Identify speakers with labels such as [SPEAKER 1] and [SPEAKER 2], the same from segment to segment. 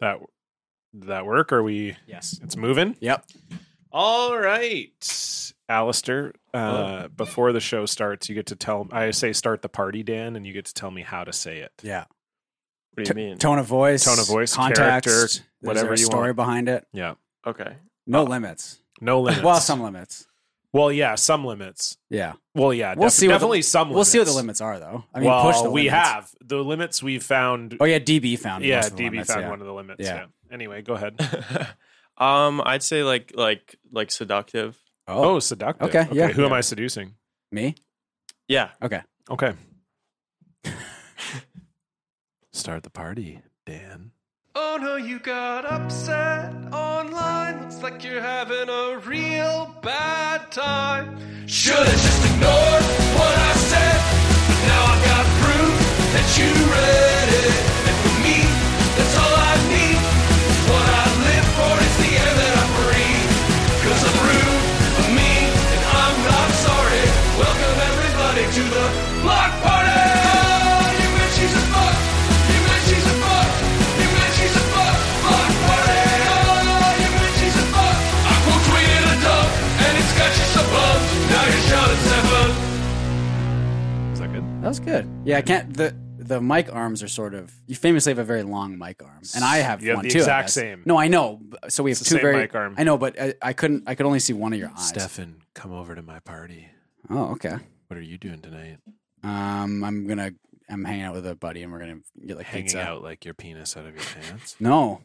[SPEAKER 1] That did that work? Are we?
[SPEAKER 2] Yes.
[SPEAKER 1] It's moving.
[SPEAKER 2] Yep.
[SPEAKER 1] All right, Alistair. Uh, Before the show starts, you get to tell. I say start the party, Dan, and you get to tell me how to say it.
[SPEAKER 2] Yeah.
[SPEAKER 3] What do
[SPEAKER 2] T-
[SPEAKER 3] you mean?
[SPEAKER 2] Tone of voice.
[SPEAKER 1] Tone of voice,
[SPEAKER 2] Context.
[SPEAKER 1] character,
[SPEAKER 2] is
[SPEAKER 1] whatever
[SPEAKER 2] there a
[SPEAKER 1] you
[SPEAKER 2] story
[SPEAKER 1] want.
[SPEAKER 2] behind it.
[SPEAKER 1] Yeah.
[SPEAKER 3] Okay.
[SPEAKER 2] No limits.
[SPEAKER 1] No limits.
[SPEAKER 2] Well, some limits.
[SPEAKER 1] Well, yeah, some limits.
[SPEAKER 2] Yeah.
[SPEAKER 1] Well, yeah,
[SPEAKER 2] We'll
[SPEAKER 1] def-
[SPEAKER 2] see what the-
[SPEAKER 1] definitely some.
[SPEAKER 2] We'll see what the limits are, though. I mean,
[SPEAKER 1] well,
[SPEAKER 2] push the
[SPEAKER 1] we
[SPEAKER 2] limits.
[SPEAKER 1] have the limits we've found.
[SPEAKER 2] Oh yeah, DB found.
[SPEAKER 1] yeah,
[SPEAKER 2] most of the
[SPEAKER 1] DB
[SPEAKER 2] limits,
[SPEAKER 1] found
[SPEAKER 2] yeah.
[SPEAKER 1] one of the limits. Yeah.
[SPEAKER 2] Yeah.
[SPEAKER 1] Anyway, go ahead.
[SPEAKER 3] um, I'd say like like like seductive.
[SPEAKER 2] Oh,
[SPEAKER 1] Oh, seductive.
[SPEAKER 2] Okay, yeah.
[SPEAKER 1] Who am I seducing?
[SPEAKER 2] me.
[SPEAKER 3] Yeah.
[SPEAKER 1] Okay. Start the party, Dan.
[SPEAKER 4] Oh no, you got upset online. Looks like you're having a real bad time. Should've just ignored what I said. But now I've got proof that you read it. And for me, that's all I need. It's what I live for, it's the air that I breathe. Cause I'm rude, I'm mean, and I'm not sorry. Welcome everybody to the block party! You bet she's a fuck! You bet she's a fuck! You bet she's a fuck! Block party! Oh, you bet she's a fuck! I quote tweeted a dub, and it's got you so bummed. Now you're shouting seven.
[SPEAKER 1] Is that good?
[SPEAKER 2] That was good. Yeah, I can't. The the mic arms are sort of. You famously have a very long mic arm, and I have
[SPEAKER 1] You have
[SPEAKER 2] one
[SPEAKER 1] the
[SPEAKER 2] too. I
[SPEAKER 1] exact
[SPEAKER 2] guess.
[SPEAKER 1] same.
[SPEAKER 2] No, I know. b- So we have
[SPEAKER 1] It's the
[SPEAKER 2] two
[SPEAKER 1] same
[SPEAKER 2] very.
[SPEAKER 1] mic arm.
[SPEAKER 2] I know, but uh, I, I couldn't. I could only see one of your eyes.
[SPEAKER 1] Stefan, come over to my party.
[SPEAKER 2] Oh, okay.
[SPEAKER 1] What are you doing tonight?
[SPEAKER 2] Um, I'm gonna. I'm hanging out with a buddy, and we're gonna get like
[SPEAKER 1] Hanging
[SPEAKER 2] pizza.
[SPEAKER 1] out like your penis out of your pants?
[SPEAKER 2] No,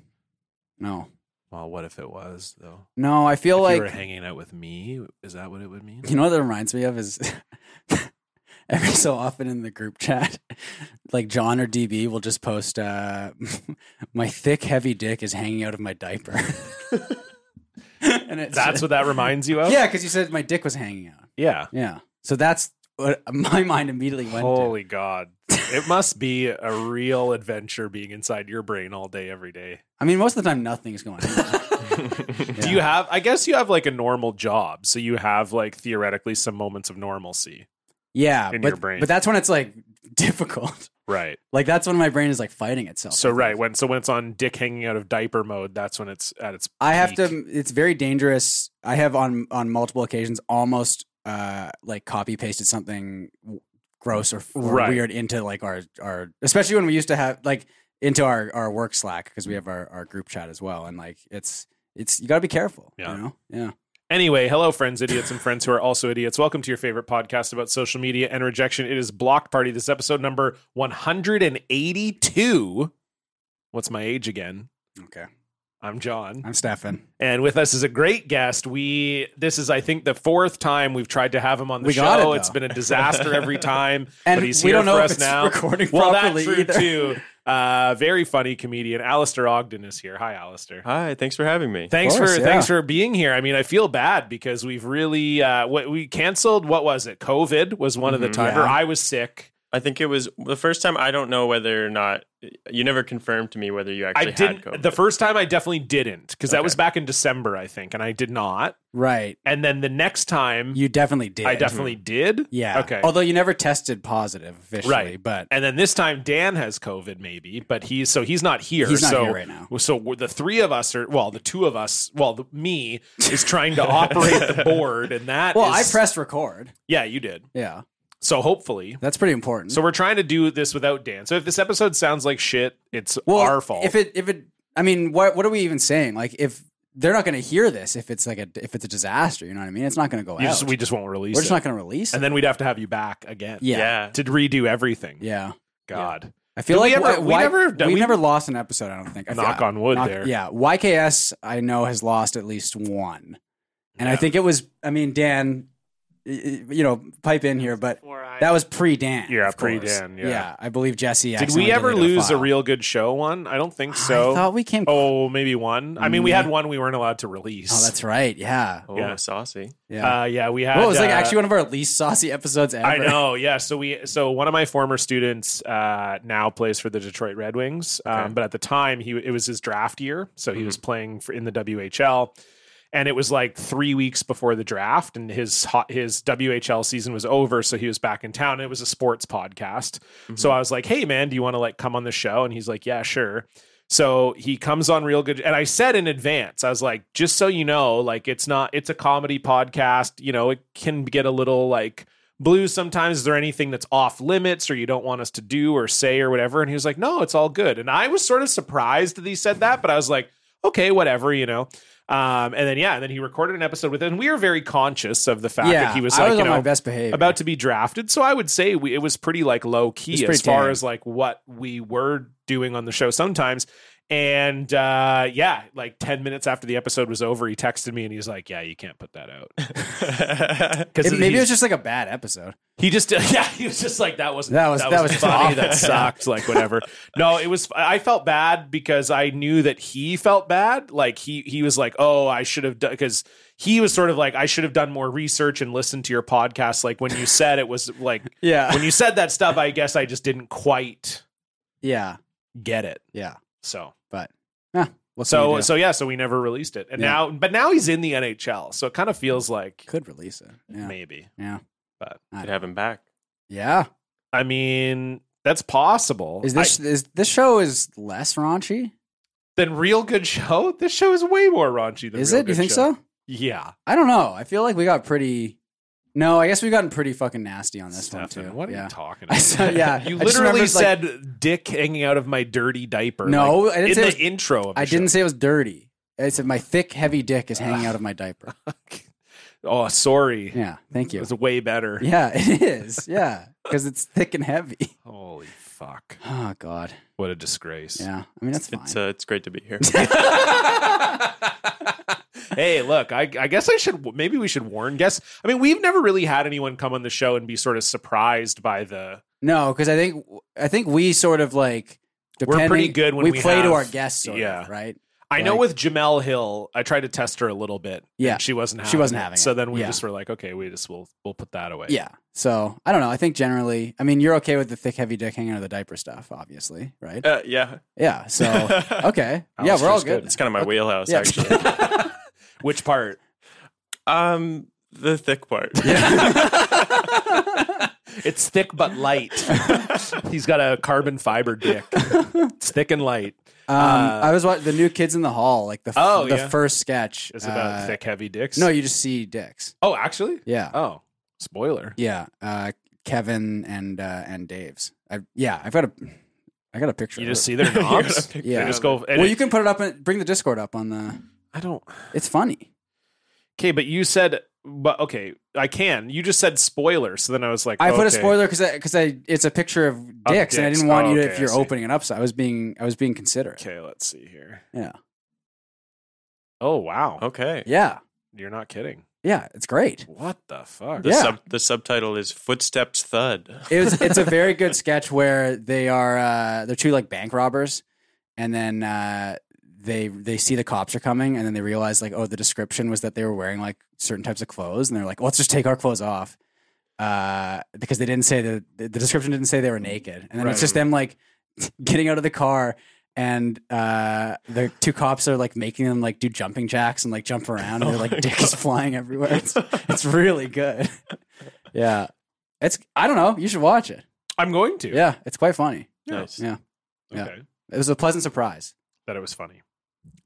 [SPEAKER 2] no,
[SPEAKER 1] Well, what if it was though?
[SPEAKER 2] no. I feel
[SPEAKER 1] If
[SPEAKER 2] like
[SPEAKER 1] you were hanging out with me, is that what it would mean?
[SPEAKER 2] You know what that reminds me of is every so often in the group chat, like John or DB will just post, uh, "My thick, heavy dick is hanging out of my diaper," and it's
[SPEAKER 1] That's what that reminds you of.
[SPEAKER 2] yeah, because you said my dick was hanging out.
[SPEAKER 1] Yeah.
[SPEAKER 2] Yeah, so that's what my mind immediately went
[SPEAKER 1] Holy God. It must be a real adventure being inside your brain all day, every day.
[SPEAKER 2] to. I mean, most of the time nothing's going. on.
[SPEAKER 1] Do you have, I guess you have like a normal job. So you have like theoretically some moments of normalcy.
[SPEAKER 2] Yeah,
[SPEAKER 1] in
[SPEAKER 2] but
[SPEAKER 1] your brain?
[SPEAKER 2] but that's when it's like difficult.
[SPEAKER 1] Right.
[SPEAKER 2] Like that's when my brain is like fighting itself.
[SPEAKER 1] So,
[SPEAKER 2] I think.
[SPEAKER 1] right. When, so when it's on dick hanging out of diaper mode, that's when it's at its,
[SPEAKER 2] I have
[SPEAKER 1] peak.
[SPEAKER 2] to. It's very dangerous. I have on on multiple occasions almost uh like copy pasted something w- gross or, or
[SPEAKER 1] Right.
[SPEAKER 2] weird into like our our especially when we used to have like into our our work Slack because we have our our group chat as well and like it's it's you got to be careful.
[SPEAKER 1] Yeah.
[SPEAKER 2] You know? Yeah.
[SPEAKER 1] Anyway, hello, friends, idiots, and friends who are also idiots. Welcome to your favorite podcast about social media and rejection. It is Block Party. This is episode number 182. What's my age again?
[SPEAKER 2] Okay.
[SPEAKER 1] I'm John.
[SPEAKER 2] I'm Stefan.
[SPEAKER 1] And with us is a great guest. We this is I think the fourth time we've tried to have him on the
[SPEAKER 2] We
[SPEAKER 1] show.
[SPEAKER 2] got it, though.
[SPEAKER 1] it's been a disaster every time,
[SPEAKER 2] And
[SPEAKER 1] but he's
[SPEAKER 2] we
[SPEAKER 1] here
[SPEAKER 2] don't know
[SPEAKER 1] for
[SPEAKER 2] if
[SPEAKER 1] us
[SPEAKER 2] it's
[SPEAKER 1] now.
[SPEAKER 2] recording
[SPEAKER 1] well,
[SPEAKER 2] properly
[SPEAKER 1] that's true
[SPEAKER 2] either.
[SPEAKER 1] too. Uh, very funny comedian Alistair Ogden is here. Hi, Alistair.
[SPEAKER 3] Hi. Thanks for having me.
[SPEAKER 1] Thanks
[SPEAKER 2] course,
[SPEAKER 1] for
[SPEAKER 2] yeah.
[SPEAKER 1] thanks for being here. I mean, I feel bad because we've really uh, what we canceled. What was it? COVID was one of the
[SPEAKER 3] Mhm.
[SPEAKER 1] times.
[SPEAKER 2] Yeah.
[SPEAKER 1] I was sick.
[SPEAKER 3] I think it was the first time. I don't know whether or not you never confirmed to me whether you actually
[SPEAKER 1] I didn't.
[SPEAKER 3] had COVID.
[SPEAKER 1] The first time I definitely didn't because that
[SPEAKER 3] Okay.
[SPEAKER 1] was back in December, I think, and I did not.
[SPEAKER 2] Right.
[SPEAKER 1] And then the next time,
[SPEAKER 2] You definitely did.
[SPEAKER 1] I
[SPEAKER 3] Mm-hmm.
[SPEAKER 1] definitely did.
[SPEAKER 2] Yeah.
[SPEAKER 1] Okay.
[SPEAKER 2] Although you never tested positive officially,
[SPEAKER 1] Right.
[SPEAKER 2] but
[SPEAKER 1] and then this time Dan has COVID, maybe, but he's so he's not here.
[SPEAKER 2] He's not
[SPEAKER 1] so,
[SPEAKER 2] here right now.
[SPEAKER 1] So we're- the three of us are well, the two of us, well, the, me is trying to operate the board, and that.
[SPEAKER 2] well, I
[SPEAKER 1] is-
[SPEAKER 2] pressed record.
[SPEAKER 1] Yeah, you did.
[SPEAKER 2] Yeah.
[SPEAKER 1] So hopefully,
[SPEAKER 2] That's pretty important.
[SPEAKER 1] so we're trying to do this without Dan. So if this episode sounds like shit, it's
[SPEAKER 2] well,
[SPEAKER 1] our fault.
[SPEAKER 2] If it, if it, I mean, what, what are we even saying? Like, if they're not going to hear this, if it's like a, if it's a disaster, you know what I mean? It's not going to go
[SPEAKER 1] you
[SPEAKER 2] out.
[SPEAKER 1] just, we just won't release
[SPEAKER 2] We're just
[SPEAKER 1] it,
[SPEAKER 2] not going to release
[SPEAKER 1] and
[SPEAKER 2] it.
[SPEAKER 1] then we'd have to have you back again.
[SPEAKER 2] Yeah.
[SPEAKER 3] yeah.
[SPEAKER 1] to redo everything.
[SPEAKER 2] Yeah.
[SPEAKER 1] God,
[SPEAKER 2] I feel
[SPEAKER 1] Did
[SPEAKER 2] like
[SPEAKER 1] we ever-
[SPEAKER 2] why-
[SPEAKER 1] we
[SPEAKER 2] why-
[SPEAKER 1] never- did
[SPEAKER 2] we
[SPEAKER 1] we-
[SPEAKER 2] never lost an episode. I don't think. I feel-
[SPEAKER 1] knock on wood.
[SPEAKER 2] knock-
[SPEAKER 1] there,
[SPEAKER 2] Yeah. YKS, I know, has lost at least one, and I
[SPEAKER 1] Yeah.
[SPEAKER 2] think it was. I mean, Dan, y- y- you know, pipe in here, but that was pre Dan.
[SPEAKER 1] Yeah, pre-Dan, yeah.
[SPEAKER 2] I believe Jesse.
[SPEAKER 1] Did we
[SPEAKER 2] accidentally
[SPEAKER 1] ever
[SPEAKER 2] deleted
[SPEAKER 1] lose a
[SPEAKER 2] file.
[SPEAKER 1] real good show one? I don't think so.
[SPEAKER 2] I thought we came. Oh,
[SPEAKER 1] Oh, maybe one. I mean, we had one we weren't allowed to release.
[SPEAKER 2] that's right. Yeah.
[SPEAKER 3] Oh,
[SPEAKER 1] Yeah.
[SPEAKER 3] saucy.
[SPEAKER 2] Yeah.
[SPEAKER 1] Uh, yeah, we had.
[SPEAKER 2] Well, Oh, it was like
[SPEAKER 1] uh,
[SPEAKER 2] actually one of our least saucy episodes ever.
[SPEAKER 1] I know. Yeah. So we. So one of my former students uh, now plays for the Detroit Red Wings, um,
[SPEAKER 3] Okay.
[SPEAKER 1] but at the time he it was his draft year, so he was playing for, in the WHL, and it was like three weeks before the draft, and his hot, his WHL season was over, so he was back in town. It was a sports podcast, so I was like, "Hey, man, do you want to like come on the show?" And he's like, "Yeah, sure." So he comes on real good. And I said in advance, I was like, just so you know, like it's not, it's a comedy podcast. You know, it can get a little like blue sometimes. Is there anything that's off limits or you don't want us to do or say or whatever? And he was like, no, it's all good. And I was sort of surprised that he said that, but I was like, okay, whatever, you know. Um, and then yeah, and then he recorded an episode with it. And we were very conscious of the fact
[SPEAKER 2] yeah,
[SPEAKER 1] that he was
[SPEAKER 2] I
[SPEAKER 1] like,
[SPEAKER 2] was
[SPEAKER 1] you
[SPEAKER 2] on my
[SPEAKER 1] know,
[SPEAKER 2] best behavior.
[SPEAKER 1] about to be drafted. So I would say we, it was pretty like low
[SPEAKER 2] It's
[SPEAKER 1] key
[SPEAKER 2] pretty
[SPEAKER 1] as far
[SPEAKER 2] tame.
[SPEAKER 1] as like what we were doing on the show sometimes. And uh, yeah, like 10 minutes after the episode was over, he texted me and he's like, Yeah, you can't put that out. Because
[SPEAKER 2] It- maybe it was just like a bad episode.
[SPEAKER 1] he just, yeah, he was just like, That wasn't,
[SPEAKER 2] That was- that was
[SPEAKER 1] funny.
[SPEAKER 2] awful.
[SPEAKER 1] That sucked. Like, whatever. no, it was, I felt bad because I knew that he felt bad. Like, he, he was like, Oh, I should have done, because he was sort of like, I should have done more research and listened to your podcast. Like, when you said it was like,
[SPEAKER 2] Yeah.
[SPEAKER 1] when you said that stuff, I guess I just didn't quite
[SPEAKER 2] yeah.
[SPEAKER 1] get it.
[SPEAKER 2] Yeah.
[SPEAKER 1] So,
[SPEAKER 2] What's
[SPEAKER 1] so, so yeah, so we never released it. And
[SPEAKER 2] Yeah.
[SPEAKER 1] now, but now he's in the NHL. So it kind of feels like
[SPEAKER 2] could release it. Yeah.
[SPEAKER 1] maybe.
[SPEAKER 2] Yeah.
[SPEAKER 3] Could have him back.
[SPEAKER 2] Yeah.
[SPEAKER 1] I mean, that's possible.
[SPEAKER 2] Is this
[SPEAKER 1] I-
[SPEAKER 2] is this show is less raunchy?
[SPEAKER 1] than real good show? This show is way more raunchy than
[SPEAKER 2] Is
[SPEAKER 1] Real
[SPEAKER 2] it? Do you
[SPEAKER 1] Good
[SPEAKER 2] think
[SPEAKER 1] Show.
[SPEAKER 2] so?
[SPEAKER 1] Yeah.
[SPEAKER 2] I don't know. I feel like we got pretty. No, I guess we've gotten pretty fucking nasty on this
[SPEAKER 1] Stefan,
[SPEAKER 2] one too.
[SPEAKER 1] What are
[SPEAKER 2] yeah.
[SPEAKER 1] you talking
[SPEAKER 2] I
[SPEAKER 1] about?
[SPEAKER 2] saw- yeah.
[SPEAKER 1] You
[SPEAKER 2] I just remembered,
[SPEAKER 1] literally
[SPEAKER 2] like-
[SPEAKER 1] said dick hanging out of my dirty diaper.
[SPEAKER 2] No,
[SPEAKER 1] like,
[SPEAKER 2] I didn't
[SPEAKER 1] in
[SPEAKER 2] say
[SPEAKER 1] the
[SPEAKER 2] it was-
[SPEAKER 1] intro of the
[SPEAKER 2] I
[SPEAKER 1] show.
[SPEAKER 2] didn't say it was dirty. I said my thick, heavy dick is hanging out of my diaper.
[SPEAKER 1] Oh, sorry.
[SPEAKER 2] Yeah, thank
[SPEAKER 1] It
[SPEAKER 2] you.
[SPEAKER 1] was way better.
[SPEAKER 2] Yeah, it is. Yeah, because it's thick and heavy.
[SPEAKER 1] Holy fuck.
[SPEAKER 2] Oh God.
[SPEAKER 1] What a disgrace.
[SPEAKER 2] Yeah, I mean that's fine.
[SPEAKER 3] It's uh, it's great to be here.
[SPEAKER 1] hey, look, I, I guess I should maybe we should warn guests. I mean, we've never really had anyone come on the show and be sort of surprised by the
[SPEAKER 2] no, because I think I think we sort of like depending,
[SPEAKER 1] pretty good when we
[SPEAKER 2] we play
[SPEAKER 1] have-
[SPEAKER 2] to our guests. Sort
[SPEAKER 1] yeah.
[SPEAKER 2] of, right.
[SPEAKER 1] I know
[SPEAKER 2] Like-
[SPEAKER 1] with Jamel Hill, I tried to test her a little bit.
[SPEAKER 2] Yeah.
[SPEAKER 1] And she wasn't having
[SPEAKER 2] She wasn't
[SPEAKER 1] it.
[SPEAKER 2] having
[SPEAKER 1] So
[SPEAKER 2] it.
[SPEAKER 1] then we
[SPEAKER 2] Yeah.
[SPEAKER 1] just were like, okay, we just will we'll put that away.
[SPEAKER 2] Yeah. So I don't know. I think generally, I mean, you're okay with the thick, heavy dick hanging out of the diaper stuff, obviously, right?
[SPEAKER 3] Uh, yeah.
[SPEAKER 2] yeah. So okay.
[SPEAKER 1] That
[SPEAKER 2] yeah,
[SPEAKER 1] was
[SPEAKER 2] we're all
[SPEAKER 1] just
[SPEAKER 2] good.
[SPEAKER 1] good.
[SPEAKER 3] It's kind of my wheelhouse,
[SPEAKER 2] Yeah.
[SPEAKER 3] actually.
[SPEAKER 1] Which part?
[SPEAKER 3] Um, the thick part.
[SPEAKER 1] It's thick but light. He's got a carbon fiber dick. It's thick and light.
[SPEAKER 2] Um, I was watching the new Kids in the Hall, like the f-
[SPEAKER 1] Uh, Oh,
[SPEAKER 2] the
[SPEAKER 1] yeah.
[SPEAKER 2] first sketch.
[SPEAKER 1] It's about
[SPEAKER 2] uh,
[SPEAKER 1] thick, heavy dicks.
[SPEAKER 2] No, you just see dicks.
[SPEAKER 1] Oh, actually?
[SPEAKER 2] Yeah.
[SPEAKER 1] Oh, spoiler.
[SPEAKER 2] Yeah. Uh, Kevin and uh, and Dave's. I, yeah, I've got a I got a picture.
[SPEAKER 1] You
[SPEAKER 2] of
[SPEAKER 1] just
[SPEAKER 2] it.
[SPEAKER 1] see their
[SPEAKER 3] You gotta
[SPEAKER 1] knobs.
[SPEAKER 3] pick
[SPEAKER 2] Yeah.
[SPEAKER 1] They
[SPEAKER 3] that
[SPEAKER 1] just
[SPEAKER 3] up.
[SPEAKER 1] go. and
[SPEAKER 2] Well,
[SPEAKER 1] it-
[SPEAKER 2] you can put it up and bring the Discord up on the.
[SPEAKER 1] I don't.
[SPEAKER 2] It's funny.
[SPEAKER 1] Okay, but you said, but okay, I can. You just said spoiler, so then I was like,
[SPEAKER 2] I put a
[SPEAKER 1] okay.
[SPEAKER 2] spoiler because because I, it's a picture of dicks, and I
[SPEAKER 1] dicks.
[SPEAKER 2] didn't want
[SPEAKER 1] Oh,
[SPEAKER 2] you to
[SPEAKER 1] okay,
[SPEAKER 2] if
[SPEAKER 1] I
[SPEAKER 2] you're
[SPEAKER 1] see.
[SPEAKER 2] opening it up. So I was being I was being considerate.
[SPEAKER 1] Okay, let's see here.
[SPEAKER 2] Yeah.
[SPEAKER 1] Oh wow,
[SPEAKER 3] Okay.
[SPEAKER 2] Yeah,
[SPEAKER 1] you're not kidding.
[SPEAKER 2] yeah, it's great.
[SPEAKER 1] What the fuck?
[SPEAKER 3] The
[SPEAKER 2] Yeah.
[SPEAKER 3] sub the subtitle is Footsteps Thud.
[SPEAKER 2] It was, it's a very good sketch where they are uh, they're two like bank robbers, and then uh, they they see the cops are coming, and then they realize like oh the description was that they were wearing like certain types of clothes, and they're like let's just take our clothes off, uh, because they didn't say the the description didn't say they were naked, and then
[SPEAKER 1] Right.
[SPEAKER 2] it's just them like getting out of the car. And uh, the two cops are like making them like do jumping jacks and like jump around, and they're like dick is flying everywhere. It's, it's really good. Yeah, it's I don't know. You should watch it.
[SPEAKER 1] I'm going to.
[SPEAKER 2] Yeah, it's quite funny.
[SPEAKER 3] Nice.
[SPEAKER 2] Yeah. yeah.
[SPEAKER 1] Okay.
[SPEAKER 2] It was a pleasant surprise.
[SPEAKER 1] That it was funny.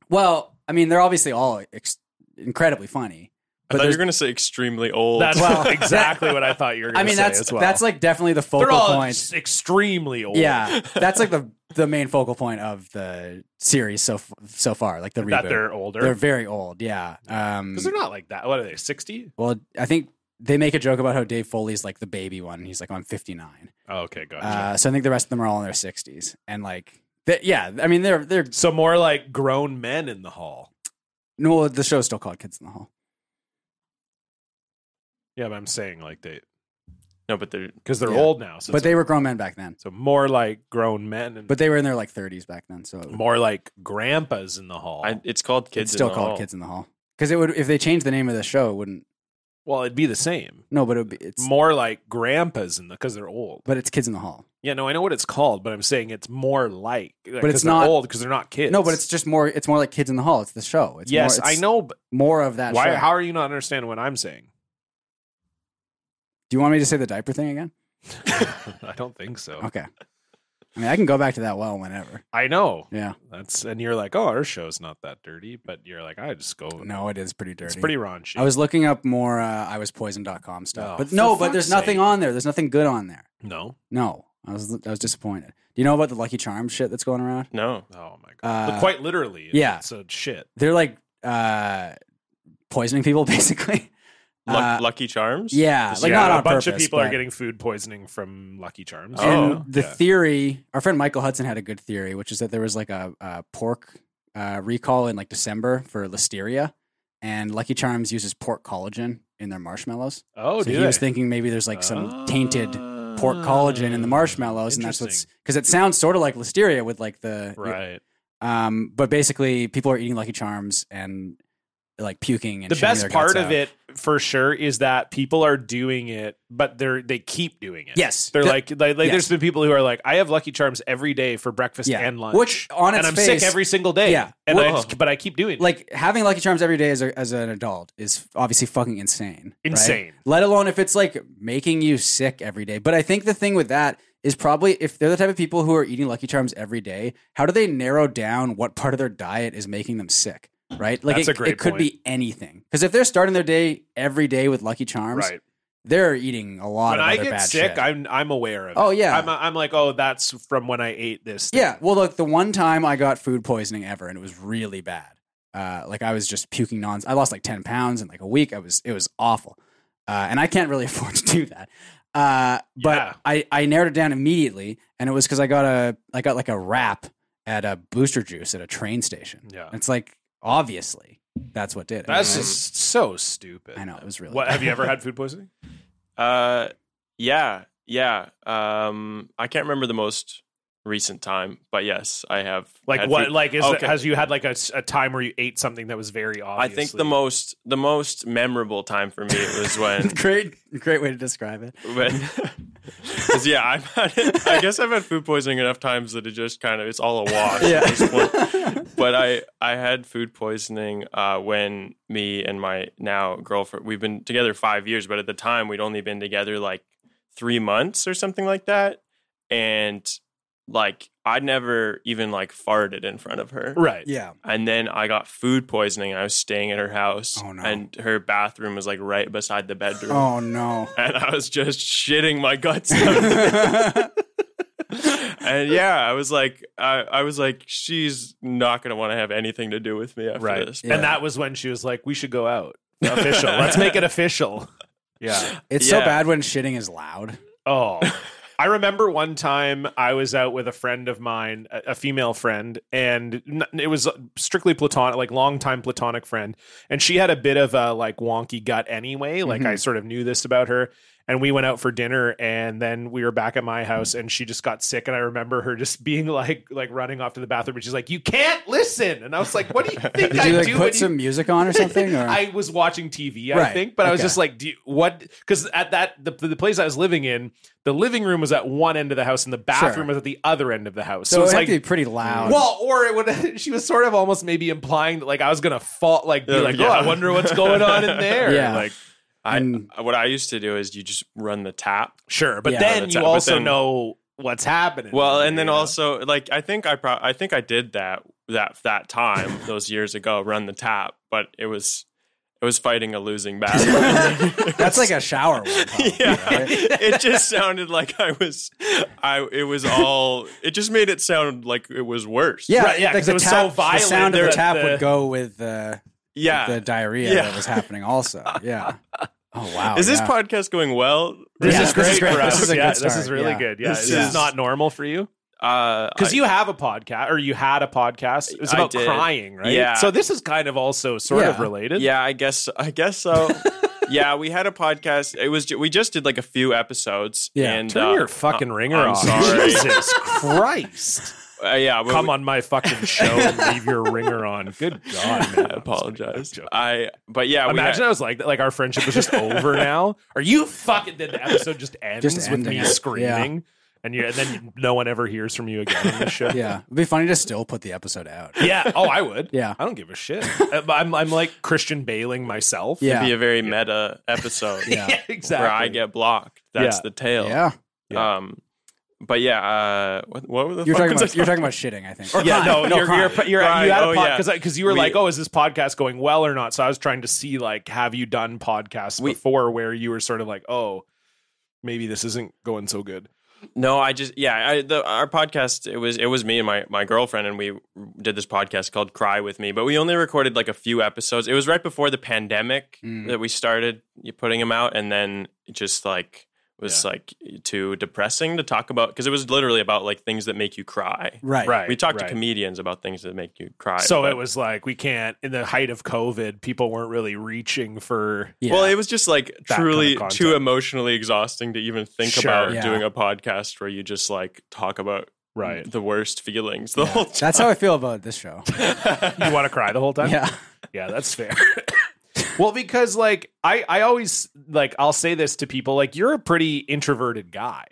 [SPEAKER 2] Well, I mean, they're obviously all ex- incredibly funny.
[SPEAKER 3] I thought you
[SPEAKER 2] there's-
[SPEAKER 3] were going to say extremely old.
[SPEAKER 1] That's
[SPEAKER 2] Well,
[SPEAKER 1] exactly what I thought you were. Gonna
[SPEAKER 2] I mean,
[SPEAKER 1] say
[SPEAKER 2] that's
[SPEAKER 1] as well.
[SPEAKER 2] that's like definitely the
[SPEAKER 1] they're
[SPEAKER 2] focal
[SPEAKER 1] all
[SPEAKER 2] point.
[SPEAKER 1] extremely old.
[SPEAKER 2] Yeah, that's like the the main focal point of the series so f- so far. Like the
[SPEAKER 1] that
[SPEAKER 2] reboot.
[SPEAKER 1] they're older
[SPEAKER 2] They're very old. Yeah. Um.
[SPEAKER 1] because they're not like that. What are they? Sixty?
[SPEAKER 2] Well, I think they make a joke about how Dave Foley's like the baby one. and He's like, I'm 59.
[SPEAKER 1] Oh, okay, gotcha.
[SPEAKER 2] Uh, so I think the rest of them are all in their 60s. And like, they, yeah, I mean, they're they're
[SPEAKER 1] so more like grown men in the hall.
[SPEAKER 2] no. The show's still called Kids in the Hall.
[SPEAKER 1] Yeah, but I'm saying like they
[SPEAKER 3] No, but they're
[SPEAKER 1] because they're
[SPEAKER 2] Yeah.
[SPEAKER 1] old now. So
[SPEAKER 2] but
[SPEAKER 1] it's
[SPEAKER 2] they were grown men back then.
[SPEAKER 1] So more like grown men, and
[SPEAKER 2] But they were in their like 30s back then, so it-
[SPEAKER 1] more like grandpas in the hall.
[SPEAKER 3] I, it's called Kids
[SPEAKER 2] it's still
[SPEAKER 3] in the
[SPEAKER 2] called
[SPEAKER 3] Hall.
[SPEAKER 2] Kids in the Hall. Because it would if they changed the name of the show, it wouldn't.
[SPEAKER 1] well, it'd be the same.
[SPEAKER 2] No, but it would be it's
[SPEAKER 1] More like grandpas in the because they're old.
[SPEAKER 2] but it's Kids in the Hall.
[SPEAKER 1] Yeah, no, I know what it's called, but I'm saying it's more like. But
[SPEAKER 2] it's not-
[SPEAKER 1] old because they're not kids.
[SPEAKER 2] No, but it's just more. It's more like Kids in the Hall. It's the show. It's
[SPEAKER 1] yes,
[SPEAKER 2] more,
[SPEAKER 1] I
[SPEAKER 2] it's
[SPEAKER 1] know. But
[SPEAKER 2] more of that.
[SPEAKER 1] why?
[SPEAKER 2] show.
[SPEAKER 1] How are you not understanding what I'm saying?
[SPEAKER 2] Do you want me to say the diaper thing again?
[SPEAKER 1] I don't think so.
[SPEAKER 2] Okay. I mean, I can go back to that well whenever.
[SPEAKER 1] I know.
[SPEAKER 2] Yeah.
[SPEAKER 1] That's and you're like, oh, our show's not that dirty, but you're like, I just go.
[SPEAKER 2] No, it is pretty dirty.
[SPEAKER 1] it's pretty raunchy.
[SPEAKER 2] I was looking up more uh, I was poison.com
[SPEAKER 1] Oh,
[SPEAKER 2] stuff. but
[SPEAKER 1] for
[SPEAKER 2] no, but
[SPEAKER 1] fuck's
[SPEAKER 2] there's
[SPEAKER 1] sake.
[SPEAKER 2] nothing on there. There's nothing good on there.
[SPEAKER 1] no.
[SPEAKER 2] No. I was I was disappointed. Do you know about the Lucky Charms shit that's going around?
[SPEAKER 3] No.
[SPEAKER 1] Oh my god.
[SPEAKER 2] Uh,
[SPEAKER 1] But quite literally. it's-
[SPEAKER 2] yeah.
[SPEAKER 1] It's a shit.
[SPEAKER 2] They're like uh poisoning people basically. Uh,
[SPEAKER 3] Luck- Lucky Charms?
[SPEAKER 2] yeah, like
[SPEAKER 1] yeah,
[SPEAKER 2] not on
[SPEAKER 1] a bunch
[SPEAKER 2] purpose,
[SPEAKER 1] of people are
[SPEAKER 2] but-
[SPEAKER 1] getting food poisoning from Lucky Charms.
[SPEAKER 2] And
[SPEAKER 3] Oh,
[SPEAKER 2] the
[SPEAKER 1] yeah.
[SPEAKER 2] theory, our friend Michael Hudson had a good theory, which is that there was like a, a pork uh, recall in like December for listeria, and Lucky Charms uses pork collagen in their marshmallows.
[SPEAKER 1] oh,
[SPEAKER 2] so
[SPEAKER 1] do
[SPEAKER 2] he
[SPEAKER 1] they? Ah,
[SPEAKER 2] was thinking maybe there's like some tainted pork collagen in the marshmallows, and that's what's
[SPEAKER 1] Interesting.
[SPEAKER 2] because it sounds sort of like listeria with like the
[SPEAKER 1] right.
[SPEAKER 2] Um, but basically, people are eating Lucky Charms and like puking. And
[SPEAKER 1] The
[SPEAKER 2] shitting
[SPEAKER 1] best
[SPEAKER 2] their
[SPEAKER 1] part
[SPEAKER 2] guts
[SPEAKER 1] of
[SPEAKER 2] out.
[SPEAKER 1] it, for sure, is that people are doing it, but they're they keep doing it.
[SPEAKER 2] yes,
[SPEAKER 1] They're
[SPEAKER 2] The-
[SPEAKER 1] like, like, like
[SPEAKER 2] yes.
[SPEAKER 1] there's been people who are like, I have Lucky Charms every day for breakfast
[SPEAKER 2] Yeah.
[SPEAKER 1] and lunch,
[SPEAKER 2] which on its
[SPEAKER 1] and I'm
[SPEAKER 2] face,
[SPEAKER 1] sick every single day.
[SPEAKER 2] Yeah.
[SPEAKER 1] and I,
[SPEAKER 3] Whoa.
[SPEAKER 1] but I keep doing it.
[SPEAKER 2] like having Lucky Charms every day as, a, as an adult is obviously fucking insane. right?
[SPEAKER 1] Insane.
[SPEAKER 2] Let alone if it's like making you sick every day. But I think the thing with that is probably if they're the type of people who are eating Lucky Charms every day, how do they narrow down what part of their diet is making them sick? Right? Like
[SPEAKER 1] That's
[SPEAKER 2] it,
[SPEAKER 1] a great
[SPEAKER 2] it could
[SPEAKER 1] point.
[SPEAKER 2] be anything. Because if they're starting their day every day with Lucky Charms,
[SPEAKER 1] right.
[SPEAKER 2] they're eating a lot
[SPEAKER 1] When
[SPEAKER 2] of
[SPEAKER 1] I
[SPEAKER 2] other
[SPEAKER 1] get
[SPEAKER 2] bad
[SPEAKER 1] sick,
[SPEAKER 2] shit.
[SPEAKER 1] I'm I'm aware of.
[SPEAKER 2] Oh,
[SPEAKER 1] it.
[SPEAKER 2] yeah.
[SPEAKER 1] I'm I'm like, oh, that's from when I ate this. thing."
[SPEAKER 2] Yeah. Well, look, the one time I got food poisoning ever, and it was really bad. Uh, like I was just puking non. I lost like ten pounds in like a week. I was it was awful, uh, and I can't really afford to do that. Uh, but
[SPEAKER 1] Yeah.
[SPEAKER 2] I I narrowed it down immediately, and it was because I got a I got like a wrap at a Booster Juice at a train station.
[SPEAKER 1] Yeah.
[SPEAKER 2] It's like obviously that's what did it.
[SPEAKER 1] that's
[SPEAKER 2] And I-
[SPEAKER 1] just so stupid.
[SPEAKER 2] I know it was really.
[SPEAKER 1] What
[SPEAKER 2] bad.
[SPEAKER 1] have you ever had food poisoning?
[SPEAKER 3] Uh, yeah, yeah. Um, I can't remember the most recent time, but yes, I have.
[SPEAKER 1] Like
[SPEAKER 3] had
[SPEAKER 1] what?
[SPEAKER 3] food-
[SPEAKER 1] Like is
[SPEAKER 3] Okay.
[SPEAKER 1] has you had like a, s- a time where you ate something that was very
[SPEAKER 3] I
[SPEAKER 1] obvious?
[SPEAKER 3] think the most the most memorable time for me was when
[SPEAKER 2] great great way to describe it.
[SPEAKER 3] when 'cause, yeah I've had it, I guess I've had food poisoning enough times that it just kind of it's all a wash. at this point. but I I had food poisoning uh, when me and my now girlfriend we've been together five years, but at the time we'd only been together like three months or something like that, and like I'd never even like farted in front of her.
[SPEAKER 1] right.
[SPEAKER 2] yeah.
[SPEAKER 3] And then I got food poisoning. I was staying at her house,
[SPEAKER 2] Oh, no.
[SPEAKER 3] and her bathroom was like right beside the bedroom,
[SPEAKER 2] Oh no.
[SPEAKER 3] and I was just shitting my guts out. and yeah, I was like, I, I was like, she's not gonna want to have anything to do with me after
[SPEAKER 1] Right.
[SPEAKER 3] this.
[SPEAKER 2] Yeah.
[SPEAKER 1] And that was when she was like, "We should go out official. Let's make it official." Yeah.
[SPEAKER 2] It's so
[SPEAKER 3] Yeah.
[SPEAKER 2] bad when shitting is loud.
[SPEAKER 1] Oh. I remember one time I was out with a friend of mine, a a female friend, and n- it was strictly platonic, like longtime platonic friend. And she had a bit of a like wonky gut anyway. Like
[SPEAKER 2] Mm-hmm.
[SPEAKER 1] I sort of knew this about her. And we went out for dinner, and then we were back at my house, and she just got sick. And I remember her just being like, like running off to the bathroom, and she's like, "You can't listen." And I was like, "What do you think
[SPEAKER 2] Did
[SPEAKER 1] I
[SPEAKER 2] you like
[SPEAKER 1] do?" when
[SPEAKER 2] put
[SPEAKER 1] you
[SPEAKER 2] some music on or something? Or?
[SPEAKER 1] I was watching TV, I
[SPEAKER 2] Right.
[SPEAKER 1] think, but I was
[SPEAKER 2] Okay.
[SPEAKER 1] just like, do you, what? Because at that the, the place I was living in, the living room was at one end of the house and the bathroom
[SPEAKER 2] Sure.
[SPEAKER 1] was at the other end of the house. So,
[SPEAKER 2] so it
[SPEAKER 1] it's
[SPEAKER 2] had to be
[SPEAKER 1] like.
[SPEAKER 2] pretty loud.
[SPEAKER 1] Well, or it would. She was sort of almost maybe implying that like I was gonna fall, like be
[SPEAKER 3] Uh,
[SPEAKER 1] like,
[SPEAKER 3] yeah.
[SPEAKER 1] oh, I wonder what's going on in there.
[SPEAKER 2] Yeah.
[SPEAKER 1] Like,
[SPEAKER 3] I,
[SPEAKER 2] And-
[SPEAKER 3] what I used to do is you just run the tap.
[SPEAKER 1] sure, but
[SPEAKER 2] Yeah.
[SPEAKER 1] then
[SPEAKER 3] That's-
[SPEAKER 1] you
[SPEAKER 3] but
[SPEAKER 1] also
[SPEAKER 3] then-
[SPEAKER 1] know what's happening.
[SPEAKER 3] Well, and then
[SPEAKER 1] you know?
[SPEAKER 3] also like I think I pro- I think I did that that that time those years ago run the tap, but it was it was fighting a losing battle.
[SPEAKER 2] that's like a shower one. Probably,
[SPEAKER 3] yeah,
[SPEAKER 2] right?
[SPEAKER 3] it just sounded like I was I it was all it just made it sound like it was worse.
[SPEAKER 2] Yeah,
[SPEAKER 1] Right, yeah, 'cause
[SPEAKER 2] the
[SPEAKER 1] it was so
[SPEAKER 2] tap,
[SPEAKER 1] violent
[SPEAKER 2] The sound of
[SPEAKER 1] that
[SPEAKER 2] the tap
[SPEAKER 1] the-
[SPEAKER 2] would go with uh,
[SPEAKER 3] yeah.
[SPEAKER 2] the diarrhea
[SPEAKER 3] Yeah.
[SPEAKER 2] that was happening. Also, yeah. Oh wow!
[SPEAKER 3] is this
[SPEAKER 2] yeah.
[SPEAKER 3] podcast going well?
[SPEAKER 1] this
[SPEAKER 2] Yeah,
[SPEAKER 1] is great, for us.
[SPEAKER 2] This is a
[SPEAKER 1] yeah,
[SPEAKER 2] good
[SPEAKER 1] this is
[SPEAKER 2] start,
[SPEAKER 1] really
[SPEAKER 2] yeah.
[SPEAKER 1] good. Yeah,
[SPEAKER 3] This
[SPEAKER 1] this
[SPEAKER 2] is-
[SPEAKER 1] is not normal for you.
[SPEAKER 3] Uh,
[SPEAKER 1] because
[SPEAKER 3] I-
[SPEAKER 1] you have a podcast or you had a podcast. It was
[SPEAKER 3] I
[SPEAKER 1] about
[SPEAKER 3] did.
[SPEAKER 1] crying, right?
[SPEAKER 3] Yeah.
[SPEAKER 1] So this is kind of also sort of
[SPEAKER 2] Yeah.
[SPEAKER 1] related.
[SPEAKER 3] Yeah, I guess I guess so. yeah, we had a podcast. It was ju- we just did like a few episodes.
[SPEAKER 2] Yeah.
[SPEAKER 3] and
[SPEAKER 1] Turn
[SPEAKER 3] uh,
[SPEAKER 1] your fucking ringer
[SPEAKER 3] I'm
[SPEAKER 1] off.
[SPEAKER 3] sorry.
[SPEAKER 1] Jesus Christ.
[SPEAKER 3] uh, yeah, but
[SPEAKER 1] Come
[SPEAKER 3] we-
[SPEAKER 1] on my fucking show and leave your ringer on. Good God, man.
[SPEAKER 3] I apologize.
[SPEAKER 1] joking.
[SPEAKER 3] I but yeah, we
[SPEAKER 1] Imagine
[SPEAKER 3] had-
[SPEAKER 1] I was like that. Like our friendship was just over now. Or you fucking did the episode just ends
[SPEAKER 2] Just
[SPEAKER 1] with
[SPEAKER 2] ending
[SPEAKER 1] me
[SPEAKER 2] it.
[SPEAKER 1] screaming. And, you, and then no one ever hears from you again on the show.
[SPEAKER 2] Yeah, it'd be funny to still put the episode out.
[SPEAKER 1] Yeah. Oh, I would.
[SPEAKER 2] Yeah.
[SPEAKER 1] I don't give a shit. I'm, I'm like Christian Baling myself.
[SPEAKER 2] Yeah,
[SPEAKER 3] be a very meta episode
[SPEAKER 2] Yeah.
[SPEAKER 1] exactly.
[SPEAKER 3] where I get blocked. That's
[SPEAKER 1] Yeah.
[SPEAKER 3] the tale.
[SPEAKER 2] yeah.
[SPEAKER 1] Yeah.
[SPEAKER 3] Um, but yeah, uh, what, what were the
[SPEAKER 2] You're
[SPEAKER 3] fuck
[SPEAKER 2] talking
[SPEAKER 3] was
[SPEAKER 2] about
[SPEAKER 3] I
[SPEAKER 2] you're talking about shitting, I think. Or
[SPEAKER 1] Yeah,
[SPEAKER 2] crime.
[SPEAKER 1] no, you're,
[SPEAKER 2] crime.
[SPEAKER 1] you're, you're,
[SPEAKER 3] Crime,
[SPEAKER 1] you had a
[SPEAKER 3] oh,
[SPEAKER 1] podcast
[SPEAKER 3] yeah.
[SPEAKER 1] because you were
[SPEAKER 3] We-
[SPEAKER 1] like, oh, is this podcast going well or not? So I was trying to see like, have you done podcasts
[SPEAKER 3] We-
[SPEAKER 1] before where you were sort of like, oh, maybe this isn't going so good.
[SPEAKER 3] No, I just yeah, I the our podcast it was it was me and my my girlfriend and we did this podcast called Cry with Me, but we only recorded like a few episodes. It was right before the pandemic
[SPEAKER 2] Mm.
[SPEAKER 3] that we started putting them out and then it just like was like too depressing to talk about because it was literally about like things that make you cry.
[SPEAKER 2] right.
[SPEAKER 3] We talked
[SPEAKER 1] right.
[SPEAKER 3] to comedians about things that make you cry.
[SPEAKER 1] So
[SPEAKER 3] but-
[SPEAKER 1] it was like we can't. In the height of COVID, people weren't really reaching for.
[SPEAKER 2] Yeah.
[SPEAKER 3] Well, it was just like
[SPEAKER 1] kind of
[SPEAKER 3] truly
[SPEAKER 1] content.
[SPEAKER 3] too emotionally exhausting to even think
[SPEAKER 1] Sure.
[SPEAKER 3] about
[SPEAKER 2] Yeah.
[SPEAKER 3] doing a podcast where you just like talk about
[SPEAKER 1] Right.
[SPEAKER 3] the worst feelings the whole time.
[SPEAKER 2] That's how I feel about this show.
[SPEAKER 1] You want to cry the whole time?
[SPEAKER 2] yeah.
[SPEAKER 1] Yeah, that's fair. well, because like I I always like I'll say this to people like you're a pretty introverted guy.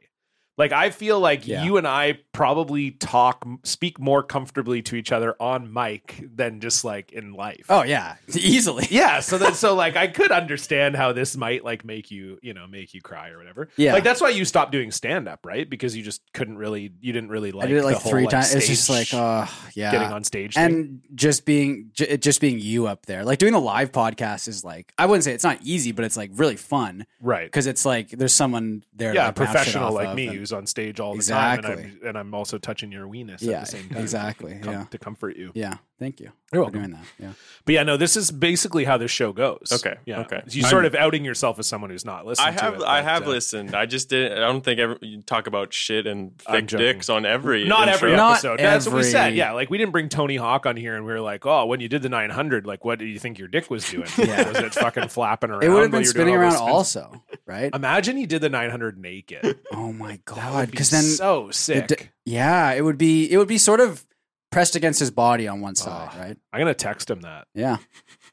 [SPEAKER 1] Like I feel like
[SPEAKER 2] Yeah.
[SPEAKER 1] you and I probably talk speak more comfortably to each other on mic than just like in life.
[SPEAKER 2] Oh yeah. Easily.
[SPEAKER 1] Yeah, so that so like I could understand how this might like make you, you know, make you cry or whatever.
[SPEAKER 2] Yeah.
[SPEAKER 1] Like that's why you stopped doing stand up, right? Because you just couldn't really you didn't really like
[SPEAKER 2] I did it like
[SPEAKER 1] the whole,
[SPEAKER 2] three times. It's just
[SPEAKER 1] stage-
[SPEAKER 2] like, oh yeah.
[SPEAKER 1] getting on stage thing.
[SPEAKER 2] and just being ju- it just being you up there like doing the live podcast is like i wouldn't say it's not easy but it's like really fun
[SPEAKER 1] right.
[SPEAKER 2] because it's like there's someone there
[SPEAKER 1] yeah, a
[SPEAKER 2] to bounce shit
[SPEAKER 1] professional
[SPEAKER 2] off
[SPEAKER 1] like
[SPEAKER 2] of
[SPEAKER 1] me
[SPEAKER 2] and-
[SPEAKER 1] who's on stage all the time, and
[SPEAKER 2] Exactly.
[SPEAKER 1] I'm, and I'm also touching your weenus at
[SPEAKER 2] yeah
[SPEAKER 1] the same time,
[SPEAKER 2] exactly
[SPEAKER 1] com-
[SPEAKER 2] yeah
[SPEAKER 1] to comfort you.
[SPEAKER 2] yeah thank you
[SPEAKER 1] You're
[SPEAKER 2] for
[SPEAKER 1] welcome.
[SPEAKER 2] doing that yeah
[SPEAKER 1] But yeah, no, this is basically how this show goes.
[SPEAKER 3] Okay,
[SPEAKER 1] yeah,
[SPEAKER 3] okay.
[SPEAKER 1] You sort of outing yourself as someone who's not listening.
[SPEAKER 3] I have
[SPEAKER 1] to it,
[SPEAKER 3] I
[SPEAKER 1] but,
[SPEAKER 3] have
[SPEAKER 1] uh,
[SPEAKER 3] listened. I just didn't. I don't think ever you talk about shit and
[SPEAKER 1] I'm
[SPEAKER 3] thick dicks on every.
[SPEAKER 1] Not
[SPEAKER 3] intro.
[SPEAKER 1] every
[SPEAKER 2] Not
[SPEAKER 1] episode. That's what we said.
[SPEAKER 2] every-
[SPEAKER 1] Yeah, like we didn't bring Tony Hawk on here, and we were like, "Oh, when you did the 900, like, what do you think your dick was doing?
[SPEAKER 2] Yeah.
[SPEAKER 1] Was it fucking flapping around?
[SPEAKER 2] it would have
[SPEAKER 1] while
[SPEAKER 2] been
[SPEAKER 1] you're doing
[SPEAKER 2] spinning
[SPEAKER 1] all
[SPEAKER 2] around
[SPEAKER 1] those spins?
[SPEAKER 2] also right
[SPEAKER 1] Imagine he did the 900 naked.
[SPEAKER 2] oh
[SPEAKER 1] That
[SPEAKER 2] my
[SPEAKER 1] would
[SPEAKER 2] god
[SPEAKER 1] be
[SPEAKER 2] because then
[SPEAKER 1] so
[SPEAKER 2] the
[SPEAKER 1] sick.
[SPEAKER 2] d- yeah it would be it would be sort of pressed against his body on one side
[SPEAKER 1] Oh.
[SPEAKER 2] right
[SPEAKER 1] I'm gonna text him that.
[SPEAKER 2] yeah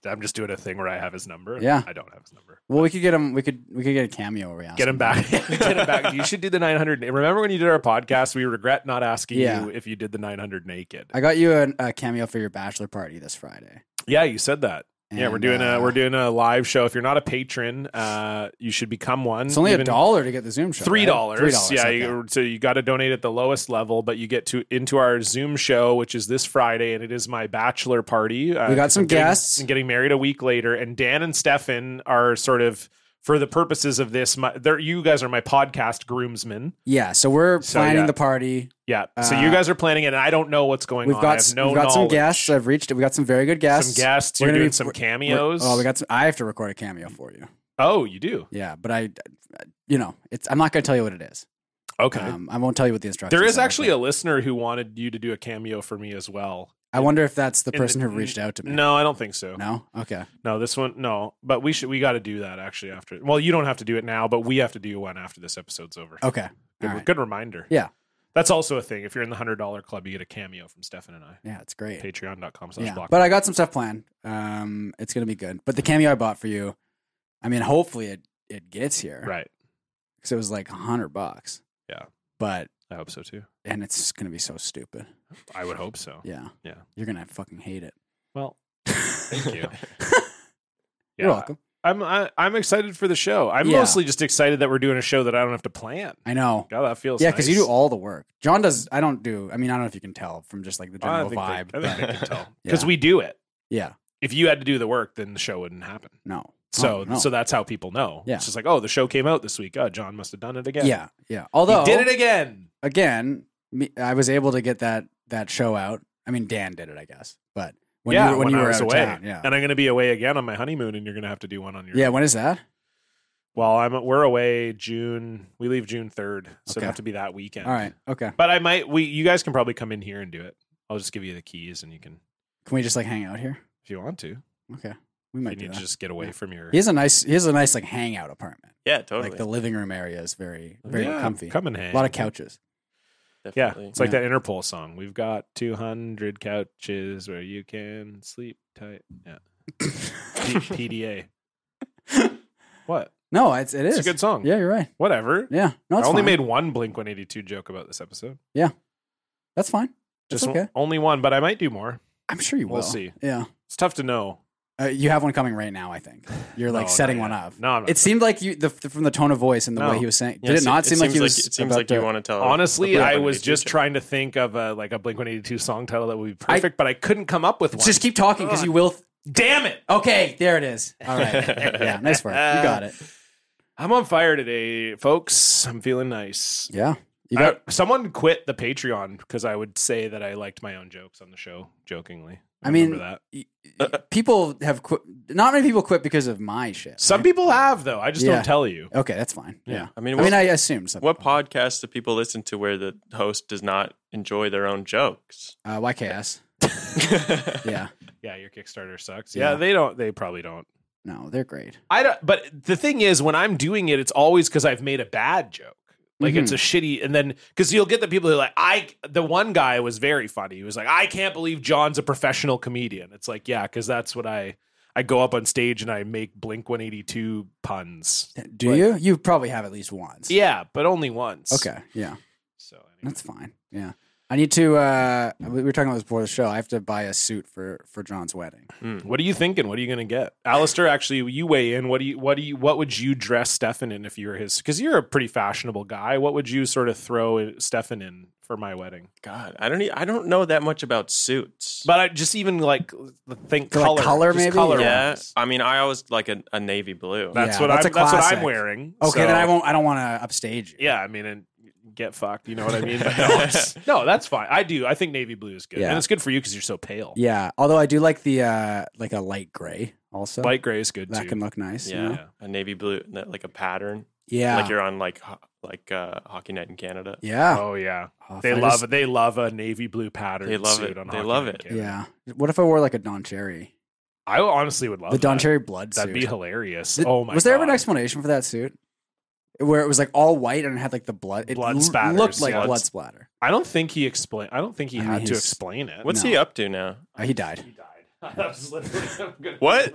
[SPEAKER 1] I'm just doing a thing where I have his number.
[SPEAKER 2] Yeah.
[SPEAKER 1] I don't have his number.
[SPEAKER 2] well we could get him we could we could get a cameo where we ask
[SPEAKER 1] Get him back. Get him back. You should do the 900. Remember when you did our podcast? We regret not asking
[SPEAKER 2] Yeah.
[SPEAKER 1] you if you did the 900 naked.
[SPEAKER 2] i got you a, a cameo for your bachelor party this friday
[SPEAKER 1] yeah, you said that. yeah, we're
[SPEAKER 2] And,
[SPEAKER 1] doing a
[SPEAKER 2] uh,
[SPEAKER 1] we're doing a live show. If you're not a patron, uh, you should become one.
[SPEAKER 2] It's only a
[SPEAKER 1] Even
[SPEAKER 2] dollar to get the Zoom show. right?
[SPEAKER 1] Three dollars.
[SPEAKER 2] Three dollars.
[SPEAKER 1] Yeah.
[SPEAKER 2] okay.
[SPEAKER 1] you- so you got to donate at the lowest level, but you get to into our Zoom show, which is this Friday, and it is my bachelor party. Uh,
[SPEAKER 2] We got
[SPEAKER 1] 'cause
[SPEAKER 2] some
[SPEAKER 1] I'm getting-
[SPEAKER 2] guests.
[SPEAKER 1] I'm getting married a week later, and Dan and Stefan are sort of. For the purposes of this, my, they're- you guys are my podcast groomsmen.
[SPEAKER 2] yeah. So we're
[SPEAKER 1] So,
[SPEAKER 2] planning
[SPEAKER 1] yeah.
[SPEAKER 2] the party.
[SPEAKER 1] Yeah. So
[SPEAKER 2] Uh,
[SPEAKER 1] you guys are planning it, and I don't know what's going
[SPEAKER 2] We've
[SPEAKER 1] on. I
[SPEAKER 2] got
[SPEAKER 1] have
[SPEAKER 2] s-
[SPEAKER 1] no
[SPEAKER 2] we've got some
[SPEAKER 1] knowledge.
[SPEAKER 2] guests. I've reached. We got some very good guests.
[SPEAKER 1] Some guests.
[SPEAKER 2] We're
[SPEAKER 1] You're
[SPEAKER 2] gonna
[SPEAKER 1] doing
[SPEAKER 2] be-
[SPEAKER 1] some
[SPEAKER 2] we're-
[SPEAKER 1] cameos.
[SPEAKER 2] Oh, we got. Some, I have to record a cameo for you.
[SPEAKER 1] Oh, you do.
[SPEAKER 2] Yeah, but I, you know, it's. I'm not going to tell you what it is.
[SPEAKER 1] Okay.
[SPEAKER 2] Um, I won't tell you what the instructions.
[SPEAKER 1] there is
[SPEAKER 2] are,
[SPEAKER 1] actually
[SPEAKER 2] but
[SPEAKER 1] a listener who wanted you to do a cameo for me as well.
[SPEAKER 2] I wonder if that's the
[SPEAKER 1] in
[SPEAKER 2] person
[SPEAKER 1] the-
[SPEAKER 2] who reached out to me.
[SPEAKER 1] No, I don't think so. No,
[SPEAKER 2] No. Okay.
[SPEAKER 1] this one, no. But we should, we got to do that actually after. Well, you don't have to do it now, but we have to do one after this episode's over.
[SPEAKER 2] Okay.
[SPEAKER 1] Good,
[SPEAKER 2] all right.
[SPEAKER 1] good reminder.
[SPEAKER 2] Yeah.
[SPEAKER 1] That's also a thing. If you're in the hundred dollar club, you get a cameo from Stefan and I.
[SPEAKER 2] Yeah, it's great.
[SPEAKER 1] Patreon.com slash
[SPEAKER 2] Yeah,
[SPEAKER 1] block.
[SPEAKER 2] but I got some stuff planned. Um, it's going to be good. But the cameo I bought for you, I mean, hopefully it it gets here.
[SPEAKER 1] right.
[SPEAKER 2] because it was like a hundred bucks.
[SPEAKER 1] Yeah.
[SPEAKER 2] But
[SPEAKER 1] I hope so too.
[SPEAKER 2] and it's gonna be so stupid.
[SPEAKER 1] I would hope so.
[SPEAKER 2] Yeah.
[SPEAKER 1] Yeah.
[SPEAKER 2] You're gonna fucking hate it.
[SPEAKER 1] Well, thank you.
[SPEAKER 2] You're welcome.
[SPEAKER 1] I'm I, I'm excited for the show. I'm
[SPEAKER 2] Yeah.
[SPEAKER 1] mostly just excited that we're doing a show that I don't have to plan.
[SPEAKER 2] I know.
[SPEAKER 1] God, that feels
[SPEAKER 2] Yeah, because you
[SPEAKER 1] nice.
[SPEAKER 2] do all the work. John does. I don't do. I mean, I don't know if you can tell from just like the
[SPEAKER 1] I
[SPEAKER 2] general
[SPEAKER 1] think
[SPEAKER 2] vibe.
[SPEAKER 1] They, I think
[SPEAKER 2] but-
[SPEAKER 1] they can tell
[SPEAKER 2] Yeah.
[SPEAKER 1] because we do it.
[SPEAKER 2] yeah.
[SPEAKER 1] If you had to do the work, then the show wouldn't happen.
[SPEAKER 2] No.
[SPEAKER 1] So
[SPEAKER 2] Oh, no.
[SPEAKER 1] so that's how people know.
[SPEAKER 2] Yeah.
[SPEAKER 1] It's just like, oh, the show came out this week. Oh, John must have done it
[SPEAKER 2] yeah.
[SPEAKER 1] again.
[SPEAKER 2] Yeah. Although
[SPEAKER 1] he did it again.
[SPEAKER 2] again, me, I was able to get that that show out. I mean, Dan did it, I guess. But when
[SPEAKER 1] yeah,
[SPEAKER 2] you were, when, you
[SPEAKER 1] I
[SPEAKER 2] were
[SPEAKER 1] was
[SPEAKER 2] out of
[SPEAKER 1] away,
[SPEAKER 2] town, yeah.
[SPEAKER 1] and I'm going to be away again on my honeymoon, and you're going to have to do one on your.
[SPEAKER 2] yeah. When is that?
[SPEAKER 1] Well, I'm we're away June. We leave June third, so it'll
[SPEAKER 2] Okay.
[SPEAKER 1] have to be that weekend.
[SPEAKER 2] All right. Okay.
[SPEAKER 1] But I might. We you guys can probably come in here and do it. I'll just give you the keys, and you can
[SPEAKER 2] Can we just like hang out here?
[SPEAKER 1] if you want to.
[SPEAKER 2] Okay. We
[SPEAKER 1] You
[SPEAKER 2] might do
[SPEAKER 1] need
[SPEAKER 2] that.
[SPEAKER 1] to just get away
[SPEAKER 2] Yeah.
[SPEAKER 1] from your
[SPEAKER 2] He has a nice. He has a nice like hangout apartment.
[SPEAKER 3] Yeah, totally.
[SPEAKER 2] Like the living room area is very, very
[SPEAKER 1] Yeah,
[SPEAKER 2] comfy.
[SPEAKER 1] Come and hang.
[SPEAKER 2] A lot of couches.
[SPEAKER 1] Yeah,
[SPEAKER 3] Definitely.
[SPEAKER 1] it's like
[SPEAKER 2] Yeah.
[SPEAKER 1] that Interpol song. We've got 200 couches where you can sleep tight. Yeah, P- PDA. what?
[SPEAKER 2] No, it's it
[SPEAKER 1] It's
[SPEAKER 2] is.
[SPEAKER 1] a good song.
[SPEAKER 2] Yeah, you're right.
[SPEAKER 1] Whatever.
[SPEAKER 2] Yeah, no,
[SPEAKER 1] I
[SPEAKER 2] it's
[SPEAKER 1] only
[SPEAKER 2] fine.
[SPEAKER 1] made one Blink 182 joke about this episode.
[SPEAKER 2] that's fine. That's
[SPEAKER 1] Just o-
[SPEAKER 2] okay.
[SPEAKER 1] only one, but I might do more.
[SPEAKER 2] I'm sure you
[SPEAKER 1] We'll
[SPEAKER 2] will.
[SPEAKER 1] see.
[SPEAKER 2] Yeah,
[SPEAKER 1] It's tough to know.
[SPEAKER 2] Uh, you have one coming right now, I think. You're like
[SPEAKER 1] No,
[SPEAKER 2] setting
[SPEAKER 1] not
[SPEAKER 2] one
[SPEAKER 1] yet.
[SPEAKER 2] up.
[SPEAKER 1] No, I'm not
[SPEAKER 2] it seemed like you the, from the tone of voice and the
[SPEAKER 1] No.
[SPEAKER 2] way he was saying.
[SPEAKER 3] Yeah,
[SPEAKER 2] did it
[SPEAKER 3] se-
[SPEAKER 2] not seem like
[SPEAKER 3] seems
[SPEAKER 2] he was?
[SPEAKER 3] it seems
[SPEAKER 2] about
[SPEAKER 3] like you
[SPEAKER 2] to-
[SPEAKER 3] want to tell.
[SPEAKER 1] Honestly,
[SPEAKER 3] Oh, the
[SPEAKER 1] I
[SPEAKER 3] Blink-182
[SPEAKER 1] was just
[SPEAKER 3] joke.
[SPEAKER 1] trying to think of a like a Blink One Eighty Two song title that would be perfect, but I couldn't come up with one.
[SPEAKER 2] Just keep talking because you will. th-
[SPEAKER 1] damn it!
[SPEAKER 2] okay, there it is. All right. yeah, nice work. You got it.
[SPEAKER 1] I'm on fire today, folks. I'm feeling nice.
[SPEAKER 2] Yeah, you got.
[SPEAKER 1] I- someone quit the Patreon because I would say that I liked my own jokes on the show jokingly.
[SPEAKER 2] I mean,
[SPEAKER 1] remember that.
[SPEAKER 2] y-
[SPEAKER 1] uh,
[SPEAKER 2] y- people have quit. Not many people quit because of my shit.
[SPEAKER 1] Some people have though. I just
[SPEAKER 2] Yeah.
[SPEAKER 1] don't tell you.
[SPEAKER 2] Okay, that's fine. Yeah.
[SPEAKER 3] I mean,
[SPEAKER 2] I
[SPEAKER 3] what-
[SPEAKER 2] mean, I assumed something.
[SPEAKER 3] What podcasts do people listen to where the host does not enjoy their own jokes?
[SPEAKER 2] Uh, YKS. yeah.
[SPEAKER 1] Yeah, your Kickstarter sucks.
[SPEAKER 2] Yeah.
[SPEAKER 1] yeah they don't. They probably don't.
[SPEAKER 2] No, they're great.
[SPEAKER 1] I don't, but the thing is, when I'm doing it, it's always because I've made a bad joke. Like it's a shitty, and then because you'll get the people who are like, I, the one guy was very funny. He was like, I can't believe John's a professional comedian. It's like, yeah, because that's what I, I go up on stage and I make Blink 182 puns.
[SPEAKER 2] Do you? You probably have at least once.
[SPEAKER 1] Yeah, but only once.
[SPEAKER 2] Okay. Yeah.
[SPEAKER 1] So, anyway.
[SPEAKER 2] That's fine. Yeah. I need to. Uh, we were talking about this before the show. I have to buy a suit for for John's wedding.
[SPEAKER 1] what are you thinking? What are you going to get? Alistair, actually, you weigh in. What do you, what do you, what would you dress Stefan in if you were his, because you're a pretty fashionable guy. What would you sort of throw uh, Stefan in for my wedding?
[SPEAKER 3] God, I don't. e- I don't know that much about suits.
[SPEAKER 1] But I just even like think
[SPEAKER 2] So, like,
[SPEAKER 1] color,
[SPEAKER 2] color
[SPEAKER 1] just
[SPEAKER 2] maybe?
[SPEAKER 1] color
[SPEAKER 3] yeah,
[SPEAKER 1] wise.
[SPEAKER 3] I mean, I always like a, a navy blue.
[SPEAKER 1] That's what
[SPEAKER 2] Yeah, that's
[SPEAKER 1] I'm.
[SPEAKER 2] a
[SPEAKER 1] That's what I'm
[SPEAKER 2] classic.
[SPEAKER 1] wearing.
[SPEAKER 2] Okay,
[SPEAKER 1] so-
[SPEAKER 2] then I won't. I don't want to upstage you.
[SPEAKER 1] Yeah, I mean, and get fucked. You know what I mean? But no, it's- no, that's fine. I do. I think navy blue is good,
[SPEAKER 2] Yeah.
[SPEAKER 1] and it's good for you because you're so pale.
[SPEAKER 2] Yeah. Although I do like the uh like a light gray also.
[SPEAKER 1] Light gray is good
[SPEAKER 2] that
[SPEAKER 1] too.
[SPEAKER 2] can look nice. you
[SPEAKER 3] yeah,
[SPEAKER 2] know?
[SPEAKER 3] a navy blue, and that- like a pattern,
[SPEAKER 2] Yeah.
[SPEAKER 3] like you're on like ho- like uh, hockey night in Canada.
[SPEAKER 2] yeah.
[SPEAKER 1] oh yeah,
[SPEAKER 2] Oh, if
[SPEAKER 1] they
[SPEAKER 2] I
[SPEAKER 1] love.
[SPEAKER 2] just-
[SPEAKER 1] they love a navy blue pattern.
[SPEAKER 3] They love
[SPEAKER 1] suit
[SPEAKER 3] it.
[SPEAKER 1] On
[SPEAKER 3] They
[SPEAKER 1] Hockey
[SPEAKER 3] love
[SPEAKER 1] Night
[SPEAKER 3] it.
[SPEAKER 1] in Canada.
[SPEAKER 2] Yeah. What if I wore like a Don Cherry?
[SPEAKER 1] I honestly would love
[SPEAKER 2] the Don
[SPEAKER 1] that.
[SPEAKER 2] Cherry blood
[SPEAKER 1] That'd
[SPEAKER 2] suit.
[SPEAKER 1] be hilarious.
[SPEAKER 2] Th-
[SPEAKER 1] oh my!
[SPEAKER 2] Was there ever an
[SPEAKER 1] God.
[SPEAKER 2] explanation for that suit? Where it was like all white and it had like the blood. It
[SPEAKER 1] Blood
[SPEAKER 2] l-
[SPEAKER 1] spatters,
[SPEAKER 2] looked like
[SPEAKER 1] yeah.
[SPEAKER 2] blood splatter.
[SPEAKER 1] I don't think he explained. I don't think he
[SPEAKER 2] I mean,
[SPEAKER 1] had to
[SPEAKER 2] he's-
[SPEAKER 1] explain it.
[SPEAKER 3] What's
[SPEAKER 2] No.
[SPEAKER 3] he up to now?
[SPEAKER 2] Uh, he died.
[SPEAKER 1] He died. That was literally- I'm gonna-
[SPEAKER 3] What?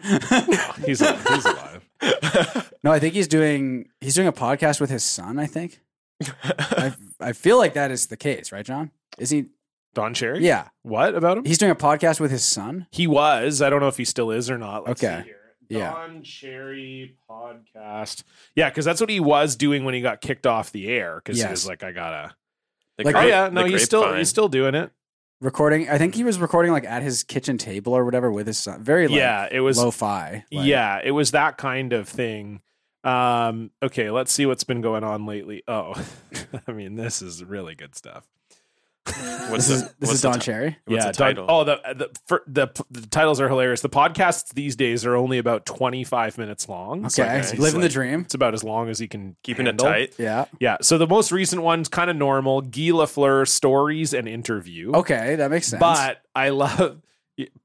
[SPEAKER 1] He's he's alive.
[SPEAKER 2] No, I think he's doing he's doing a podcast with his son. I think. I I feel like that is the case, right, John? Is he?
[SPEAKER 1] Don Cherry.
[SPEAKER 2] Yeah,
[SPEAKER 1] What about him?
[SPEAKER 2] he's doing a podcast with his son.
[SPEAKER 1] He was. I don't know if he still is or not. Let's
[SPEAKER 2] Okay.
[SPEAKER 1] See here.
[SPEAKER 2] Yeah.
[SPEAKER 1] Don Cherry podcast. Yeah, because that's what he was doing when he got kicked off the air. Because
[SPEAKER 2] Yes.
[SPEAKER 1] he was like, I gotta.
[SPEAKER 3] The
[SPEAKER 2] Like-
[SPEAKER 1] oh
[SPEAKER 3] grape-
[SPEAKER 1] yeah,
[SPEAKER 3] the
[SPEAKER 1] no, he's still
[SPEAKER 3] grapevine.
[SPEAKER 1] he's still doing it.
[SPEAKER 2] Recording. I think he was recording like at his kitchen table or whatever with his son. Very like,
[SPEAKER 1] yeah, it was.
[SPEAKER 2] lo-fi. like-
[SPEAKER 1] yeah, it was that kind of thing. Um, okay, let's see what's been going on lately. Oh, I mean, this is really good stuff.
[SPEAKER 3] What's
[SPEAKER 2] This is this
[SPEAKER 3] the, what's
[SPEAKER 2] is
[SPEAKER 3] the
[SPEAKER 2] Don
[SPEAKER 3] ti-
[SPEAKER 2] Cherry.
[SPEAKER 3] What's
[SPEAKER 1] yeah,
[SPEAKER 3] the
[SPEAKER 1] Don-
[SPEAKER 3] title?
[SPEAKER 1] oh, the the, fir- the the titles are hilarious. The podcasts these days are only about twenty five minutes long. It's
[SPEAKER 2] Okay,
[SPEAKER 1] like- it's
[SPEAKER 2] living the
[SPEAKER 1] like-
[SPEAKER 2] dream.
[SPEAKER 1] It's about as long as he can
[SPEAKER 3] keeping
[SPEAKER 1] handle.
[SPEAKER 3] it tight.
[SPEAKER 2] Yeah.
[SPEAKER 1] Yeah. So the most recent one's kind of normal. Guy Lafleur stories and interview.
[SPEAKER 2] Okay, that makes sense.
[SPEAKER 1] But I love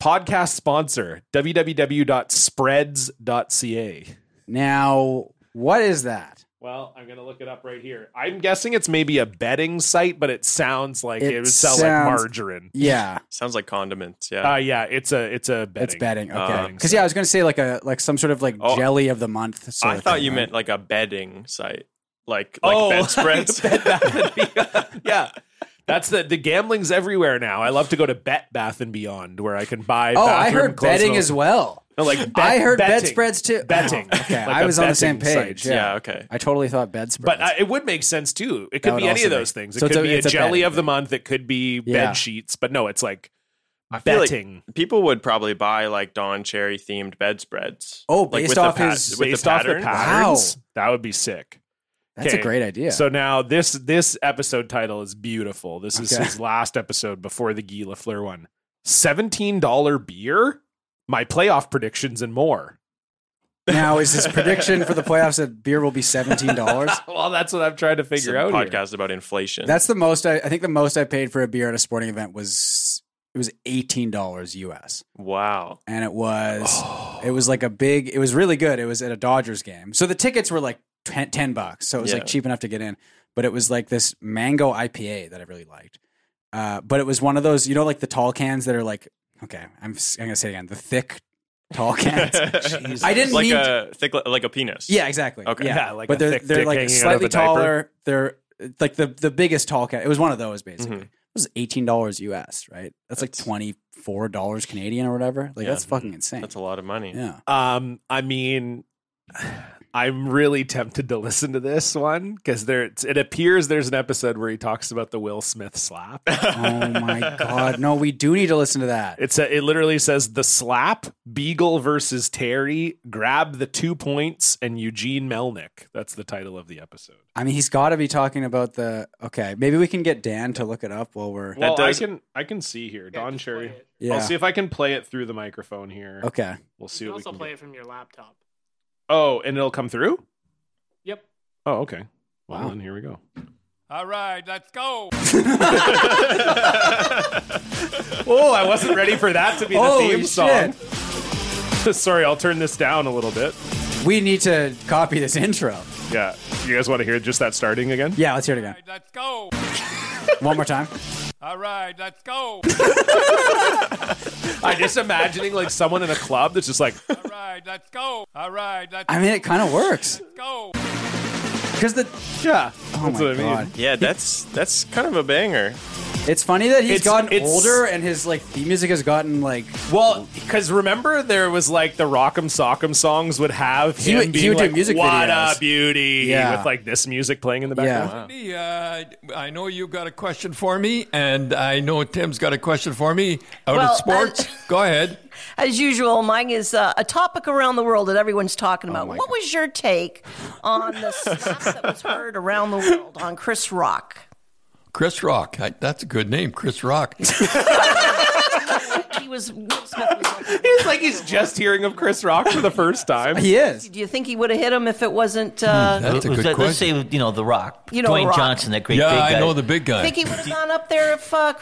[SPEAKER 1] podcast sponsor www.spreads.ca.
[SPEAKER 2] now, what is that?
[SPEAKER 1] Well, I'm gonna look it up right here. I'm guessing it's maybe a betting site, but it sounds like it,
[SPEAKER 2] It
[SPEAKER 1] would sound
[SPEAKER 2] sounds-
[SPEAKER 1] like margarine.
[SPEAKER 2] Yeah,
[SPEAKER 3] Sounds like condiments. Yeah.
[SPEAKER 1] Uh, yeah, it's a it's a betting. Um,
[SPEAKER 2] it's betting. Okay,
[SPEAKER 1] Betting
[SPEAKER 2] because yeah, I was gonna say like a like some sort of like
[SPEAKER 3] Oh,
[SPEAKER 2] jelly of the month. Sort
[SPEAKER 3] I
[SPEAKER 2] of
[SPEAKER 3] thought
[SPEAKER 2] thing,
[SPEAKER 3] you
[SPEAKER 2] right?
[SPEAKER 3] meant like a bedding site, like like
[SPEAKER 1] oh,
[SPEAKER 3] bedspreads.
[SPEAKER 1] Bed Bath and Beyond. yeah. That's the the gambling's everywhere now. I love to go to Bet Bath and Beyond where I can buy.
[SPEAKER 2] Oh, I
[SPEAKER 1] bathroom
[SPEAKER 2] heard
[SPEAKER 1] clothes and
[SPEAKER 2] betting
[SPEAKER 1] all-
[SPEAKER 2] as well.
[SPEAKER 1] No, like bet-
[SPEAKER 2] I heard
[SPEAKER 1] betting.
[SPEAKER 2] bedspreads too.
[SPEAKER 1] Betting.
[SPEAKER 2] Oh, okay,
[SPEAKER 1] Like
[SPEAKER 2] I
[SPEAKER 1] a
[SPEAKER 2] was on the same
[SPEAKER 1] betting site.
[SPEAKER 2] page.
[SPEAKER 3] yeah.
[SPEAKER 2] Yeah.
[SPEAKER 3] okay.
[SPEAKER 2] I totally thought bedspreads.
[SPEAKER 1] But I, it would make sense too. It could
[SPEAKER 2] would
[SPEAKER 1] be any
[SPEAKER 2] also
[SPEAKER 1] of those
[SPEAKER 2] make-
[SPEAKER 1] things. It
[SPEAKER 2] so it's
[SPEAKER 1] could
[SPEAKER 2] a-
[SPEAKER 1] be a
[SPEAKER 2] it's a
[SPEAKER 1] jelly
[SPEAKER 2] betting
[SPEAKER 1] of the
[SPEAKER 2] thing.
[SPEAKER 1] month. It could be
[SPEAKER 2] Yeah.
[SPEAKER 1] bed sheets. But no, it's like
[SPEAKER 3] I feel like
[SPEAKER 1] betting.
[SPEAKER 3] people would probably buy like Don Cherry themed bedspreads.
[SPEAKER 2] Oh,
[SPEAKER 3] Like,
[SPEAKER 2] based
[SPEAKER 3] with the
[SPEAKER 2] off
[SPEAKER 3] pat-
[SPEAKER 2] his-
[SPEAKER 3] with
[SPEAKER 1] based
[SPEAKER 3] the
[SPEAKER 1] off the
[SPEAKER 3] pattern.
[SPEAKER 1] patterns,
[SPEAKER 2] Wow.
[SPEAKER 1] that would be sick.
[SPEAKER 2] That's a
[SPEAKER 1] okay.
[SPEAKER 2] great idea.
[SPEAKER 1] So now this this episode title is beautiful. This is
[SPEAKER 2] Okay.
[SPEAKER 1] his last episode before the Guy Lafleur one. Seventeen dollar beer, my playoff predictions and more.
[SPEAKER 2] now is his prediction for the playoffs that beer will be seventeen dollars?
[SPEAKER 1] well, that's what I'm trying to
[SPEAKER 3] It's a
[SPEAKER 1] figure out. here.
[SPEAKER 3] podcast about inflation.
[SPEAKER 2] That's the most. I, I think the most I paid for a beer at a sporting event was it was eighteen dollars US,
[SPEAKER 3] wow.
[SPEAKER 2] and it was
[SPEAKER 3] Oh.
[SPEAKER 2] it was like a big. It was really good. It was at a Dodgers game, so the tickets were like 10, 10 bucks, so it was
[SPEAKER 3] Yeah.
[SPEAKER 2] like cheap enough to get in. But it was like this mango IPA that I really liked. Uh, but it was one of those, you know, like the tall cans that are like okay. I'm s- I'm gonna say it again the thick tall cans. I didn't
[SPEAKER 3] like
[SPEAKER 2] mean
[SPEAKER 3] a thick like a penis.
[SPEAKER 2] Yeah, exactly.
[SPEAKER 3] Okay.
[SPEAKER 2] Yeah,
[SPEAKER 1] Yeah, like a
[SPEAKER 2] but they're
[SPEAKER 1] thick
[SPEAKER 2] they're
[SPEAKER 1] dick
[SPEAKER 2] like
[SPEAKER 1] hanging out of
[SPEAKER 2] slightly
[SPEAKER 1] a diaper.
[SPEAKER 2] taller. They're like the the biggest tall cat. It was one of those basically. was eighteen dollars US, right? That's, like
[SPEAKER 3] Mm-hmm. That's-
[SPEAKER 2] twenty four dollars Canadian or whatever. Like
[SPEAKER 3] Yeah.
[SPEAKER 2] that's fucking insane.
[SPEAKER 3] That's a lot of money.
[SPEAKER 2] yeah.
[SPEAKER 1] Um, I mean, I'm really tempted to listen to this one because there it's- it appears there's an episode where he talks about the Will Smith slap.
[SPEAKER 2] Oh my god. No, we do need to listen to that.
[SPEAKER 1] It's a, it literally says the slap Beagle versus Terry grab the two points and Eugene Melnick. That's the title of the episode.
[SPEAKER 2] I mean, he's got to be talking about the. Okay, maybe we can get Dan to look it up while we're.
[SPEAKER 1] Well,
[SPEAKER 3] does-
[SPEAKER 1] I can I can see here Don
[SPEAKER 5] just play
[SPEAKER 1] Cherry.
[SPEAKER 5] it.
[SPEAKER 2] yeah.
[SPEAKER 1] I'll see if I can play it through the microphone here.
[SPEAKER 2] okay.
[SPEAKER 1] We'll
[SPEAKER 5] You
[SPEAKER 1] see
[SPEAKER 5] can
[SPEAKER 1] what we
[SPEAKER 5] also
[SPEAKER 1] can
[SPEAKER 5] play
[SPEAKER 1] do.
[SPEAKER 5] it from your laptop.
[SPEAKER 1] Oh, and it'll come through.
[SPEAKER 5] Yep.
[SPEAKER 1] Oh, okay. Well,
[SPEAKER 2] Wow.
[SPEAKER 1] then here we go.
[SPEAKER 4] All right, let's go.
[SPEAKER 1] Oh, I wasn't ready for that to be the
[SPEAKER 2] Holy
[SPEAKER 1] theme song. Sorry, I'll turn this down a little bit.
[SPEAKER 2] We need to copy this intro.
[SPEAKER 1] Yeah. You guys want to hear just that starting again?
[SPEAKER 2] Yeah, let's hear it again.
[SPEAKER 4] Let's go.
[SPEAKER 2] One more time.
[SPEAKER 4] All right, let's go.
[SPEAKER 1] I'm just imagining like someone in a club that's just like,
[SPEAKER 4] All right, let's go. All right, let's
[SPEAKER 2] I mean, it kind of works
[SPEAKER 4] go.
[SPEAKER 2] because the.
[SPEAKER 1] yeah. that's
[SPEAKER 2] Oh my
[SPEAKER 1] what I mean.
[SPEAKER 2] god,
[SPEAKER 3] Yeah, that's that's kind of a banger.
[SPEAKER 2] it's funny that he's
[SPEAKER 1] It's-
[SPEAKER 2] gotten
[SPEAKER 1] it's-
[SPEAKER 2] older and his like theme music has gotten like.
[SPEAKER 1] Well, because remember there was like the Rock'em Sock'em songs would have
[SPEAKER 2] He
[SPEAKER 1] him
[SPEAKER 2] would- he
[SPEAKER 1] being
[SPEAKER 2] would do
[SPEAKER 1] like,
[SPEAKER 2] music
[SPEAKER 1] "What
[SPEAKER 2] videos."
[SPEAKER 1] a beauty"
[SPEAKER 2] Yeah.
[SPEAKER 1] with like this music playing in the
[SPEAKER 2] Yeah.
[SPEAKER 1] background.
[SPEAKER 4] Uh, I know you got a question for me, and I know Tim's got a question for me out
[SPEAKER 6] Well,
[SPEAKER 4] of sports.
[SPEAKER 6] uh,
[SPEAKER 4] Go ahead.
[SPEAKER 6] As usual, mine is uh, a topic around the world that everyone's talking about. what was your take on the slaps that was heard around the world on Chris Rock?
[SPEAKER 4] Chris Rock. I, that's a good name, Chris Rock.
[SPEAKER 6] He was. Will Smith was
[SPEAKER 1] It's like he's just hearing of Chris Rock for the first time.
[SPEAKER 2] He is.
[SPEAKER 6] do you think he would have hit him if it wasn't? Uh,
[SPEAKER 4] That's a
[SPEAKER 7] Let's-
[SPEAKER 4] good
[SPEAKER 7] let's,
[SPEAKER 4] question.
[SPEAKER 7] say you know the Rock,
[SPEAKER 6] You know,
[SPEAKER 7] Dwayne
[SPEAKER 6] The Rock.
[SPEAKER 7] Johnson, that great
[SPEAKER 4] yeah,
[SPEAKER 7] big
[SPEAKER 4] I
[SPEAKER 7] guy.
[SPEAKER 4] know the big guy.
[SPEAKER 6] think he would have gone up there if uh,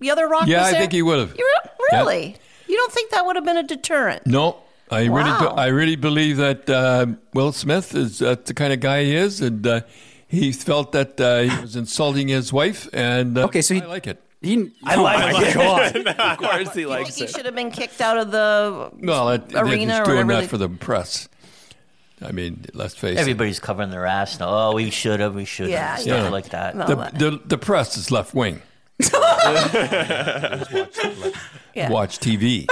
[SPEAKER 6] the other Rock?
[SPEAKER 4] Yeah,
[SPEAKER 6] was
[SPEAKER 4] I
[SPEAKER 6] there?
[SPEAKER 4] think he would have.
[SPEAKER 6] You re-
[SPEAKER 4] Yeah.
[SPEAKER 6] really? You don't think that would have been a deterrent?
[SPEAKER 4] no, I really, do,
[SPEAKER 6] Wow.
[SPEAKER 4] I really believe that um Will Smith is uh, the kind of guy he is, and uh, he felt that uh, he was insulting his wife. And uh,
[SPEAKER 2] Okay, so he-
[SPEAKER 4] I like it.
[SPEAKER 2] He. I oh
[SPEAKER 1] like
[SPEAKER 2] my
[SPEAKER 1] it.
[SPEAKER 2] god.
[SPEAKER 1] of course he
[SPEAKER 6] I think
[SPEAKER 1] likes
[SPEAKER 6] he
[SPEAKER 1] it.
[SPEAKER 6] should have been kicked out of the.
[SPEAKER 4] Well, that, that
[SPEAKER 6] Arena
[SPEAKER 4] he's
[SPEAKER 6] or
[SPEAKER 4] doing
[SPEAKER 6] whatever
[SPEAKER 4] that
[SPEAKER 6] they-
[SPEAKER 4] for the press. I mean, let's face
[SPEAKER 7] Everybody's covering their ass now. Oh, we should have, we should
[SPEAKER 6] Yeah,
[SPEAKER 7] have, stuff
[SPEAKER 4] yeah.
[SPEAKER 7] like that.
[SPEAKER 6] No.
[SPEAKER 4] it. The, the, the press is left wing.
[SPEAKER 6] Yeah.
[SPEAKER 4] Watch TV.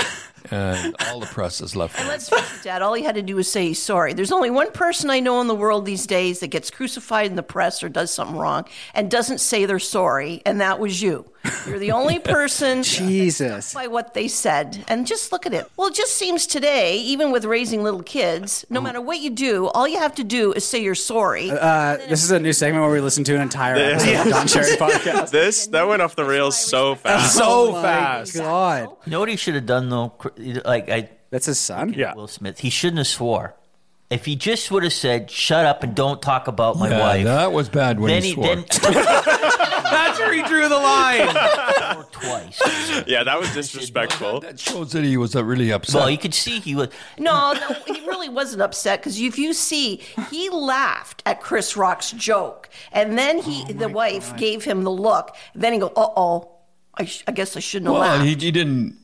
[SPEAKER 4] And all the press is left wing.
[SPEAKER 6] Let's face it, Dad. All he had to do was say he's sorry. There's only one person I know in the world these days that gets crucified in the press or does something wrong and doesn't say they're sorry, and that was you. You're the only person
[SPEAKER 2] Jesus.
[SPEAKER 6] by what they said. And just look at it. Well, it just seems today, even with raising little kids, no matter what you do, all you have to do is say you're sorry.
[SPEAKER 2] This is a new segment where we listen to an entire episode of Don Cherry podcast.
[SPEAKER 3] This that went off the rails so fast.
[SPEAKER 2] so
[SPEAKER 1] fast.
[SPEAKER 2] God,
[SPEAKER 7] You know what he should have done though? Like I,
[SPEAKER 2] that's his son.
[SPEAKER 1] Yeah.
[SPEAKER 7] Will Smith, he shouldn't have swore. If he just would have said, "Shut up and don't talk about my
[SPEAKER 4] Yeah,
[SPEAKER 7] wife,"
[SPEAKER 4] that was bad when
[SPEAKER 7] then
[SPEAKER 4] he
[SPEAKER 7] he
[SPEAKER 4] swore.
[SPEAKER 7] then
[SPEAKER 1] That's where he drew the line.
[SPEAKER 7] swore twice.
[SPEAKER 3] Yeah, that was disrespectful.
[SPEAKER 4] that shows that he was uh, really upset.
[SPEAKER 7] well, you could see he was.
[SPEAKER 6] No, no, he really wasn't upset because if you see, he laughed at Chris Rock's joke, and then he,
[SPEAKER 7] Oh
[SPEAKER 6] the wife, gave him the look. Then he go, "Uh oh, I, sh- I guess I shouldn't have
[SPEAKER 4] well,
[SPEAKER 6] laughed."
[SPEAKER 4] he,
[SPEAKER 6] He,
[SPEAKER 4] he didn't.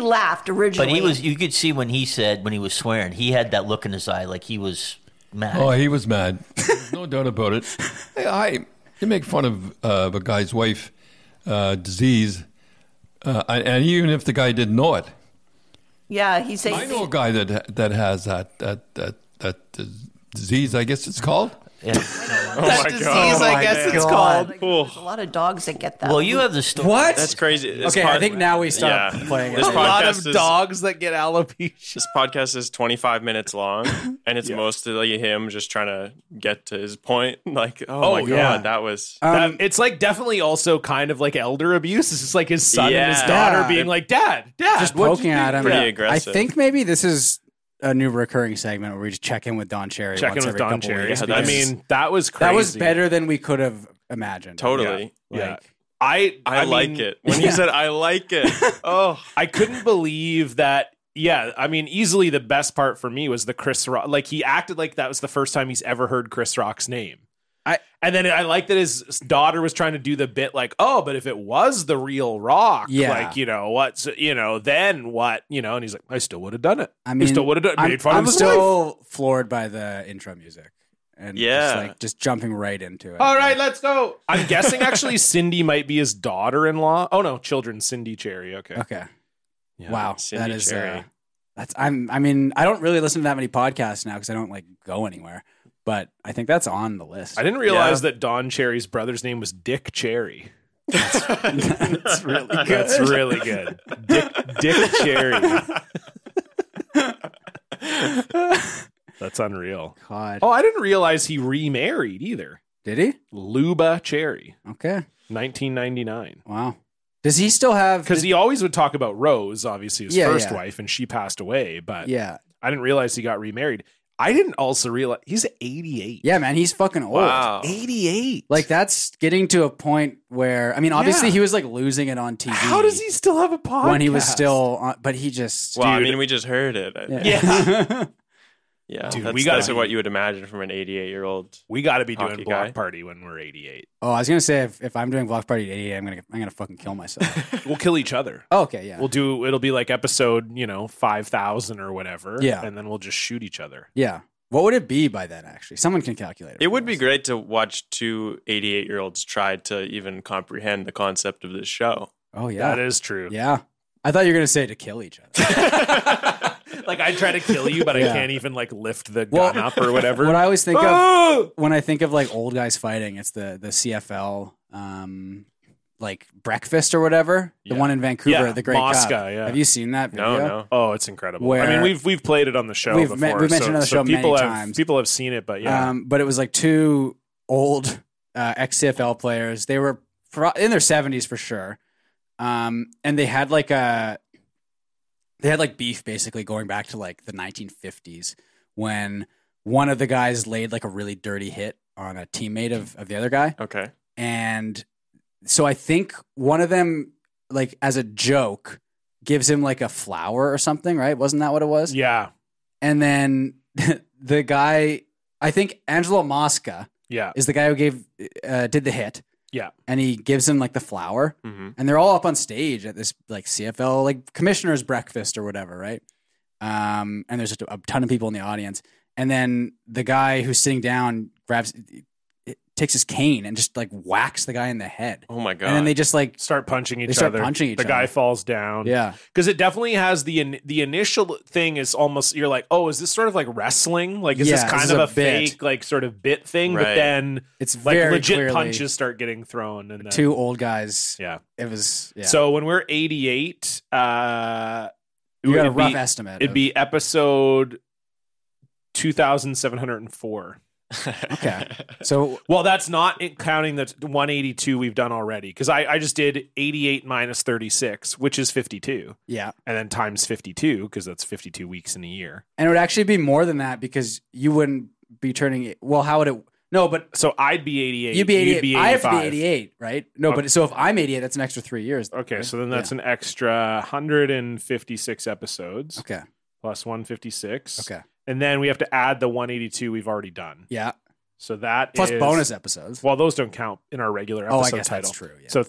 [SPEAKER 6] laughed originally.
[SPEAKER 7] But he was. You could see when he said when he was swearing, he had that look in his eye, like he was mad.
[SPEAKER 4] Oh, he was mad. There's no doubt about it. Hey, I you make fun of, uh, of a guy's wife uh, disease, uh, and, and even if the guy didn't know it,
[SPEAKER 6] yeah, he said, "Oh,
[SPEAKER 4] I know a guy that that has that that that that dis- disease. I guess it's called.
[SPEAKER 1] that disease, I guess it's called.
[SPEAKER 6] like, "There's a lot of dogs that get that."
[SPEAKER 7] Well, you have the story.
[SPEAKER 2] What?
[SPEAKER 3] That's crazy. This
[SPEAKER 2] okay, I
[SPEAKER 3] pod-
[SPEAKER 2] think now we stop
[SPEAKER 3] Yeah.
[SPEAKER 2] playing it.
[SPEAKER 3] This
[SPEAKER 1] A lot of
[SPEAKER 3] Podcast is-
[SPEAKER 1] dogs that get alopecia.
[SPEAKER 3] This podcast is 25 minutes long, and it's mostly him just trying to get to his point. Like, oh, my
[SPEAKER 2] yeah. Uh,
[SPEAKER 3] god, that was
[SPEAKER 2] Um,
[SPEAKER 1] That- it's like definitely also kind of like elder abuse. It's just like his son and his
[SPEAKER 3] Yeah.
[SPEAKER 1] daughter
[SPEAKER 2] Yeah.
[SPEAKER 1] being like, "Dad, Dad,"
[SPEAKER 2] just
[SPEAKER 1] what'd
[SPEAKER 2] poking
[SPEAKER 1] you
[SPEAKER 2] at
[SPEAKER 1] do?"
[SPEAKER 2] him.
[SPEAKER 3] Pretty
[SPEAKER 2] Yeah.
[SPEAKER 3] aggressive.
[SPEAKER 2] I think maybe this is a new recurring segment where we just check in with Don Cherry.
[SPEAKER 1] Check
[SPEAKER 2] once
[SPEAKER 1] in with
[SPEAKER 2] every
[SPEAKER 1] Don
[SPEAKER 2] couple
[SPEAKER 1] Cherry.
[SPEAKER 2] weeks
[SPEAKER 1] I
[SPEAKER 2] because
[SPEAKER 1] mean, that was crazy.
[SPEAKER 2] that was better than we could have imagined.
[SPEAKER 3] totally.
[SPEAKER 1] Yeah.
[SPEAKER 2] Like,
[SPEAKER 1] I
[SPEAKER 3] I, like
[SPEAKER 1] mean,
[SPEAKER 3] it when he said, "I like it." Oh,
[SPEAKER 1] I couldn't believe that. Yeah, I mean, easily the best part for me was the Chris Rock. Like he acted like that was the first time he's ever heard Chris Rock's name.
[SPEAKER 2] I-
[SPEAKER 1] and then I like that his daughter was trying to do the bit like, oh, but if it was the real Rock,
[SPEAKER 2] Yeah.
[SPEAKER 1] like you know what's you know then what you know, and he's like, I still would have done it.
[SPEAKER 2] I mean,
[SPEAKER 1] still would've done-
[SPEAKER 2] I'm,
[SPEAKER 1] made fun of
[SPEAKER 2] I'm
[SPEAKER 1] his
[SPEAKER 2] still floored by the intro music. and
[SPEAKER 3] Yeah.
[SPEAKER 2] just like just jumping right into it.
[SPEAKER 1] All right, let's go. I'm guessing actually Cindy might be his daughter-in-law. Oh no, children. Cindy Cherry. Okay.
[SPEAKER 2] Okay. wow, that
[SPEAKER 3] Cindy
[SPEAKER 2] is
[SPEAKER 3] Cherry.
[SPEAKER 2] uh, that's I'm I mean I don't really listen to that many podcasts now because I don't like go anywhere, but I think that's on the list.
[SPEAKER 1] I didn't realize that Don Cherry's brother's name was Dick Cherry.
[SPEAKER 2] that's really good.
[SPEAKER 1] That's really good. Dick, Dick Cherry. That's unreal.
[SPEAKER 2] God.
[SPEAKER 1] Oh, I didn't realize he remarried either.
[SPEAKER 2] Did he?
[SPEAKER 1] Luba Cherry,
[SPEAKER 2] Okay.
[SPEAKER 1] 1999.
[SPEAKER 2] Wow. Does he still have?
[SPEAKER 1] Because he always would talk about Rose, obviously his
[SPEAKER 2] Yeah,
[SPEAKER 1] first
[SPEAKER 2] yeah.
[SPEAKER 1] wife, and she passed away. But
[SPEAKER 2] yeah,
[SPEAKER 1] I didn't realize he got remarried. I didn't also realize he's 88.
[SPEAKER 2] yeah, man, he's fucking old.
[SPEAKER 3] Wow.
[SPEAKER 1] 88.
[SPEAKER 2] Like that's getting to a point where I mean, obviously
[SPEAKER 1] Yeah.
[SPEAKER 2] he was like losing it on TV.
[SPEAKER 1] how does he still have a podcast?
[SPEAKER 2] when he was still on? But he just
[SPEAKER 3] Well, I
[SPEAKER 1] Dude.
[SPEAKER 3] mean, we just heard it. I- Yeah,
[SPEAKER 2] yeah.
[SPEAKER 1] Dude,
[SPEAKER 3] that's,
[SPEAKER 1] we gotta
[SPEAKER 3] that's
[SPEAKER 1] be-
[SPEAKER 3] what you would imagine from an 88 year old.
[SPEAKER 1] We got to be doing
[SPEAKER 3] Hockey
[SPEAKER 1] block
[SPEAKER 3] guy.
[SPEAKER 1] party when we're 88.
[SPEAKER 2] oh, I was gonna say if, if I'm doing Vlog Party at 88, I'm gonna I'm gonna fucking kill myself.
[SPEAKER 1] We'll kill each other.
[SPEAKER 2] oh, okay, yeah,
[SPEAKER 1] We'll do. It'll be like episode, you know, five thousand or whatever.
[SPEAKER 2] Yeah.
[SPEAKER 1] and then we'll just shoot each other.
[SPEAKER 2] yeah. What would it be by then? Actually, someone can calculate it.
[SPEAKER 3] It
[SPEAKER 2] for
[SPEAKER 3] would be
[SPEAKER 2] us.
[SPEAKER 3] great to watch two 88 year olds try to even comprehend the concept of this show.
[SPEAKER 2] Oh yeah,
[SPEAKER 1] That is true.
[SPEAKER 2] yeah. I thought you were gonna say to kill each other.
[SPEAKER 1] like I try to kill you, but I
[SPEAKER 2] Yeah.
[SPEAKER 1] can't even like lift the
[SPEAKER 2] Well,
[SPEAKER 1] gun up or whatever.
[SPEAKER 2] what I always think of
[SPEAKER 1] Oh!
[SPEAKER 2] when I think of like old guys fighting, it's the the CFL um like breakfast or whatever. The
[SPEAKER 1] Yeah.
[SPEAKER 2] one in Vancouver,
[SPEAKER 1] Yeah,
[SPEAKER 2] the Great
[SPEAKER 1] Mosca,
[SPEAKER 2] Cup.
[SPEAKER 1] yeah.
[SPEAKER 2] Have you seen that video?
[SPEAKER 3] No, no.
[SPEAKER 1] Oh, it's incredible. I
[SPEAKER 2] Where-
[SPEAKER 1] mean, we've we've played it on the show
[SPEAKER 2] We've
[SPEAKER 1] before.
[SPEAKER 2] men- we've mentioned
[SPEAKER 1] so,
[SPEAKER 2] it on the
[SPEAKER 1] so
[SPEAKER 2] show many
[SPEAKER 1] people have,
[SPEAKER 2] times.
[SPEAKER 1] People have seen it, but yeah,
[SPEAKER 2] Um, but it was like two old uh, ex CFL players. They were pro- in their seventies for sure, um, and they had like a they had like beef basically going back to like the nineteen fifties when one of the guys laid like a really dirty hit on a teammate of, of the other guy,
[SPEAKER 3] Okay.
[SPEAKER 2] and so I think one of them like as a joke gives him like a flower or something, right? Wasn't that what it was?
[SPEAKER 1] yeah,
[SPEAKER 2] And then the guy, I think Angelo Mosca
[SPEAKER 1] yeah.
[SPEAKER 2] is the guy who gave uh, did the hit.
[SPEAKER 1] Yeah.
[SPEAKER 2] and he gives him like the flower,
[SPEAKER 3] hmm
[SPEAKER 2] and they're all up on stage at this like CFL like commissioner's breakfast or whatever, right? Um, and there's just a ton of people in the audience, and then the guy who's sitting down grabs, takes his cane and just like whacks the guy in the head,
[SPEAKER 3] Oh my God.
[SPEAKER 2] and then they just like
[SPEAKER 1] Start punching each
[SPEAKER 2] start
[SPEAKER 1] other.
[SPEAKER 2] punching each
[SPEAKER 1] the guy
[SPEAKER 2] other.
[SPEAKER 1] falls down.
[SPEAKER 2] yeah,
[SPEAKER 1] because it definitely has the in, the initial thing is almost you're like oh is this sort of like wrestling like is this
[SPEAKER 2] Yeah,
[SPEAKER 1] kind
[SPEAKER 2] this is
[SPEAKER 1] of a,
[SPEAKER 2] a bit.
[SPEAKER 1] fake like sort of bit thing but
[SPEAKER 3] Right.
[SPEAKER 1] then
[SPEAKER 2] it's
[SPEAKER 1] like
[SPEAKER 2] very
[SPEAKER 1] legit
[SPEAKER 2] clearly
[SPEAKER 1] punches start getting thrown and then,
[SPEAKER 2] Two old guys.
[SPEAKER 1] yeah.
[SPEAKER 2] It was yeah.
[SPEAKER 1] so when we're 88 uh
[SPEAKER 2] you got a
[SPEAKER 1] it'd
[SPEAKER 2] rough
[SPEAKER 1] be,
[SPEAKER 2] estimate.
[SPEAKER 1] it'd
[SPEAKER 2] of-
[SPEAKER 1] be episode 2704
[SPEAKER 2] okay. So
[SPEAKER 1] well that's not in- counting the 182 we've done already because I, I just did 88 minus 36 which is 52
[SPEAKER 2] yeah,
[SPEAKER 1] and then times 52 because that's 52 weeks in a year
[SPEAKER 2] and it would actually be more than that because you wouldn't be turning. it- Well, how would it? No, but
[SPEAKER 1] So I'd be 88.
[SPEAKER 2] you'd be
[SPEAKER 1] You'd
[SPEAKER 2] eighty-eight.
[SPEAKER 1] be
[SPEAKER 2] I have to be
[SPEAKER 1] 85.
[SPEAKER 2] eighty-eight, right? No, but so if I'm eighty-eight, that's an extra three years.
[SPEAKER 1] Okay,
[SPEAKER 2] right?
[SPEAKER 1] so then that's an extra 156 episodes
[SPEAKER 2] okay.
[SPEAKER 1] plus 156.
[SPEAKER 2] Okay.
[SPEAKER 1] And then we have to add the 182 we've already done.
[SPEAKER 2] Yeah.
[SPEAKER 1] So that
[SPEAKER 2] Plus
[SPEAKER 1] is-
[SPEAKER 2] bonus episodes.
[SPEAKER 1] Well, those don't count in our regular episode
[SPEAKER 2] oh, I guess
[SPEAKER 1] title.
[SPEAKER 2] that's true. Yeah.
[SPEAKER 1] So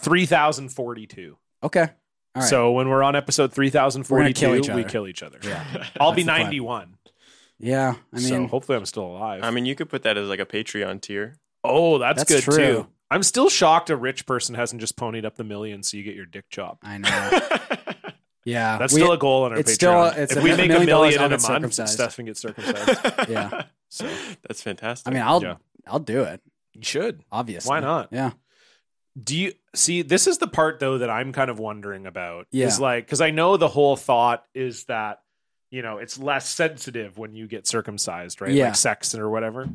[SPEAKER 1] 3042.
[SPEAKER 2] okay. All right.
[SPEAKER 1] So when we're on episode 3042,
[SPEAKER 2] We're gonna kill each
[SPEAKER 1] we
[SPEAKER 2] other.
[SPEAKER 1] kill each other.
[SPEAKER 2] yeah.
[SPEAKER 1] I'll be
[SPEAKER 2] That's the plan.
[SPEAKER 1] 91.
[SPEAKER 2] Yeah. I mean,
[SPEAKER 1] so hopefully I'm still alive.
[SPEAKER 3] I mean, you could put that as like a Patreon tier.
[SPEAKER 1] oh, that's,
[SPEAKER 2] That's
[SPEAKER 1] good
[SPEAKER 2] true.
[SPEAKER 1] too. I'm still shocked a rich person hasn't just ponied up the million so you get your dick chopped.
[SPEAKER 2] I know. Yeah.
[SPEAKER 1] That's
[SPEAKER 2] we-
[SPEAKER 1] still a goal on our
[SPEAKER 2] it's
[SPEAKER 1] Patreon.
[SPEAKER 2] still a- it's
[SPEAKER 1] if
[SPEAKER 2] a
[SPEAKER 1] we make a
[SPEAKER 2] million dollars,
[SPEAKER 1] million
[SPEAKER 2] I'll
[SPEAKER 1] in a
[SPEAKER 2] get
[SPEAKER 1] month,
[SPEAKER 2] circumcised.
[SPEAKER 1] Stefan gets circumcised.
[SPEAKER 2] Yeah.
[SPEAKER 1] so
[SPEAKER 3] That's fantastic.
[SPEAKER 2] I mean, I'll
[SPEAKER 1] Yeah.
[SPEAKER 2] I'll do it.
[SPEAKER 1] you should.
[SPEAKER 2] Obviously.
[SPEAKER 1] Why not?
[SPEAKER 2] Yeah.
[SPEAKER 1] Do you see? This is the part though that I'm kind of wondering about.
[SPEAKER 2] Yeah.
[SPEAKER 1] Is like because I know the whole thought is that you know it's less sensitive when you get circumcised, right?
[SPEAKER 2] Yeah.
[SPEAKER 1] Like sex or whatever.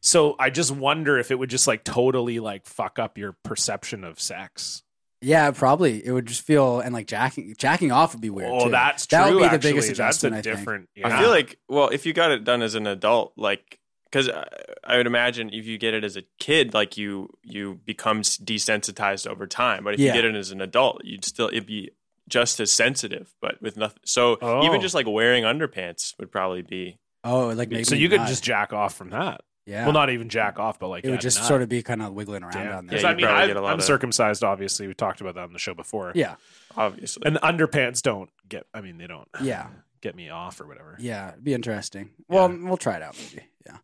[SPEAKER 1] So I just wonder if it would just like totally like fuck up your perception of sex.
[SPEAKER 2] Yeah. Probably. It would just feel and like jacking jacking off would be weird.
[SPEAKER 1] Oh,
[SPEAKER 2] too.
[SPEAKER 1] that's true.
[SPEAKER 2] that would be the
[SPEAKER 1] actually.
[SPEAKER 2] biggest
[SPEAKER 1] That's a
[SPEAKER 2] adjustment. I think.
[SPEAKER 1] different.
[SPEAKER 3] I feel like, well, if you got it done as an adult, like, because I, I would imagine if you get it as a kid, like you you become s- desensitized over time. But if
[SPEAKER 2] Yeah.
[SPEAKER 3] you get it as an adult, you'd still it'd be just as sensitive, but with nothing. So
[SPEAKER 1] Oh.
[SPEAKER 3] even just like wearing underpants would probably be
[SPEAKER 2] Oh, it, like maybe
[SPEAKER 1] so you could
[SPEAKER 2] not.
[SPEAKER 1] just jack off from that.
[SPEAKER 2] yeah.
[SPEAKER 1] Well, not even jack off, but like
[SPEAKER 2] it would just sort of be kind of wiggling around on there.
[SPEAKER 1] Because
[SPEAKER 3] Yeah,
[SPEAKER 1] I
[SPEAKER 3] you
[SPEAKER 1] mean,
[SPEAKER 3] probably
[SPEAKER 1] I've,
[SPEAKER 3] get a lot
[SPEAKER 1] I'm
[SPEAKER 3] of-
[SPEAKER 1] circumcised. Obviously, we talked about that on the show before.
[SPEAKER 2] Yeah,
[SPEAKER 3] obviously.
[SPEAKER 1] and underpants don't get. I mean, they don't
[SPEAKER 2] yeah,
[SPEAKER 1] get me off or whatever.
[SPEAKER 2] yeah. It'd be interesting. Well, we'll try it out maybe. Yeah.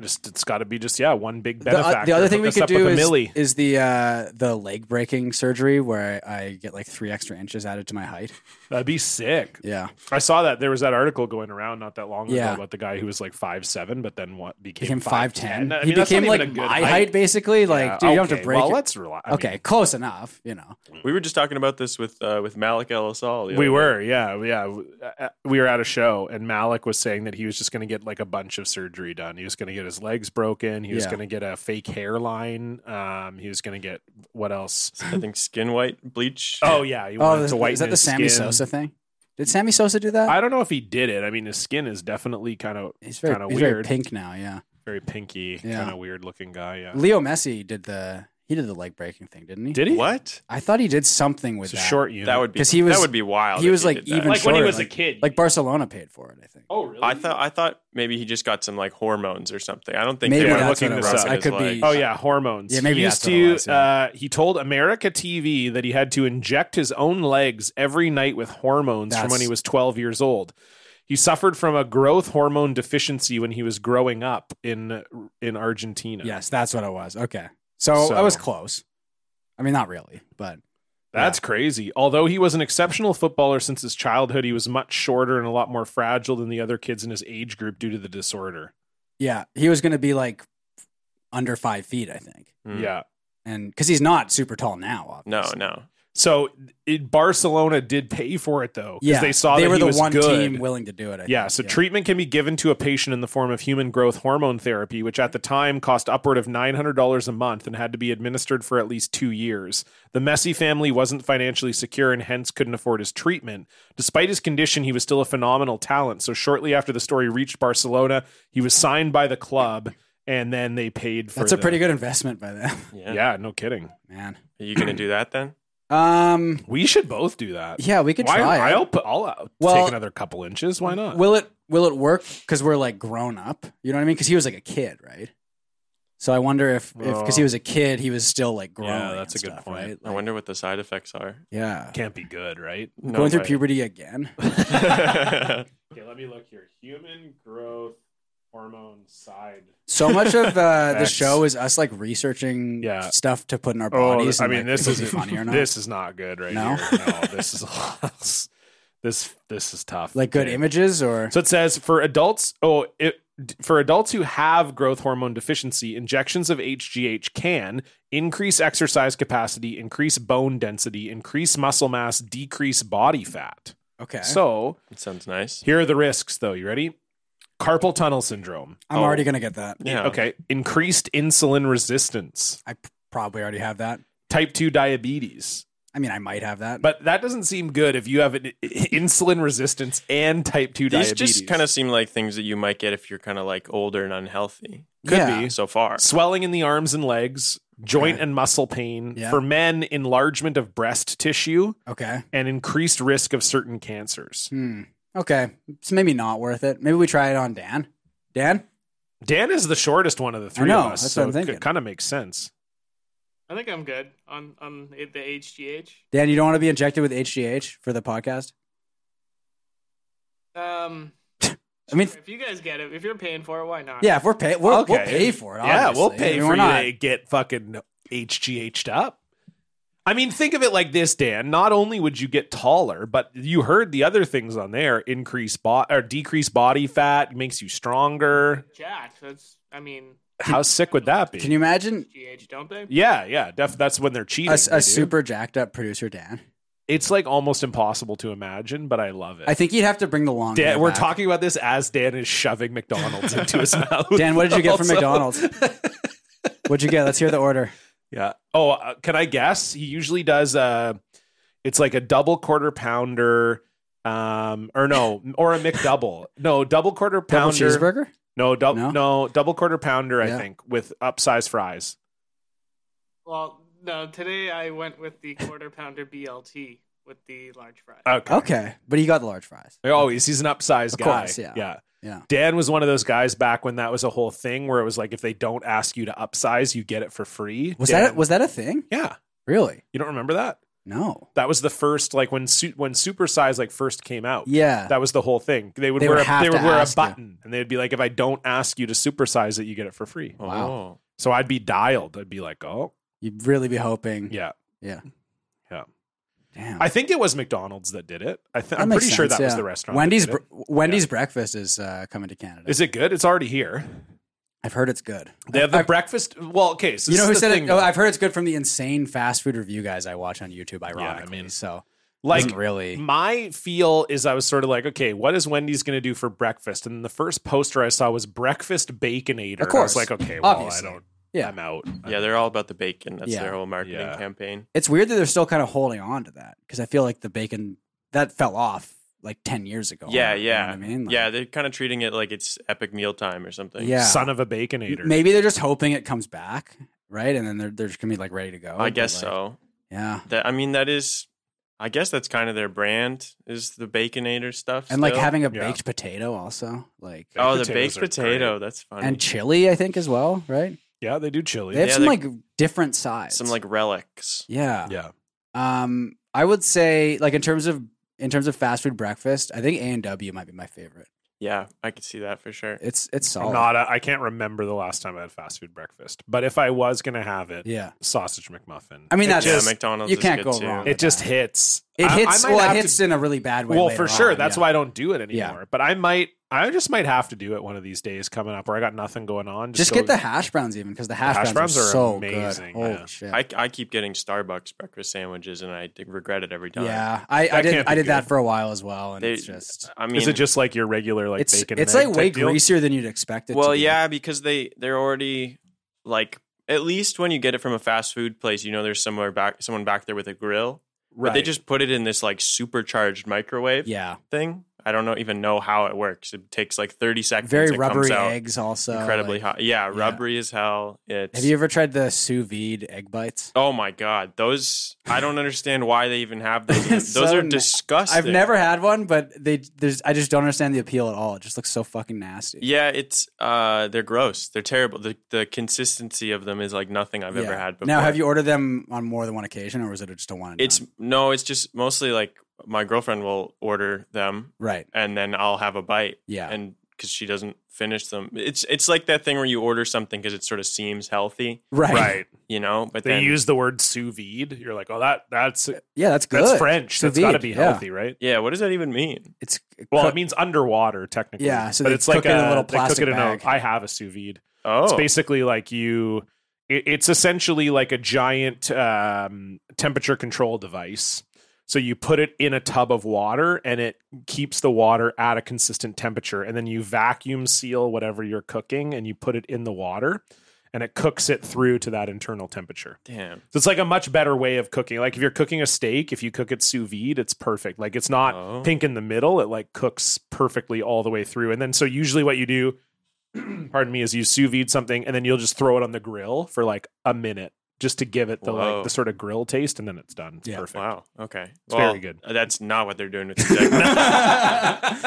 [SPEAKER 1] Just it's got to be just yeah, one big
[SPEAKER 2] The,
[SPEAKER 1] benefactor.
[SPEAKER 2] o- the other thing
[SPEAKER 1] Hook
[SPEAKER 2] we
[SPEAKER 1] us
[SPEAKER 2] could
[SPEAKER 1] up with
[SPEAKER 2] do
[SPEAKER 1] a
[SPEAKER 2] is,
[SPEAKER 1] milli.
[SPEAKER 2] is the uh, the leg breaking surgery where I, I get like three extra inches added to my height.
[SPEAKER 1] That'd be sick.
[SPEAKER 2] Yeah,
[SPEAKER 1] I saw that there was that article going around not that long
[SPEAKER 2] Yeah.
[SPEAKER 1] ago about the guy who was like five seven, but then what became,
[SPEAKER 2] became five ten.
[SPEAKER 1] I
[SPEAKER 2] he
[SPEAKER 1] mean, that's not
[SPEAKER 2] became
[SPEAKER 1] even
[SPEAKER 2] like
[SPEAKER 1] a good
[SPEAKER 2] my height, basically. Like,
[SPEAKER 1] Yeah,
[SPEAKER 2] dude, you don't have
[SPEAKER 1] okay,
[SPEAKER 2] to break.
[SPEAKER 1] Well,
[SPEAKER 2] it.
[SPEAKER 1] let's rely. I mean,
[SPEAKER 2] okay, close enough. You know,
[SPEAKER 3] We were just talking about this with uh, with Malik Elisal. the
[SPEAKER 1] We
[SPEAKER 3] other
[SPEAKER 1] were, yeah, yeah. Uh, We were at a show, and Malik was saying that he was just going to get like a bunch of surgery done. He was going to get his legs broken. He was
[SPEAKER 2] Yeah.
[SPEAKER 1] going to get a fake hairline. Um, he was going to get what else?
[SPEAKER 3] day. I think skin white bleach.
[SPEAKER 1] Oh yeah, he
[SPEAKER 2] oh,
[SPEAKER 1] wanted
[SPEAKER 2] is,
[SPEAKER 1] to whiten
[SPEAKER 2] is that the
[SPEAKER 1] his
[SPEAKER 2] Sammy
[SPEAKER 1] skin.
[SPEAKER 2] Sosa thing? Did Sammy Sosa do that?
[SPEAKER 1] I don't know if he did it. I mean, his skin is definitely kind of
[SPEAKER 2] Uh, he's very,
[SPEAKER 1] kind of
[SPEAKER 2] he's very
[SPEAKER 1] weird, very,
[SPEAKER 2] pink now. Yeah.
[SPEAKER 1] pinky,
[SPEAKER 2] Yeah.
[SPEAKER 1] kind of weird looking guy. Yeah,
[SPEAKER 2] Leo Messi did the he did the leg breaking thing, didn't he?
[SPEAKER 1] did he?
[SPEAKER 3] What?
[SPEAKER 2] I thought he did something with
[SPEAKER 1] It's a
[SPEAKER 2] that.
[SPEAKER 1] short unit.
[SPEAKER 3] That would be
[SPEAKER 2] 'Cause he was-
[SPEAKER 3] that would be wild.
[SPEAKER 2] he
[SPEAKER 3] if
[SPEAKER 2] was, like,
[SPEAKER 3] did that.
[SPEAKER 2] even
[SPEAKER 1] like when he
[SPEAKER 2] shorter,
[SPEAKER 1] was
[SPEAKER 2] like-
[SPEAKER 1] a kid.
[SPEAKER 2] Like Barcelona paid for it, I think.
[SPEAKER 1] oh really?
[SPEAKER 3] I thought I thought maybe he just got some like hormones or something. I don't think
[SPEAKER 2] Maybe
[SPEAKER 3] they were
[SPEAKER 1] that's
[SPEAKER 3] looking
[SPEAKER 1] what it
[SPEAKER 3] this
[SPEAKER 1] was.
[SPEAKER 3] up.
[SPEAKER 1] I
[SPEAKER 2] could be-
[SPEAKER 1] Oh yeah, hormones.
[SPEAKER 2] Yeah, maybe
[SPEAKER 1] he used
[SPEAKER 2] that's what
[SPEAKER 1] to.
[SPEAKER 2] it was, yeah.
[SPEAKER 1] uh, he told America TV that he had to inject his own legs every night with hormones from
[SPEAKER 2] That's-
[SPEAKER 1] when he was 12 years old. He suffered from a growth hormone deficiency when he was growing up in in Argentina.
[SPEAKER 2] Yes, that's what it was. Okay. So,
[SPEAKER 1] So-
[SPEAKER 2] I was close. I mean, not really, but
[SPEAKER 1] That's crazy. Although he was an exceptional footballer since his childhood, he was much shorter and a lot more fragile than the other kids in his age group due to the disorder.
[SPEAKER 2] yeah, he was going to be like under five feet, I think.
[SPEAKER 3] Hmm.
[SPEAKER 1] Yeah.
[SPEAKER 2] And because he's not super tall now,
[SPEAKER 3] No,
[SPEAKER 2] obviously.
[SPEAKER 3] no.
[SPEAKER 1] So it, Barcelona did pay for it though, because
[SPEAKER 2] Yeah.
[SPEAKER 1] they saw that
[SPEAKER 2] were
[SPEAKER 1] he
[SPEAKER 2] the
[SPEAKER 1] was
[SPEAKER 2] one
[SPEAKER 1] good.
[SPEAKER 2] team willing to do it. I
[SPEAKER 1] Yeah,
[SPEAKER 2] think.
[SPEAKER 1] so treatment can be given to a patient in the form of human growth hormone therapy, which at the time cost upward of $900 a month and had to be administered for at least two years. The Messi family wasn't financially secure and hence couldn't afford his treatment. Despite his condition, he was still a phenomenal talent. So shortly after the story reached Barcelona, he was signed by the club and then they paid for
[SPEAKER 2] That's a
[SPEAKER 1] the-
[SPEAKER 2] pretty good investment by them,
[SPEAKER 3] Yeah.
[SPEAKER 1] Yeah, no kidding.
[SPEAKER 2] man.
[SPEAKER 3] Are you gonna do that then?
[SPEAKER 2] Um,
[SPEAKER 1] We should both do that.
[SPEAKER 2] yeah, we could
[SPEAKER 1] Why,
[SPEAKER 2] try. it.
[SPEAKER 1] I'll, put, I'll uh,
[SPEAKER 2] Well-
[SPEAKER 1] take another couple inches. Why not?
[SPEAKER 2] Will it will it work? Because we're like grown up. You know what I mean? Because he was like a kid, right? So I wonder if if because he was a kid, he was still like growing.
[SPEAKER 1] Yeah, that's
[SPEAKER 2] and
[SPEAKER 1] a good
[SPEAKER 2] stuff,
[SPEAKER 1] point.
[SPEAKER 2] Right?
[SPEAKER 3] I wonder what the side effects are.
[SPEAKER 2] Yeah,
[SPEAKER 1] Can't be good, right?
[SPEAKER 3] No
[SPEAKER 2] going through
[SPEAKER 3] way.
[SPEAKER 2] puberty again.
[SPEAKER 1] Okay, let me look here. Human growth hormone side.
[SPEAKER 2] So much of uh, the
[SPEAKER 1] That's-
[SPEAKER 2] show is us like researching
[SPEAKER 1] Yeah,
[SPEAKER 2] stuff to put in our
[SPEAKER 1] Oh,
[SPEAKER 2] bodies.
[SPEAKER 1] I
[SPEAKER 2] and,
[SPEAKER 1] mean,
[SPEAKER 2] like,
[SPEAKER 1] this
[SPEAKER 2] if it's
[SPEAKER 1] is
[SPEAKER 2] funny or not.
[SPEAKER 1] This is not good right
[SPEAKER 2] No?
[SPEAKER 1] here. No, this is this this is tough.
[SPEAKER 2] like good
[SPEAKER 1] Okay.
[SPEAKER 2] images or
[SPEAKER 1] So it says for adults. Oh, it, for adults who have growth hormone deficiency, injections of HGH can increase exercise capacity, increase bone density, increase muscle mass, decrease body fat.
[SPEAKER 2] okay.
[SPEAKER 1] So
[SPEAKER 3] It sounds nice.
[SPEAKER 1] here are the risks, though. You ready? Carpal tunnel syndrome.
[SPEAKER 2] I'm already gonna get that.
[SPEAKER 3] Yeah.
[SPEAKER 1] Okay. Increased insulin resistance.
[SPEAKER 2] I p- probably already have that.
[SPEAKER 1] type 2 diabetes.
[SPEAKER 2] I mean, I might have that.
[SPEAKER 1] But that doesn't seem good if you have an insulin resistance and type 2
[SPEAKER 3] These
[SPEAKER 1] diabetes.
[SPEAKER 3] just kind of seem like things that you might get if you're kind of like older and unhealthy.
[SPEAKER 1] could
[SPEAKER 2] Yeah.
[SPEAKER 1] be.
[SPEAKER 3] So far,
[SPEAKER 1] swelling in the arms and legs, joint
[SPEAKER 2] Okay.
[SPEAKER 1] and muscle pain.
[SPEAKER 2] Yeah.
[SPEAKER 1] For men, enlargement of breast tissue
[SPEAKER 2] okay.
[SPEAKER 1] and increased risk of certain cancers.
[SPEAKER 2] Hmm. Okay. It's maybe not worth it. Maybe we try it on Dan. Dan.
[SPEAKER 1] Dan is the shortest one of the three
[SPEAKER 2] know,
[SPEAKER 1] of us,
[SPEAKER 2] that's
[SPEAKER 1] so
[SPEAKER 2] what I'm thinking.
[SPEAKER 1] it kind of makes sense.
[SPEAKER 5] I think I'm good on on the HGH.
[SPEAKER 2] Dan, you don't want to be injected with HGH for the podcast?
[SPEAKER 5] Um,
[SPEAKER 2] I mean,
[SPEAKER 5] if you guys get it, if you're paying for it, why not?
[SPEAKER 2] yeah, if we're pay, we'll, we'll
[SPEAKER 1] Okay.
[SPEAKER 2] pay for it.
[SPEAKER 1] Yeah, we'll
[SPEAKER 2] obviously. I
[SPEAKER 1] pay
[SPEAKER 2] mean,
[SPEAKER 1] for
[SPEAKER 2] we're
[SPEAKER 1] you
[SPEAKER 2] not-
[SPEAKER 1] to get fucking HGH'd up. I mean, think of it like this, Dan. Not only would you get taller, but you heard the other things on there: increase bo- or decrease body fat makes you stronger.
[SPEAKER 5] Jack. That's I mean
[SPEAKER 1] How sick would that be?
[SPEAKER 2] Can you imagine
[SPEAKER 5] HGH, don't they?
[SPEAKER 1] yeah, yeah. Def- that's when they're cheating.
[SPEAKER 2] a,
[SPEAKER 1] they do.
[SPEAKER 2] a super jacked up producer, Dan?
[SPEAKER 1] It's like almost impossible to imagine, but I love it.
[SPEAKER 2] I think you'd have to bring the long. hair
[SPEAKER 1] Dan, we're
[SPEAKER 2] back.
[SPEAKER 1] talking about this as Dan is shoving McDonald's into his mouth.
[SPEAKER 2] Dan, what did you get from
[SPEAKER 1] Also-
[SPEAKER 2] McDonald's? What'd you get? Let's hear the order.
[SPEAKER 1] Yeah. Oh, uh, can I guess? He usually does uh it's like a double quarter pounder um or no, or a McDouble. No, double quarter
[SPEAKER 2] Double
[SPEAKER 1] pounder.
[SPEAKER 2] cheeseburger.
[SPEAKER 1] No, double
[SPEAKER 2] No?
[SPEAKER 1] no? double quarter pounder
[SPEAKER 2] Yeah.
[SPEAKER 1] I think with upsized fries.
[SPEAKER 5] Well, no. Today I went with the quarter pounder BLT with the large
[SPEAKER 2] Oh,
[SPEAKER 5] fry.
[SPEAKER 1] Okay.
[SPEAKER 2] Okay, but he got the large fries.
[SPEAKER 1] Always he's an upsized
[SPEAKER 2] Of
[SPEAKER 1] guy.
[SPEAKER 2] course, yeah.
[SPEAKER 1] yeah.
[SPEAKER 2] Yeah.
[SPEAKER 1] Dan was one of those guys back when that was a whole thing where it was like if they don't ask you to upsize, you get it for free.
[SPEAKER 2] Was
[SPEAKER 1] Dan-
[SPEAKER 2] that was that a thing?
[SPEAKER 1] Yeah.
[SPEAKER 2] Really?
[SPEAKER 1] You don't remember that?
[SPEAKER 2] No.
[SPEAKER 1] That was the first like when su- when Super Size like first came out.
[SPEAKER 2] Yeah.
[SPEAKER 1] That was the whole thing. They would
[SPEAKER 2] They
[SPEAKER 1] wear
[SPEAKER 2] would
[SPEAKER 1] a,
[SPEAKER 2] have
[SPEAKER 1] they
[SPEAKER 2] to
[SPEAKER 1] would wear a
[SPEAKER 2] ask you.
[SPEAKER 1] button and they'd be like if I don't ask you to supersize it you get it for free.
[SPEAKER 2] Wow.
[SPEAKER 3] Oh.
[SPEAKER 1] So I'd be dialed. I'd be like, "Oh,
[SPEAKER 2] You'd really be hoping.
[SPEAKER 1] yeah."
[SPEAKER 2] Yeah.
[SPEAKER 1] Yeah.
[SPEAKER 2] Damn.
[SPEAKER 1] I think it was McDonald's that did it. I th-
[SPEAKER 2] That
[SPEAKER 1] I'm
[SPEAKER 2] makes
[SPEAKER 1] pretty sure
[SPEAKER 2] sense,
[SPEAKER 1] that was
[SPEAKER 2] yeah.
[SPEAKER 1] the restaurant. that
[SPEAKER 2] Wendy's
[SPEAKER 1] did it.
[SPEAKER 2] br- Wendy's breakfast is uh, coming to Canada.
[SPEAKER 1] Is it good? It's already here.
[SPEAKER 2] I've heard it's good.
[SPEAKER 1] They have the
[SPEAKER 2] I-
[SPEAKER 1] breakfast. Well, okay. So
[SPEAKER 2] you know who
[SPEAKER 1] this is the
[SPEAKER 2] said
[SPEAKER 1] thing,
[SPEAKER 2] it? Oh,
[SPEAKER 1] though.
[SPEAKER 2] I've heard it's good from the insane fast food review guys I watch on YouTube. Ironically,
[SPEAKER 1] mean,
[SPEAKER 2] so
[SPEAKER 1] like
[SPEAKER 2] doesn't really.
[SPEAKER 1] my feel is I was sort of like, okay, what is Wendy's going to do for breakfast? And the first poster I saw was breakfast baconator. And
[SPEAKER 2] Of
[SPEAKER 1] I was
[SPEAKER 2] course.
[SPEAKER 1] like, okay, well,
[SPEAKER 2] Obviously.
[SPEAKER 1] I don't.
[SPEAKER 2] Yeah.
[SPEAKER 1] I'm out.
[SPEAKER 3] Yeah, they're all about the bacon. That's
[SPEAKER 2] Yeah.
[SPEAKER 3] their whole marketing
[SPEAKER 1] Yeah.
[SPEAKER 3] campaign.
[SPEAKER 2] It's weird that they're still kind of holding on to that because I feel like the bacon that fell off like ten years ago.
[SPEAKER 3] yeah,
[SPEAKER 2] You know
[SPEAKER 3] yeah.
[SPEAKER 2] what I mean, Like,
[SPEAKER 3] yeah, they're kind of treating it like it's epic mealtime or something.
[SPEAKER 2] yeah.
[SPEAKER 1] Son of a baconator.
[SPEAKER 2] Maybe they're just hoping it comes back, right? And then they're they're just gonna be like ready to go.
[SPEAKER 3] I
[SPEAKER 2] but,
[SPEAKER 3] guess
[SPEAKER 2] like,
[SPEAKER 3] so.
[SPEAKER 2] Yeah.
[SPEAKER 3] That I mean, that is. I guess that's kind of their brand is the baconator stuff.
[SPEAKER 2] And like
[SPEAKER 3] still.
[SPEAKER 2] having a
[SPEAKER 1] Yeah.
[SPEAKER 2] baked potato also, like
[SPEAKER 1] Baked
[SPEAKER 3] oh the
[SPEAKER 1] potatoes
[SPEAKER 3] baked
[SPEAKER 1] are great.
[SPEAKER 3] potato. That's funny.
[SPEAKER 2] and chili, I think as well, right?
[SPEAKER 1] Yeah, they do chili.
[SPEAKER 2] They have
[SPEAKER 3] Yeah,
[SPEAKER 2] some
[SPEAKER 3] they-
[SPEAKER 2] like different sides.
[SPEAKER 3] some like relics.
[SPEAKER 2] yeah.
[SPEAKER 1] yeah.
[SPEAKER 2] Um, I would say like in terms of in terms of fast food breakfast, I think A and W might be my favorite.
[SPEAKER 3] Yeah, I could see that for sure.
[SPEAKER 2] It's it's
[SPEAKER 1] I'm
[SPEAKER 2] solid.
[SPEAKER 1] not. A, I can't remember the last time I had fast food breakfast, but if I was going to have it,
[SPEAKER 2] yeah.
[SPEAKER 1] sausage McMuffin.
[SPEAKER 2] I mean that's
[SPEAKER 3] yeah,
[SPEAKER 2] just,
[SPEAKER 3] McDonald's.
[SPEAKER 2] you
[SPEAKER 3] is
[SPEAKER 2] can't
[SPEAKER 3] good
[SPEAKER 2] go
[SPEAKER 3] too.
[SPEAKER 2] wrong.
[SPEAKER 1] it just hits.
[SPEAKER 2] it
[SPEAKER 1] I-
[SPEAKER 2] hits
[SPEAKER 1] I might
[SPEAKER 2] well,
[SPEAKER 1] have
[SPEAKER 2] it
[SPEAKER 1] to
[SPEAKER 2] hits in a really bad way.
[SPEAKER 1] well
[SPEAKER 2] later
[SPEAKER 1] for sure
[SPEAKER 2] on,
[SPEAKER 1] that's
[SPEAKER 2] yeah.
[SPEAKER 1] why i don't do it
[SPEAKER 2] Yeah.
[SPEAKER 1] anymore but i might i just might have to do it one of these days coming up where i got nothing going on
[SPEAKER 2] Just
[SPEAKER 1] go-
[SPEAKER 2] get the hash browns even because the hash,
[SPEAKER 1] hash
[SPEAKER 2] browns,
[SPEAKER 1] browns
[SPEAKER 2] are,
[SPEAKER 1] are
[SPEAKER 2] so
[SPEAKER 1] amazing,
[SPEAKER 2] good. Holy
[SPEAKER 1] yeah.
[SPEAKER 2] shit!
[SPEAKER 3] I, I keep getting Starbucks breakfast sandwiches, and I d- regret it every time.
[SPEAKER 2] yeah, I, I
[SPEAKER 1] That
[SPEAKER 2] did
[SPEAKER 1] can't
[SPEAKER 2] I
[SPEAKER 1] be
[SPEAKER 2] did that
[SPEAKER 1] good.
[SPEAKER 2] for a while as well, and
[SPEAKER 3] They-
[SPEAKER 2] it's just
[SPEAKER 3] I mean,
[SPEAKER 1] is it just like your regular like
[SPEAKER 2] it's
[SPEAKER 1] bacon
[SPEAKER 2] it's
[SPEAKER 1] and egg
[SPEAKER 2] like way
[SPEAKER 1] type deal?
[SPEAKER 2] greasier than you'd expect it.
[SPEAKER 3] Well,
[SPEAKER 2] to be.
[SPEAKER 3] yeah, because they they're already like at least when you get it from a fast food place, you know there's somewhere back someone back there with a grill. But they
[SPEAKER 1] Right.
[SPEAKER 3] just put it in this like supercharged microwave
[SPEAKER 2] yeah,
[SPEAKER 3] thing. I don't know even know how it works. It takes like 30 seconds.
[SPEAKER 2] very
[SPEAKER 3] it comes
[SPEAKER 2] rubbery
[SPEAKER 3] out
[SPEAKER 2] eggs also
[SPEAKER 3] Incredibly
[SPEAKER 2] like-
[SPEAKER 3] hot. Yeah, rubbery as hell. It's
[SPEAKER 2] Have you ever tried the sous vide egg bites?
[SPEAKER 3] Oh my god, those I don't understand why they even have those.
[SPEAKER 2] It's
[SPEAKER 3] those
[SPEAKER 2] so
[SPEAKER 3] are
[SPEAKER 2] na-
[SPEAKER 3] disgusting.
[SPEAKER 2] I've never had one, but they there's I just don't understand the appeal at all. It just looks so fucking nasty.
[SPEAKER 3] Yeah, it's uh they're gross. They're terrible. The the consistency of them is like nothing I've ever
[SPEAKER 2] Yeah.
[SPEAKER 3] had before.
[SPEAKER 2] Now, have you ordered them on more than one occasion, or was it just a one? and
[SPEAKER 3] It's
[SPEAKER 2] done?
[SPEAKER 3] no, it's just mostly like my girlfriend will order them
[SPEAKER 2] right.
[SPEAKER 3] and then I'll have a bite.
[SPEAKER 2] Yeah.
[SPEAKER 3] And because she doesn't finish them, it's it's like that thing where you order something because it sort of seems healthy,
[SPEAKER 2] right,
[SPEAKER 1] right
[SPEAKER 3] you know. But
[SPEAKER 1] they
[SPEAKER 3] then
[SPEAKER 1] use the word sous vide you're like oh that that's
[SPEAKER 2] Yeah, that's Uh, good.
[SPEAKER 1] that's french
[SPEAKER 2] Sous
[SPEAKER 1] that's got to
[SPEAKER 2] vide,
[SPEAKER 1] be
[SPEAKER 2] yeah.
[SPEAKER 1] healthy right
[SPEAKER 3] yeah, what does that even mean?
[SPEAKER 2] It's
[SPEAKER 1] well
[SPEAKER 2] cook-
[SPEAKER 1] it means underwater technically
[SPEAKER 2] Yeah, so
[SPEAKER 1] but
[SPEAKER 2] they
[SPEAKER 1] it's like
[SPEAKER 2] cook it in a little
[SPEAKER 1] they cook
[SPEAKER 2] plastic
[SPEAKER 1] it in a-
[SPEAKER 2] bag.
[SPEAKER 1] i have a sous vide
[SPEAKER 3] Oh,
[SPEAKER 1] It's basically like you. it- it's essentially like a giant um, temperature control device. So you put it in a tub of water, and it keeps the water at a consistent temperature. And then you vacuum seal whatever you're cooking, and you put it in the water, and it cooks it through to that internal temperature.
[SPEAKER 3] damn.
[SPEAKER 1] So it's like a much better way of cooking. Like if you're cooking a steak, if you cook it sous vide, it's perfect. Like it's not
[SPEAKER 3] Oh.
[SPEAKER 1] pink in the middle. It like cooks perfectly all the way through. And then so usually what you do, pardon me, is you sous vide something and then you'll just throw it on the grill for like a minute just to give it the
[SPEAKER 3] Whoa.
[SPEAKER 1] like the sort of grill taste, and then it's done. It's
[SPEAKER 2] Yeah.
[SPEAKER 1] perfect.
[SPEAKER 3] Wow. Okay. uh,
[SPEAKER 1] It's very good.
[SPEAKER 3] That's not what they're doing with the technology.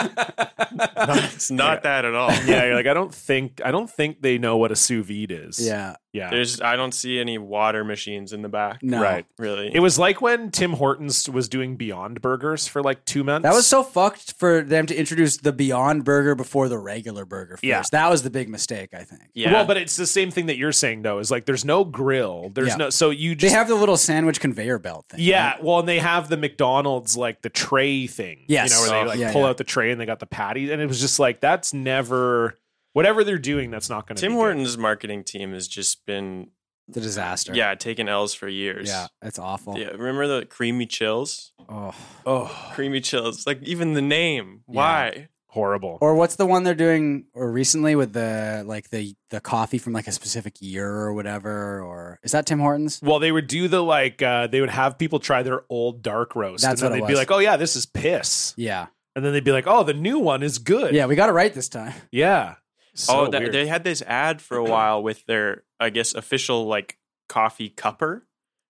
[SPEAKER 3] it's not that at all.
[SPEAKER 1] Yeah, you're like I don't think I don't think they know what a sous vide is.
[SPEAKER 2] yeah,
[SPEAKER 1] yeah.
[SPEAKER 3] There's I don't see any water machines in the back.
[SPEAKER 2] no,
[SPEAKER 1] Right.
[SPEAKER 3] Really.
[SPEAKER 1] it was like when Tim Hortons was doing Beyond Burgers for like two months.
[SPEAKER 2] That was so fucked for them to introduce the Beyond Burger before the regular burger. First.
[SPEAKER 1] Yeah.
[SPEAKER 2] that was the big mistake. I think
[SPEAKER 3] yeah.
[SPEAKER 1] Well, but it's the same thing that you're saying though. Is like there's no grill. There's
[SPEAKER 2] Yeah.
[SPEAKER 1] no so you
[SPEAKER 2] they
[SPEAKER 1] just
[SPEAKER 2] have the little sandwich conveyor belt thing.
[SPEAKER 1] yeah.
[SPEAKER 2] right?
[SPEAKER 1] Well, and they have the McDonald's like the tray thing.
[SPEAKER 2] Yes.
[SPEAKER 1] you know where
[SPEAKER 3] Oh,
[SPEAKER 1] they like
[SPEAKER 2] yeah,
[SPEAKER 1] pull
[SPEAKER 2] yeah.
[SPEAKER 1] out the tray and they got the patties, and it was just like that's never whatever they're doing. That's not going to
[SPEAKER 3] Tim
[SPEAKER 1] be good.
[SPEAKER 3] Horton's marketing team has just been
[SPEAKER 2] it's a disaster.
[SPEAKER 3] yeah, taking L's for years.
[SPEAKER 2] yeah, it's awful.
[SPEAKER 3] Yeah, remember the creamy chills?
[SPEAKER 2] Oh.
[SPEAKER 1] Oh,
[SPEAKER 3] Creamy chills. Like even the name. Why?
[SPEAKER 1] horrible.
[SPEAKER 2] Or what's the one they're doing or recently with the like the the coffee from like a specific year or whatever or is that Tim Hortons?
[SPEAKER 1] well, they would do the like uh, they would have people try their old dark roast,
[SPEAKER 2] That's
[SPEAKER 1] and
[SPEAKER 2] what
[SPEAKER 1] then
[SPEAKER 2] it
[SPEAKER 1] they'd be
[SPEAKER 2] was.
[SPEAKER 1] like, "Oh yeah, this is piss,"
[SPEAKER 2] Yeah.
[SPEAKER 1] and then they'd be like, "Oh, the new one is good."
[SPEAKER 2] Yeah, we got it right this time.
[SPEAKER 1] yeah. So
[SPEAKER 3] oh, that,
[SPEAKER 1] weird.
[SPEAKER 3] they had this ad for a while with their I guess official like coffee cupper.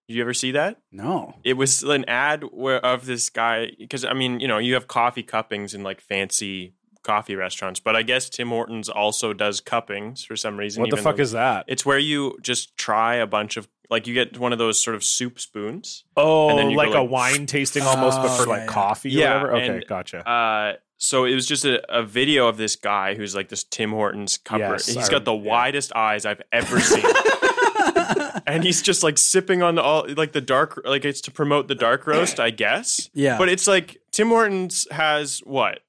[SPEAKER 3] Did you ever see that?
[SPEAKER 2] No.
[SPEAKER 3] It was an ad where of this guy because I mean, you know, you have coffee cuppings in like fancy coffee restaurants, but I guess Tim Hortons also does cuppings for some reason.
[SPEAKER 1] What the
[SPEAKER 3] even
[SPEAKER 1] fuck
[SPEAKER 3] though-
[SPEAKER 1] is that?
[SPEAKER 3] It's where you just try a bunch of like you get one of those sort of soup spoons.
[SPEAKER 1] Oh,
[SPEAKER 3] and then you go
[SPEAKER 1] like a
[SPEAKER 3] like-
[SPEAKER 1] wine tasting almost, but
[SPEAKER 2] Oh,
[SPEAKER 1] for
[SPEAKER 2] yeah,
[SPEAKER 1] like
[SPEAKER 2] yeah.
[SPEAKER 1] coffee
[SPEAKER 3] Yeah,
[SPEAKER 1] or whatever. Okay,
[SPEAKER 3] and-
[SPEAKER 1] gotcha.
[SPEAKER 3] Uh, so it was just a, a video of this guy who's like this Tim Hortons cupper.
[SPEAKER 1] Yes,
[SPEAKER 3] He's
[SPEAKER 1] I
[SPEAKER 3] got the
[SPEAKER 1] rem- yeah.
[SPEAKER 3] widest eyes I've ever seen. and he's just like sipping on all like the dark like it's to promote the dark roast, I guess.
[SPEAKER 2] Yeah.
[SPEAKER 3] But it's like Tim Hortons has what?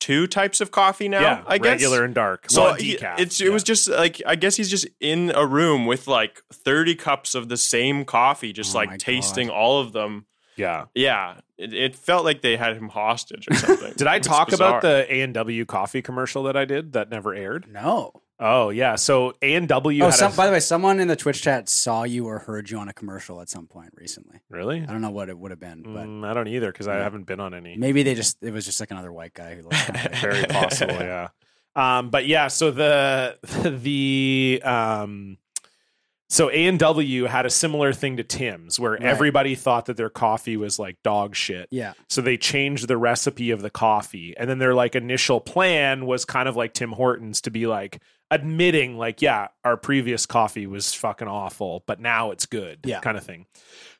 [SPEAKER 3] Two types of coffee now,
[SPEAKER 1] yeah,
[SPEAKER 3] I guess.
[SPEAKER 1] regular and dark.
[SPEAKER 3] So
[SPEAKER 1] well,
[SPEAKER 3] he-
[SPEAKER 1] decaf.
[SPEAKER 3] it's it
[SPEAKER 1] Yeah.
[SPEAKER 3] was just like I guess he's just in a room with like 30 cups of the same coffee just
[SPEAKER 2] Oh my
[SPEAKER 3] like
[SPEAKER 2] God.
[SPEAKER 3] tasting all of them.
[SPEAKER 1] yeah.
[SPEAKER 3] Yeah, it, it felt like they had him hostage or something.
[SPEAKER 1] Did I
[SPEAKER 3] It's
[SPEAKER 1] talk
[SPEAKER 3] bizarre.
[SPEAKER 1] about the A and W coffee commercial that I did that never aired?
[SPEAKER 2] No.
[SPEAKER 1] Oh yeah, so A and W.
[SPEAKER 2] oh, some, by the way, someone in the Twitch chat saw you or heard you on a commercial at some point recently.
[SPEAKER 1] really?
[SPEAKER 2] I don't know what it would have been, but
[SPEAKER 1] Mm, I don't either because I haven't been on any.
[SPEAKER 2] maybe they just it was just like another white guy who looked kind of like
[SPEAKER 1] Very possible, yeah. Um, but yeah, so the the um, so A and W had a similar thing to Tim's, where
[SPEAKER 2] Right.
[SPEAKER 1] everybody thought that their coffee was like dog shit.
[SPEAKER 2] Yeah.
[SPEAKER 1] So they changed the recipe of the coffee. And then their like initial plan was kind of like Tim Hortons to be like admitting like, yeah, our previous coffee was fucking awful, but now it's good
[SPEAKER 2] Yeah.
[SPEAKER 1] kind of thing.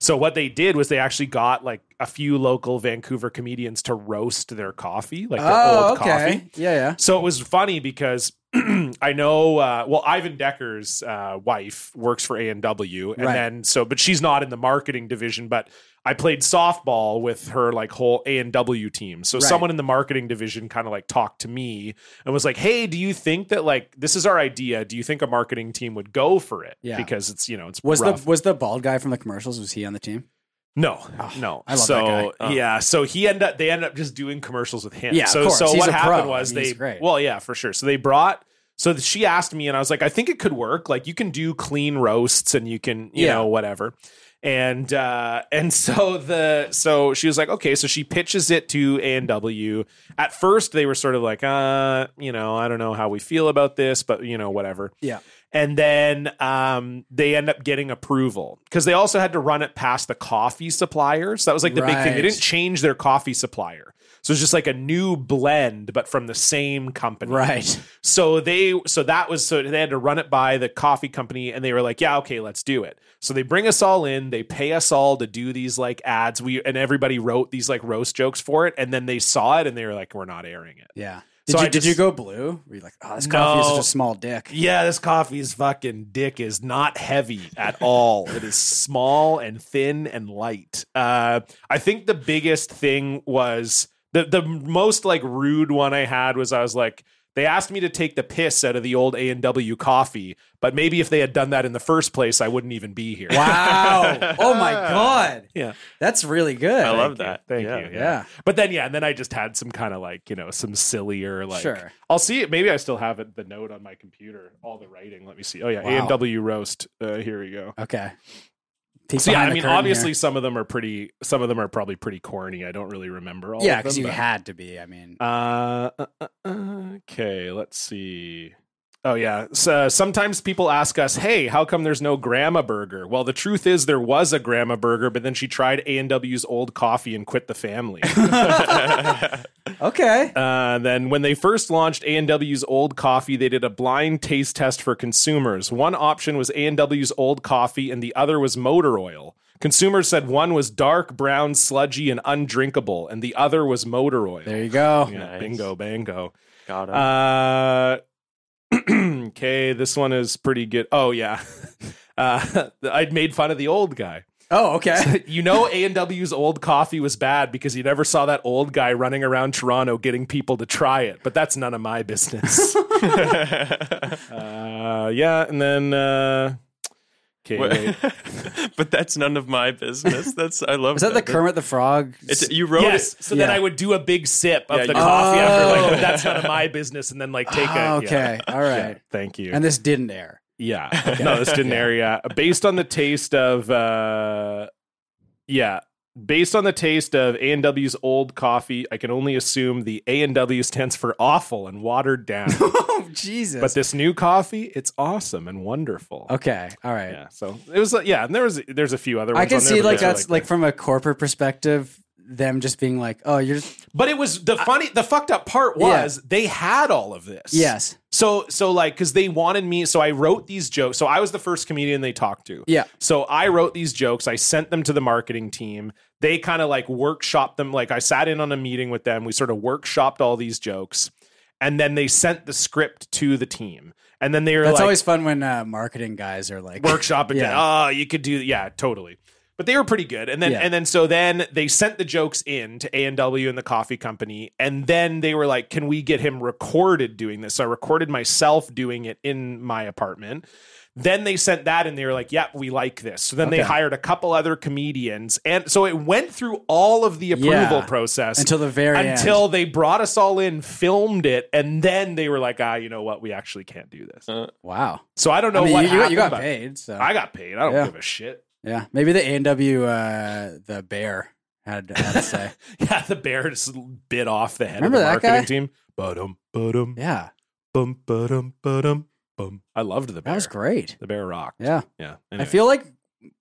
[SPEAKER 1] So what they did was they actually got like a few local Vancouver comedians to roast their coffee, like their
[SPEAKER 2] Oh,
[SPEAKER 1] old coffee.
[SPEAKER 2] okay. Yeah, yeah.
[SPEAKER 1] So it was funny because I know, uh, well, Ivan Decker's uh, wife works for A and W, and
[SPEAKER 2] Right.
[SPEAKER 1] then so, but she's not in the marketing division. But I played softball with her like whole A and W team. So
[SPEAKER 2] Right.
[SPEAKER 1] someone in the marketing division kind of like talked to me and was like, "Hey, do you think that like this is our idea? Do you think a marketing team would go for it?
[SPEAKER 2] Yeah.
[SPEAKER 1] because it's you know it's
[SPEAKER 2] Was
[SPEAKER 1] rough.
[SPEAKER 2] the was the bald guy from the commercials? Was he on the team?
[SPEAKER 1] No, no.
[SPEAKER 2] Ah, I love
[SPEAKER 1] so,
[SPEAKER 2] that guy. Oh.
[SPEAKER 1] Yeah, so he ended up. They ended up just doing commercials with him.
[SPEAKER 2] Yeah, of
[SPEAKER 1] So,
[SPEAKER 2] course.
[SPEAKER 1] so
[SPEAKER 2] He's
[SPEAKER 1] what
[SPEAKER 2] a pro.
[SPEAKER 1] happened
[SPEAKER 2] I
[SPEAKER 1] was
[SPEAKER 2] mean,
[SPEAKER 1] they.
[SPEAKER 2] he's great.
[SPEAKER 1] Well, yeah, for sure. So they brought. So she asked me, and I was like, I think it could work. Like you can do clean roasts, and you can, you
[SPEAKER 2] Yeah.
[SPEAKER 1] know, whatever. And uh, and so the so she was like, okay. So she pitches it to A and W. At first, they were sort of like, uh, you know, I don't know how we feel about this, but you know, whatever
[SPEAKER 2] Yeah.
[SPEAKER 1] and then um, they end up getting approval because they also had to run it past the coffee supplier. So that was like the big thing. They
[SPEAKER 2] Right.
[SPEAKER 1] didn't change their coffee supplier, so it's just like a new blend, but from the same company.
[SPEAKER 2] Right.
[SPEAKER 1] So they so that was so they had to run it by the coffee company and they were like, yeah, okay, let's do it. So they bring us all in, they pay us all to do these like ads. We and everybody wrote these like roast jokes for it, and then they saw it and they were like, we're not airing it.
[SPEAKER 2] Yeah. Did
[SPEAKER 1] So
[SPEAKER 2] you
[SPEAKER 1] I
[SPEAKER 2] did you
[SPEAKER 1] just-
[SPEAKER 2] go blue? Were you like, oh, this coffee is
[SPEAKER 1] No.
[SPEAKER 2] such a small dick?
[SPEAKER 1] Yeah, this coffee's fucking dick is not heavy at all. it is small and thin and light. Uh, I think the biggest thing was the the most like rude one I had was I was like. They asked me to take the piss out of the old A and W coffee, but maybe if they had done that in the first place, I wouldn't even be here.
[SPEAKER 2] Wow. oh my god.
[SPEAKER 1] Yeah.
[SPEAKER 2] That's really good.
[SPEAKER 3] I love that.
[SPEAKER 1] Thank
[SPEAKER 3] Yeah.
[SPEAKER 1] you. Yeah.
[SPEAKER 2] Yeah.
[SPEAKER 1] But then, yeah, and then I just had some kind of like, you know, some sillier, like,
[SPEAKER 2] Sure.
[SPEAKER 1] I'll see it. Maybe I still have it, the note on my computer, all the writing. Let me see. Oh, yeah.
[SPEAKER 2] Wow.
[SPEAKER 1] A and W roast. Uh, here we go.
[SPEAKER 2] Okay. Peek
[SPEAKER 1] So, yeah,
[SPEAKER 2] behind
[SPEAKER 1] I
[SPEAKER 2] the
[SPEAKER 1] mean,
[SPEAKER 2] curtain
[SPEAKER 1] obviously,
[SPEAKER 2] here.
[SPEAKER 1] some of them are pretty, some of them are probably pretty corny. I don't really remember all
[SPEAKER 2] Yeah,
[SPEAKER 1] of them.
[SPEAKER 2] because you
[SPEAKER 1] but-
[SPEAKER 2] had to be. I mean,
[SPEAKER 1] uh, uh, uh, uh, okay, let's see. Oh yeah. So, sometimes people ask us, "Hey, how come there's no Grandma Burger?" Well, the truth is there was a Grandma Burger, but then she tried A and W's old coffee and quit the family.
[SPEAKER 2] okay.
[SPEAKER 1] Uh, then when they first launched A&W's Old Coffee, they did a blind taste test for consumers. One option was A&W's Old Coffee and the other was motor oil. Consumers said one was dark, brown, sludgy, and undrinkable, and the other was motor oil.
[SPEAKER 2] There you go.
[SPEAKER 1] Yeah,
[SPEAKER 3] Nice.
[SPEAKER 1] Bingo, bango.
[SPEAKER 3] Got him.
[SPEAKER 1] Uh, okay, this one is pretty good. Oh, yeah. Uh, I'd made fun of the old guy.
[SPEAKER 2] Oh, okay.
[SPEAKER 1] You know, A and W's old coffee was bad because you never saw that old guy running around Toronto getting people to try it. But that's none of my business. uh, yeah, and then uh, okay, wait.
[SPEAKER 3] but that's none of my business. That's I love.
[SPEAKER 2] Was that the Kermit the Frog?
[SPEAKER 3] It's, you wrote
[SPEAKER 1] yes.
[SPEAKER 3] it.
[SPEAKER 1] So
[SPEAKER 2] Yeah.
[SPEAKER 1] then I would do a big sip of
[SPEAKER 3] Yeah,
[SPEAKER 1] the
[SPEAKER 3] you-
[SPEAKER 1] coffee after,
[SPEAKER 2] Oh.
[SPEAKER 1] like, but that's none of my business, and then like take a yeah.
[SPEAKER 2] Oh, okay. All right.
[SPEAKER 1] Thank you.
[SPEAKER 2] And this didn't air.
[SPEAKER 1] Yeah. No, this didn't air yet. Based on the taste of uh yeah. Based on the taste of A and W's old coffee, I can only assume the A and W stands for awful and watered down.
[SPEAKER 2] oh, Jesus.
[SPEAKER 1] but this new coffee, it's awesome and wonderful.
[SPEAKER 2] okay. All right.
[SPEAKER 1] uh, Yeah. So it was like yeah, and there was there's a few other ones.
[SPEAKER 2] I can
[SPEAKER 1] on there,
[SPEAKER 2] see
[SPEAKER 1] but
[SPEAKER 2] like
[SPEAKER 1] those are,
[SPEAKER 2] that's like from a corporate perspective, them just being like, "Oh, you're just
[SPEAKER 1] But it was the funny, the fucked up part was they had all of this.
[SPEAKER 2] yes,
[SPEAKER 1] So so like because they wanted me, so I wrote these jokes. So I was the first comedian they talked to.
[SPEAKER 2] Yeah.
[SPEAKER 1] So I wrote these jokes. I sent them to the marketing team. They kind of like workshopped them. Like I sat in on a meeting with them. We sort of workshopped all these jokes, and then they sent the script to the team. And then they were
[SPEAKER 2] that's
[SPEAKER 1] like,
[SPEAKER 2] always fun when uh, marketing guys are like
[SPEAKER 1] workshop it
[SPEAKER 2] Yeah.
[SPEAKER 1] down. Oh, you could do yeah, totally. But they were pretty good. And then
[SPEAKER 2] Yeah.
[SPEAKER 1] and then so then they sent the jokes in to A and W and the coffee company. And then they were like, Can we get him recorded doing this? So I recorded myself doing it in my apartment. Then they sent that and they were like, Yep, we like this. So then they
[SPEAKER 2] Okay.
[SPEAKER 1] hired a couple other comedians. And so it went through all of the approval
[SPEAKER 2] Yeah.
[SPEAKER 1] process
[SPEAKER 2] until the very end.
[SPEAKER 1] until they brought us all in, filmed it, and then they were like, Ah, you know what? We actually can't do this.
[SPEAKER 2] wow.
[SPEAKER 1] So I don't know
[SPEAKER 2] I mean,
[SPEAKER 1] what
[SPEAKER 2] you, you got-
[SPEAKER 1] happened,
[SPEAKER 2] you got
[SPEAKER 1] but-
[SPEAKER 2] paid, so
[SPEAKER 1] I got paid. I don't
[SPEAKER 2] Yeah.
[SPEAKER 1] give a shit.
[SPEAKER 2] yeah. Maybe the A&W, uh, the bear had, had to say,
[SPEAKER 1] Yeah, the bear just bit off the head
[SPEAKER 2] Remember
[SPEAKER 1] of the
[SPEAKER 2] that
[SPEAKER 1] marketing
[SPEAKER 2] guy?
[SPEAKER 1] team. Ba-dum, ba-dum,
[SPEAKER 2] "Yeah,
[SPEAKER 1] bum, ba-dum, ba-dum, bum. I loved the bear.
[SPEAKER 2] that was great."
[SPEAKER 1] The bear rocked. Yeah.
[SPEAKER 2] Yeah, I
[SPEAKER 1] anyway.
[SPEAKER 2] feel like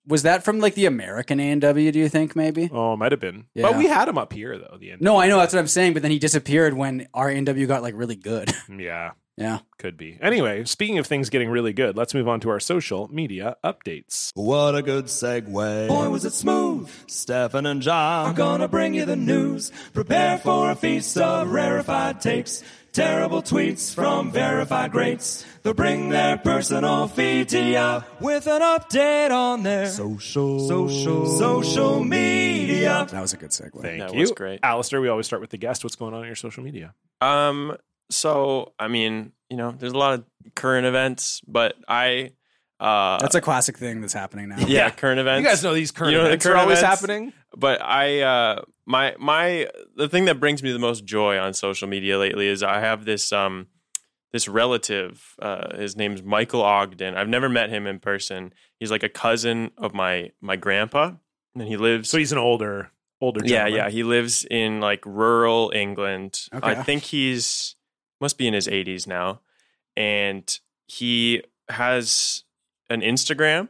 [SPEAKER 2] was that from like the American A&W? Do you think maybe?
[SPEAKER 1] Oh, it might have been. But
[SPEAKER 2] Yeah.
[SPEAKER 1] we had him up here though. The end.
[SPEAKER 2] No, I know that's what I'm saying, but then he disappeared when our NW got like really good.
[SPEAKER 1] Yeah,
[SPEAKER 2] yeah.
[SPEAKER 1] could be. Anyway, speaking of things getting really good, let's move on to our social media updates.
[SPEAKER 8] What a good segue. Boy, was it smooth. Stefan and John are gonna bring you the news. Prepare for a feast of rarefied takes. Terrible tweets from verified greats. They'll bring their personal feed to ya with an update on their social, social, social media.
[SPEAKER 2] That was a good segue.
[SPEAKER 1] Thank
[SPEAKER 3] That
[SPEAKER 1] you.
[SPEAKER 3] was great.
[SPEAKER 1] Alistair, we always start with the guest. What's going on in your social media?
[SPEAKER 3] Um, so I mean, you know, there's a lot of current events, but I uh
[SPEAKER 2] That's a classic thing that's happening now.
[SPEAKER 3] yeah, current events.
[SPEAKER 1] these
[SPEAKER 3] current events are always
[SPEAKER 1] happening.
[SPEAKER 3] but I uh my my the thing that brings me the most joy on social media lately is I have this um this relative uh his name's Michael Ogden. I've never met him in person. He's like a cousin of my my grandpa and he lives
[SPEAKER 1] So he's an older, older. Gentleman.
[SPEAKER 3] yeah, yeah. He lives in like rural England.
[SPEAKER 2] Okay.
[SPEAKER 3] I think he's must be in his 80s now. And he has an Instagram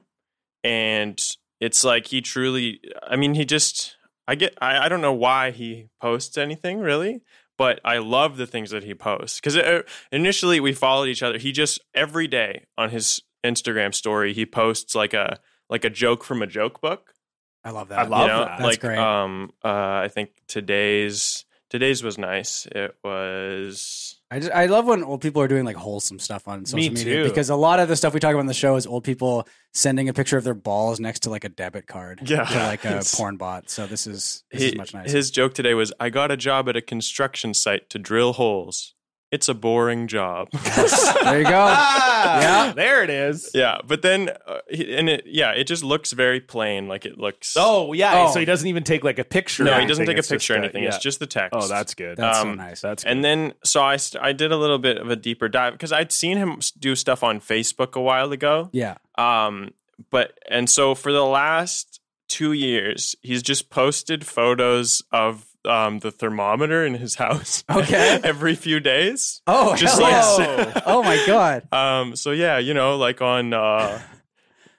[SPEAKER 3] and it's like he truly I mean, he just I get I, I don't know why he posts anything really, but I love the things that he posts because initially we followed each other. He just every day on his Instagram story he posts like a like a joke from a joke book
[SPEAKER 2] I love that.
[SPEAKER 1] I love
[SPEAKER 3] you know,
[SPEAKER 1] that.
[SPEAKER 2] That's
[SPEAKER 3] like
[SPEAKER 2] great.
[SPEAKER 3] um uh I think today's today's was nice. It was
[SPEAKER 2] I, just, I love when old people are doing like wholesome stuff on social
[SPEAKER 1] Me
[SPEAKER 2] media
[SPEAKER 1] too.
[SPEAKER 2] because a lot of the stuff we talk about on the show is old people sending a picture of their balls next to like a debit card.
[SPEAKER 3] Yeah.
[SPEAKER 2] To like a
[SPEAKER 3] It's-
[SPEAKER 2] porn bot. So this is this is
[SPEAKER 3] hi-
[SPEAKER 2] much nicer.
[SPEAKER 3] his joke today was I got a job at a construction site to drill holes. It's a boring job.
[SPEAKER 2] there you go.
[SPEAKER 1] yeah, Ah, there it is.
[SPEAKER 3] yeah, but then uh, he- and it yeah, it just looks very plain like it looks
[SPEAKER 1] Oh yeah.
[SPEAKER 2] Oh.
[SPEAKER 1] So he doesn't even take like a picture.
[SPEAKER 3] No,
[SPEAKER 1] or
[SPEAKER 3] he doesn't
[SPEAKER 1] anything.
[SPEAKER 3] take a
[SPEAKER 1] It's just
[SPEAKER 3] picture or anything.
[SPEAKER 1] yeah.
[SPEAKER 3] It's just the text.
[SPEAKER 1] Oh, that's good.
[SPEAKER 2] That's so
[SPEAKER 3] Um,
[SPEAKER 2] nice.
[SPEAKER 1] That's
[SPEAKER 3] and then so I st- I did a little bit of a deeper dive because I'd seen him s- do stuff on Facebook a while ago.
[SPEAKER 2] yeah.
[SPEAKER 3] Um, but and so for the last two years, he's just posted photos of um the thermometer in his house.
[SPEAKER 2] Okay.
[SPEAKER 3] every few days.
[SPEAKER 2] Oh,
[SPEAKER 3] Just
[SPEAKER 2] hell
[SPEAKER 3] like-
[SPEAKER 2] yeah. oh my god.
[SPEAKER 3] Um, so yeah, you know, like on uh,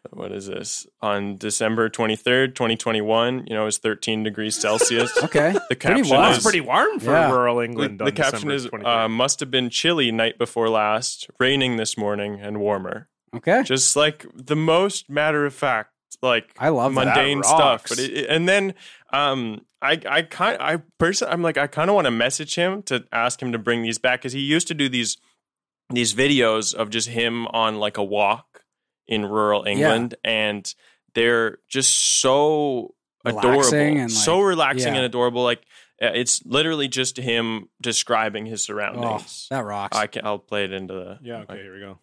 [SPEAKER 3] what is this on December twenty third, twenty twenty one? You know, it's thirteen degrees Celsius.
[SPEAKER 2] Okay.
[SPEAKER 3] The
[SPEAKER 2] Pretty
[SPEAKER 3] caption
[SPEAKER 2] warm.
[SPEAKER 3] is
[SPEAKER 1] that's pretty warm for
[SPEAKER 2] Yeah.
[SPEAKER 1] rural
[SPEAKER 3] the,
[SPEAKER 1] England.
[SPEAKER 3] the
[SPEAKER 1] on
[SPEAKER 3] caption
[SPEAKER 1] December
[SPEAKER 3] is
[SPEAKER 1] 23rd.
[SPEAKER 3] uh, must have been chilly night before last, raining this morning, and warmer.
[SPEAKER 2] Okay.
[SPEAKER 3] just like the most matter of fact like
[SPEAKER 2] I love that.
[SPEAKER 3] mundane
[SPEAKER 1] That
[SPEAKER 3] stuff
[SPEAKER 1] rocks.
[SPEAKER 3] but it, it- and then um i i kind i person i'm like i kind of want to message him to ask him to bring these back because he used to do these these videos of just him on like a walk in rural england and they're just so adorable
[SPEAKER 2] Relaxing and,
[SPEAKER 3] so
[SPEAKER 2] like-
[SPEAKER 3] relaxing
[SPEAKER 2] yeah.
[SPEAKER 3] and adorable like uh, it's literally just him describing his
[SPEAKER 2] Oh,
[SPEAKER 3] surroundings
[SPEAKER 2] that rocks.
[SPEAKER 3] I can, I'll play it into the
[SPEAKER 1] yeah. Okay, here we go.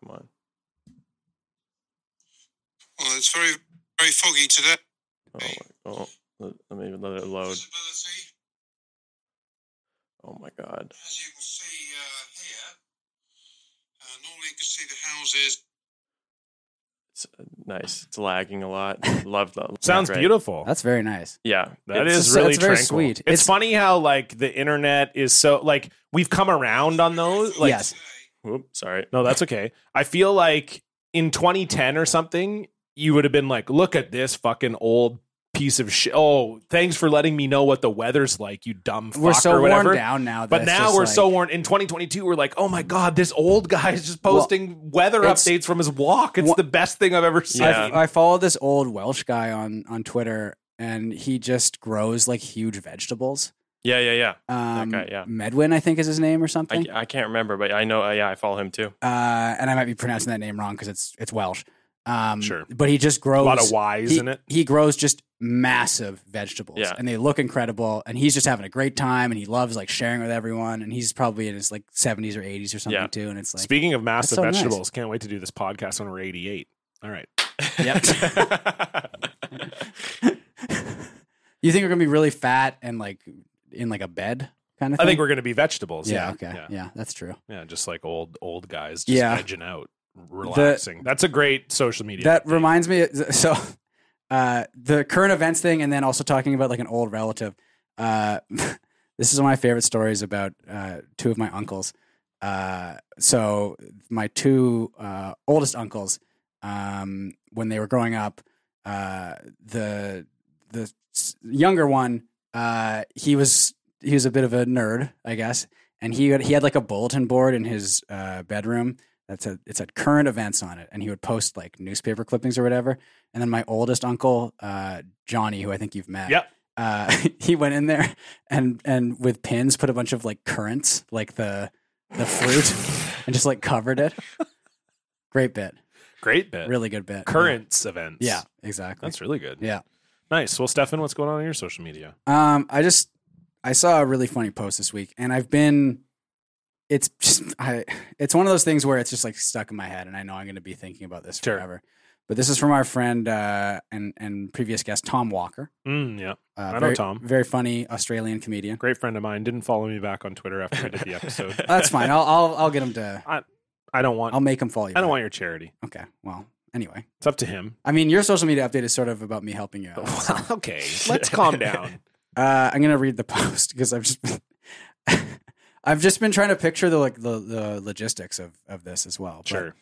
[SPEAKER 3] come on.
[SPEAKER 9] Well, it's very, very foggy today.
[SPEAKER 3] Oh, my- oh let, let me let it load.
[SPEAKER 9] Visibility,
[SPEAKER 3] Oh my god.
[SPEAKER 9] as you can see uh, here, uh, normally you can see the houses.
[SPEAKER 3] It's uh, nice. It's lagging a lot. Love that.
[SPEAKER 1] Sounds
[SPEAKER 3] Great.
[SPEAKER 1] beautiful.
[SPEAKER 2] That's very nice.
[SPEAKER 3] Yeah.
[SPEAKER 1] That
[SPEAKER 2] It's
[SPEAKER 1] is
[SPEAKER 2] just-
[SPEAKER 1] really
[SPEAKER 2] it's very
[SPEAKER 1] tranquil.
[SPEAKER 2] sweet.
[SPEAKER 1] It's,
[SPEAKER 2] It's-
[SPEAKER 1] funny how like the internet is so like we've come around on those. Like,
[SPEAKER 2] yes.
[SPEAKER 3] Whoop, sorry.
[SPEAKER 1] no, that's okay. I feel like in 2010 or something, you would have been like, look at this fucking old piece of shit. Oh, thanks for letting me know what the weather's like, you dumb fuck
[SPEAKER 2] We're so
[SPEAKER 1] or whatever.
[SPEAKER 2] worn down now. that
[SPEAKER 1] But
[SPEAKER 2] it's
[SPEAKER 1] now
[SPEAKER 2] just
[SPEAKER 1] we're
[SPEAKER 2] like-
[SPEAKER 1] so worn in 2022. We're like, oh my god, this old guy is just posting weather
[SPEAKER 2] it's-
[SPEAKER 1] updates from his walk. It's
[SPEAKER 2] Wha-
[SPEAKER 1] the best thing I've uh, ever seen.
[SPEAKER 3] Yeah.
[SPEAKER 2] I, I follow this old Welsh guy on on Twitter, and he just grows like huge vegetables.
[SPEAKER 3] Yeah, yeah, yeah.
[SPEAKER 2] Um,
[SPEAKER 3] guy, yeah.
[SPEAKER 2] Medwin, I think is his name or something.
[SPEAKER 3] I, I can't remember, but I know. Uh, yeah, I follow him too.
[SPEAKER 2] uh, and I might be pronouncing that name wrong because it's it's Welsh. Um,
[SPEAKER 1] Sure.
[SPEAKER 2] but he just grows
[SPEAKER 1] a lot of Y's
[SPEAKER 2] he,
[SPEAKER 1] in it.
[SPEAKER 2] He grows just massive vegetables,
[SPEAKER 3] Yeah.
[SPEAKER 2] and they look incredible. And he's just having a great time, and he loves like sharing with everyone. And he's probably in his like seventies or eighties or something
[SPEAKER 3] Yeah.
[SPEAKER 2] too. And it's like,
[SPEAKER 1] Speaking of massive
[SPEAKER 2] so nice.
[SPEAKER 1] vegetables, can't wait to do this podcast when we're 88. All right.
[SPEAKER 2] yep. you think we're gonna be really fat and like in like a bed kind of?
[SPEAKER 1] I
[SPEAKER 2] thing?
[SPEAKER 1] think we're going to be vegetables.
[SPEAKER 2] Yeah,
[SPEAKER 1] Yeah.
[SPEAKER 2] okay. Yeah.
[SPEAKER 1] Yeah.
[SPEAKER 2] that's true.
[SPEAKER 1] Yeah, just like old old guys just
[SPEAKER 2] Yeah.
[SPEAKER 1] edging out, relaxing. That's a great social media.
[SPEAKER 2] That
[SPEAKER 1] update.
[SPEAKER 2] reminds me so uh the current events thing and then also talking about like an old relative. Uh this is one of my favorite stories about uh two of my uncles. Uh so my two uh oldest uncles um when they were growing up uh the the s- younger one uh he was he was a bit of a nerd, I guess, and he had, he had like a bulletin board in his uh, bedroom that said it said current events on it, and he would post like newspaper clippings or whatever. And then my oldest uncle uh, Johnny, who I think you've met,
[SPEAKER 1] Yep.
[SPEAKER 2] uh, he went in there and and with pins put a bunch of like currants, like the the fruit, and just like covered it. Great bit,
[SPEAKER 1] great bit.
[SPEAKER 2] really good bit.
[SPEAKER 1] Currents events.
[SPEAKER 2] yeah, exactly.
[SPEAKER 1] That's really good.
[SPEAKER 2] Yeah.
[SPEAKER 1] Nice. Well, Stefan, what's going on on your social media?
[SPEAKER 2] Um, I just I saw a really funny post this week, and I've been. It's just I. It's one of those things where it's just like stuck in my head, and I know I'm going to be thinking about this
[SPEAKER 1] Sure.
[SPEAKER 2] forever. But this is from our friend uh, and and previous guest Tom Walker.
[SPEAKER 1] Mm, yeah.
[SPEAKER 2] Uh,
[SPEAKER 1] I know
[SPEAKER 2] very,
[SPEAKER 1] Tom.
[SPEAKER 2] Very funny Australian comedian.
[SPEAKER 1] Great friend of mine. Didn't follow me back on Twitter after we did the episode.
[SPEAKER 2] Oh, That's fine. I'll I'll, I'll get him to.
[SPEAKER 1] I don't want.
[SPEAKER 2] Uh, I'll make him follow you.
[SPEAKER 1] I don't
[SPEAKER 2] back.
[SPEAKER 1] want your charity.
[SPEAKER 2] Okay. Well. Anyway,
[SPEAKER 1] It's up to him.
[SPEAKER 2] I mean, your social media update is sort of about me helping you out. so-
[SPEAKER 1] okay. Let's calm down.
[SPEAKER 2] Uh, I'm gonna read the post because I've just I've just been trying to picture the like the, the logistics of of this as well. But
[SPEAKER 1] Sure.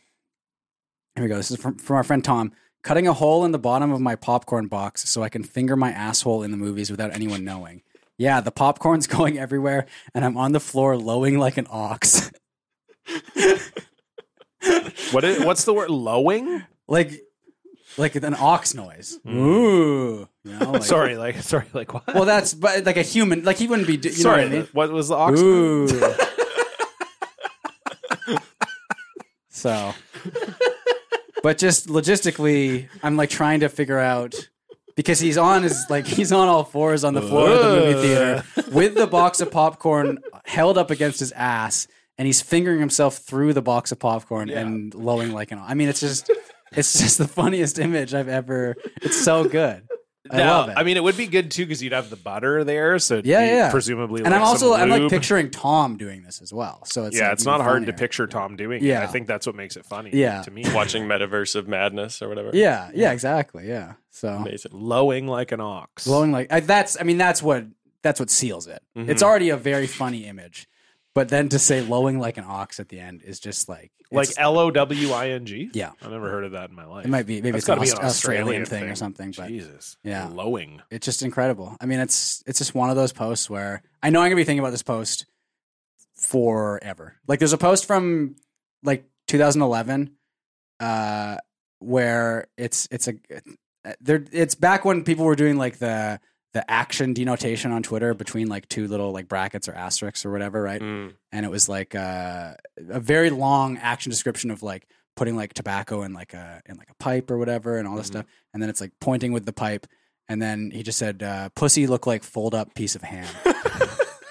[SPEAKER 2] Here we go. This is from, from our friend Tom. Cutting a hole in the bottom of my popcorn box so I can finger my asshole in the movies without anyone knowing. Yeah, the popcorn's going everywhere, and I'm on the floor lowing like an ox.
[SPEAKER 1] What is, what's the word? Lowing?
[SPEAKER 2] like like an ox noise. Ooh. You know, like-
[SPEAKER 1] Mm. sorry, like sorry, like what?
[SPEAKER 2] Well, that's but like a human. Like he wouldn't be. do- You
[SPEAKER 1] sorry,
[SPEAKER 2] know what I mean?
[SPEAKER 1] what was the oxygen?
[SPEAKER 2] Ooh. so, but just logistically, I'm like trying to figure out because he's on his like he's on all fours on the floor of the movie theater with the box of popcorn held up against his ass, and he's fingering himself through the box of popcorn and lowing like an. I mean, it's just it's just the funniest image I've ever. It's so good. I
[SPEAKER 1] No,
[SPEAKER 2] love it.
[SPEAKER 1] I mean, it would be good too because you'd have the butter there, so it'd
[SPEAKER 2] Yeah,
[SPEAKER 1] be
[SPEAKER 2] yeah.
[SPEAKER 1] presumably.
[SPEAKER 2] and
[SPEAKER 1] like
[SPEAKER 2] I'm also
[SPEAKER 1] some
[SPEAKER 2] I'm like
[SPEAKER 1] lube.
[SPEAKER 2] picturing Tom doing this as well. So it's
[SPEAKER 1] Yeah,
[SPEAKER 2] like
[SPEAKER 1] it's
[SPEAKER 2] even
[SPEAKER 1] not hard to
[SPEAKER 2] funnier.
[SPEAKER 1] picture Tom doing.
[SPEAKER 2] Yeah.
[SPEAKER 1] it. I think that's what makes it funny.
[SPEAKER 2] Yeah.
[SPEAKER 1] to me,
[SPEAKER 3] Watching Metaverse of Madness or whatever.
[SPEAKER 2] Yeah, yeah, exactly. Yeah. So
[SPEAKER 3] amazing.
[SPEAKER 1] lowing like an ox.
[SPEAKER 2] blowing like I, that's. I mean, that's what that's what seals it. It's already a very funny image, but then to say lowing like an ox at the end is just like
[SPEAKER 1] like
[SPEAKER 2] it's-
[SPEAKER 1] L O W I N G.
[SPEAKER 2] Yeah.
[SPEAKER 1] I've never heard of that in my life.
[SPEAKER 2] it might be maybe
[SPEAKER 1] That's
[SPEAKER 2] it's an,
[SPEAKER 1] gotta be
[SPEAKER 2] Aus- Australian, thing, or something. But
[SPEAKER 1] Jesus,
[SPEAKER 2] Yeah.
[SPEAKER 1] lowing.
[SPEAKER 2] it's just incredible. I mean, it's it's just one of those posts where I know I'm gonna be thinking about this post forever. Like, there's a post from like 2011, uh, where it's it's a uh, there. It's back when people were doing like the the action denotation on Twitter between like two little like brackets or asterisks or whatever, right?
[SPEAKER 3] Mm.
[SPEAKER 2] and it was like uh, a very long action description of like putting like tobacco in like a in like a pipe or whatever and all this stuff and then it's like pointing with the pipe and then he just said uh, pussy look like fold up piece of ham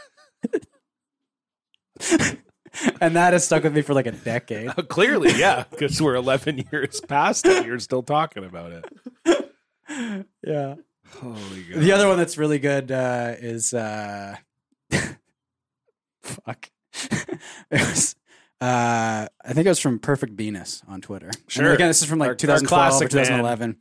[SPEAKER 2] and that has stuck with me for like a decade
[SPEAKER 1] Clearly, yeah, because we're 11 years past it. You're still talking about it.
[SPEAKER 2] yeah
[SPEAKER 1] Holy God.
[SPEAKER 2] the other one that's really good uh, is uh, fuck it was uh, I think it was from Perfect Venus on Twitter. And
[SPEAKER 1] Sure.
[SPEAKER 2] again, this is from like
[SPEAKER 1] Our- our
[SPEAKER 2] 2012 or
[SPEAKER 1] classic man.
[SPEAKER 2] 2011.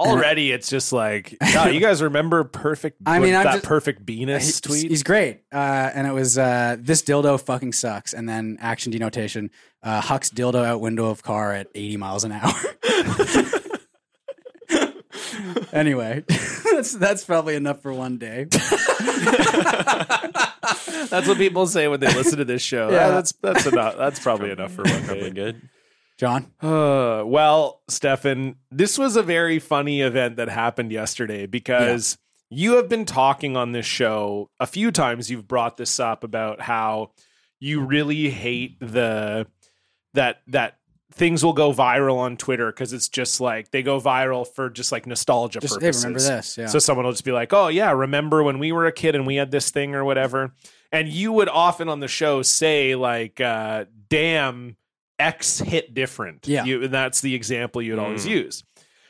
[SPEAKER 1] Already, it's just like, God, you guys remember perfect.
[SPEAKER 2] I mean, I'm
[SPEAKER 1] that
[SPEAKER 2] just-
[SPEAKER 1] perfect
[SPEAKER 2] He's-
[SPEAKER 1] Venus tweet.
[SPEAKER 2] He's great. Uh, and it was uh, this dildo fucking sucks. And then action denotation uh, hucks dildo out window of car at 80 miles an hour. anyway, that's that's probably enough for one day.
[SPEAKER 1] that's what people say when they listen to this show. yeah,
[SPEAKER 2] Yeah.
[SPEAKER 1] that's that's enough. That's probably enough for one day.
[SPEAKER 3] Probably good.
[SPEAKER 2] John,
[SPEAKER 1] Uh, well, Stefan, this was a very funny event that happened yesterday because you have been talking on this show a few times. You've brought this up about how you really hate the that that things will go viral on Twitter because it's just like they go viral for just like nostalgia
[SPEAKER 2] just hey,
[SPEAKER 1] purposes.
[SPEAKER 2] remember this. Yeah.
[SPEAKER 1] So someone will just be like, "Oh yeah, remember when we were a kid and we had this thing or whatever." And you would often on the show say like, uh, "Damn, X hit different."
[SPEAKER 2] Yeah.
[SPEAKER 1] you, and that's the example you'd always
[SPEAKER 3] Mm.
[SPEAKER 1] use.